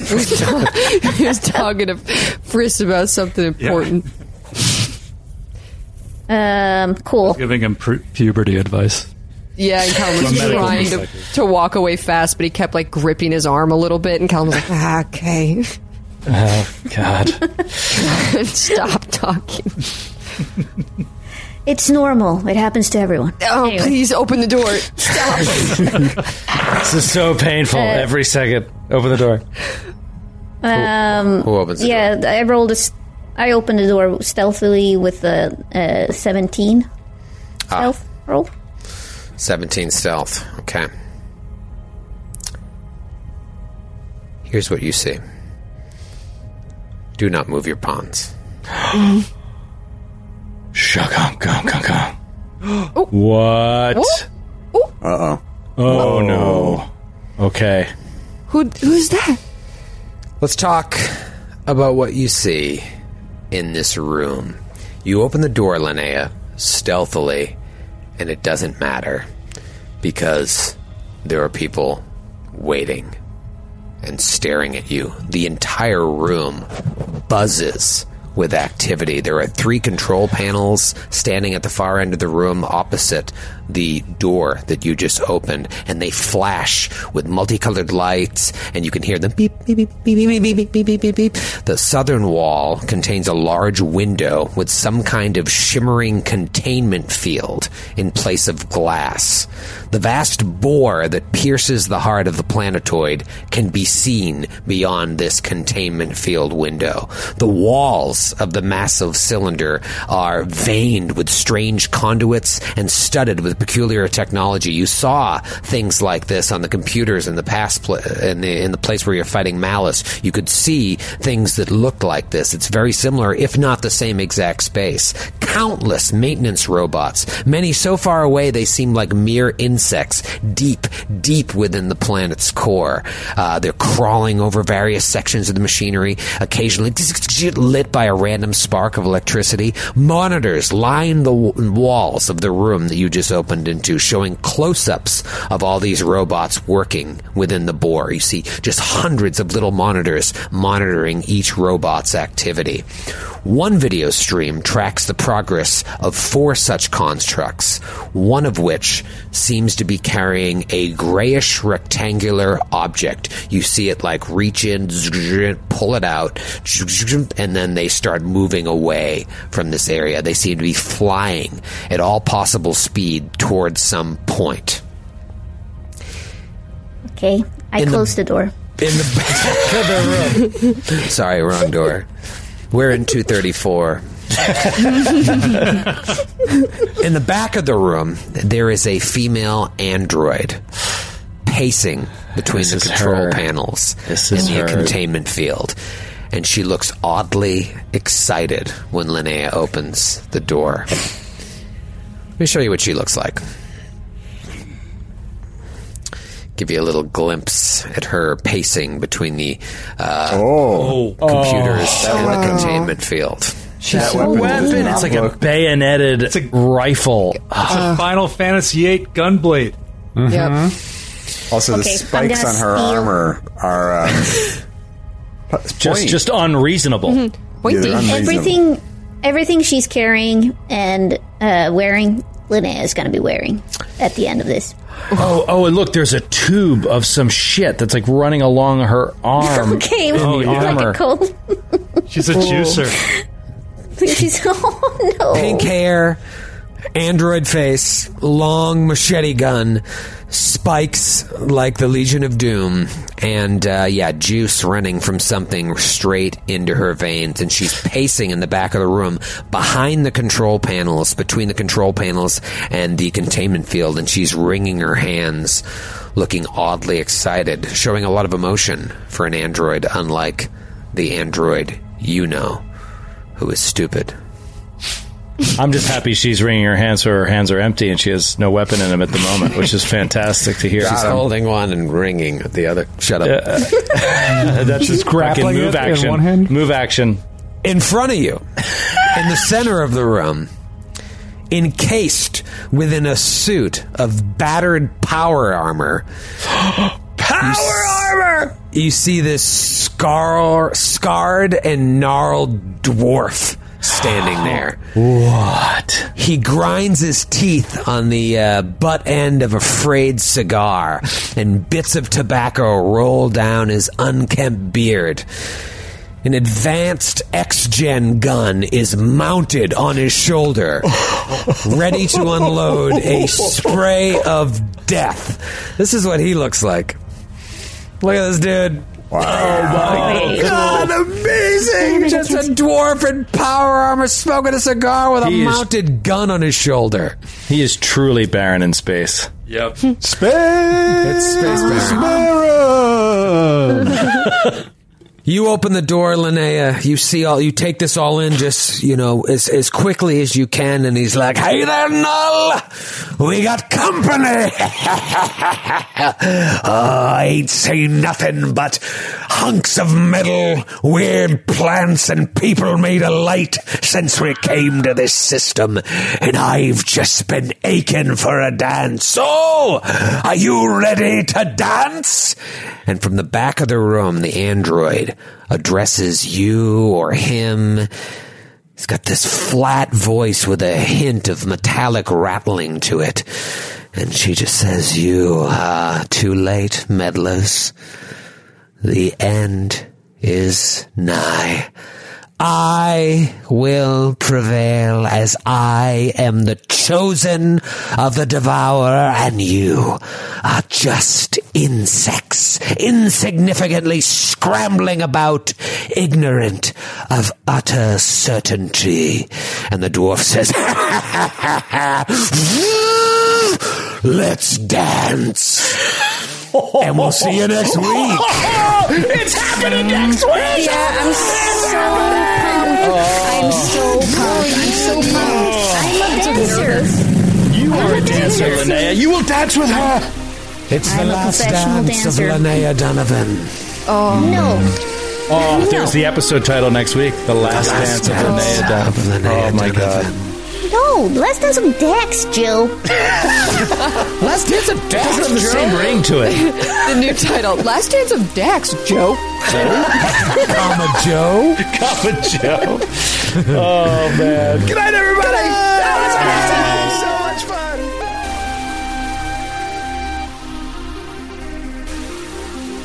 D: he was, ta- he was talking to Frisk about something important.
G: Um,
D: Oh.
G: cool.
I: Giving him pu- puberty advice.
D: Yeah, and Callum
I: From
D: was
I: medical
D: trying to,
I: perspective.
D: to walk away fast, but he kept like gripping his arm a little bit, and Callum was like, ah, "Okay,
E: Oh
D: [laughs]
C: [gasps]
E: God!
D: stop talking."
G: It's normal. It happens to everyone.
D: Oh, please open the door. Stop.
E: this is so painful.
G: Uh,
E: Every second, open the door.
G: Um,
E: who opens the
G: yeah, I rolled a. s- I opened the door stealthily with a uh, seventeen
E: Ah.
G: stealth roll.
C: Seventeen stealth. Okay. Here's what you see. Do not move your pawns. Oh.
E: Shaka, gum, gum, gum. What?
H: Uh oh.
E: Oh no. Okay.
D: Who who's that?
C: Let's talk about what you see in this room. You open the door, Linnea, stealthily, and it doesn't matter because there are people waiting and staring at you. The entire room buzzes with activity. There are three control panels standing at the far end of the room opposite the door that you just opened, and they flash with multicolored lights, and you can hear them beep, beep, beep, beep, beep, beep, beep, beep, beep, beep, beep. The southern wall contains a large window with some kind of shimmering containment field in place of glass. The vast bore that pierces the heart of the planetoid can be seen beyond this containment field window. The walls of the massive cylinder are veined with strange conduits and studded with peculiar technology. You saw things like this on the computers in the past, pl- in the in the place where you're fighting Malice. You could see things that looked like this. It's very similar, if not the same exact space. Countless maintenance robots, many so far away they seem like mere insects, deep, deep within the planet's core. Uh, they're crawling over various sections of the machinery, occasionally [laughs] lit by a random spark of electricity. Monitors line the w- walls of the room that you just opened into, showing close ups of all these robots working within the bore. You see just hundreds of little monitors monitoring each robot's activity. One video stream tracks the progress of four such constructs, one of which seems to be carrying a grayish rectangular object. You see it like reach in, pull it out, and then they start moving away from this area. They seem to be flying at all possible speed towards some point.
G: Okay, I
C: In the-
G: close the, door.
C: In
E: [laughs]
C: the back of the room. Sorry, wrong door. We're in 234. in the back of the room, there is a female android pacing between
K: This
C: the
K: is
C: control
K: her.
C: panels
K: This is
C: in the
K: her.
C: containment field. And she looks oddly excited when Linnea opens the door. Let me show you what she looks like. Give you a little glimpse at her pacing between the uh, computers
K: Oh.
C: and the
K: Wow.
C: containment field.
E: That weapon, it's like a bayoneted it's a, rifle. It's a Final Fantasy VIII gunblade.
H: Also,
G: Okay,
H: the
G: I'm
H: spikes on
G: gonna
H: her
G: steal-
H: armor are
G: [laughs]
H: um,
E: Just, just unreasonable.
G: Mm-hmm.
H: Pointy.
G: Everything, everything she's carrying and uh, wearing, Linnea is going to be wearing at the end of this.
E: [laughs] Oh, oh, and look, there's a tube of some shit that's like running along her arm.
G: [laughs] okay,
E: in the
G: like
E: armor.
G: a cold. [laughs]
E: She's
G: a juicer. she's oh no.
C: Pink hair, android face, long machete gun, spikes like the Legion of Doom, and uh, yeah, juice running from something straight into her veins. And she's pacing in the back of the room behind the control panels, between the control panels and the containment field, and she's wringing her hands. Looking oddly excited, showing a lot of emotion for an android, unlike the android you know, who is stupid.
E: I'm just happy she's wringing her hands so her hands are empty and she has no weapon in them at the moment, which is fantastic to hear. Um,
C: She's holding one and wringing the other. Shut up.
E: [laughs] that's just cracking
C: Grappling
E: move
C: it in
E: action.
C: one
E: Move action.
C: In front of you, in the center of the room, encased within a suit of battered power armor. [gasps] power armor! You see this scar- scarred and gnarled dwarf standing [gasps] there. What? He grinds his teeth on the uh, butt end of a frayed cigar, and bits of tobacco roll down his unkempt beard. An advanced X Gen gun is mounted on his shoulder, ready to unload a spray of death. This is what he looks like. Look at this dude. Oh my god, amazing! Just a dwarf in power armor smoking a cigar with
E: He
C: a
E: is-
C: mounted gun on his shoulder.
E: He is truly barren in space.
C: [laughs]
I: Yep.
C: It's space You open the door, Linnea. You see all. You take this all in, just you know, as as quickly as you can. And he's like, "Hey there,
E: [laughs]
C: Null. We got company. [laughs] Oh, I ain't seen nothing but hunks of metal, weird plants, and people made of light since we came to this system. And I've just been aching for a dance. So, are you ready to dance?" And from the back of the room, the android addresses you or him He's got this flat voice with a hint of metallic rattling to it. And she just says, You are too late, meddlers. The end is nigh. I will prevail as I am the chosen of the devourer and you are just insects, insignificantly scrambling about, ignorant of utter certainty. And the dwarf says, Let's
K: [laughs]
C: dance. And we'll see you next week.
K: it's happening next week.
P: Yeah, I'm so pumped. I'm so pumped. I'm so pumped. I'm a dancer.
K: You are a dancer, Linnea. You will dance with her.
C: It's
K: the
C: last
K: professional
C: dance
K: dancer.
C: of Linnea Donovan.
P: Oh no.
E: Oh, there's the episode title next week. The last,
K: Last
E: dance of
K: Dance
E: Linnea
C: Donovan.
E: oh my god.
G: No, let's do some Dex,
K: [laughs]
G: Jill.
C: let's do some
E: Doesn't have the same ring to it.
D: [laughs] the new title: Last Dance of Dax. Joe. [laughs]
K: Comma
C: [laughs] Joe.
K: Comma
C: [laughs]
K: Joe. Oh man. Good night, everybody. That was awesome. So much fun.
Q: [clears throat]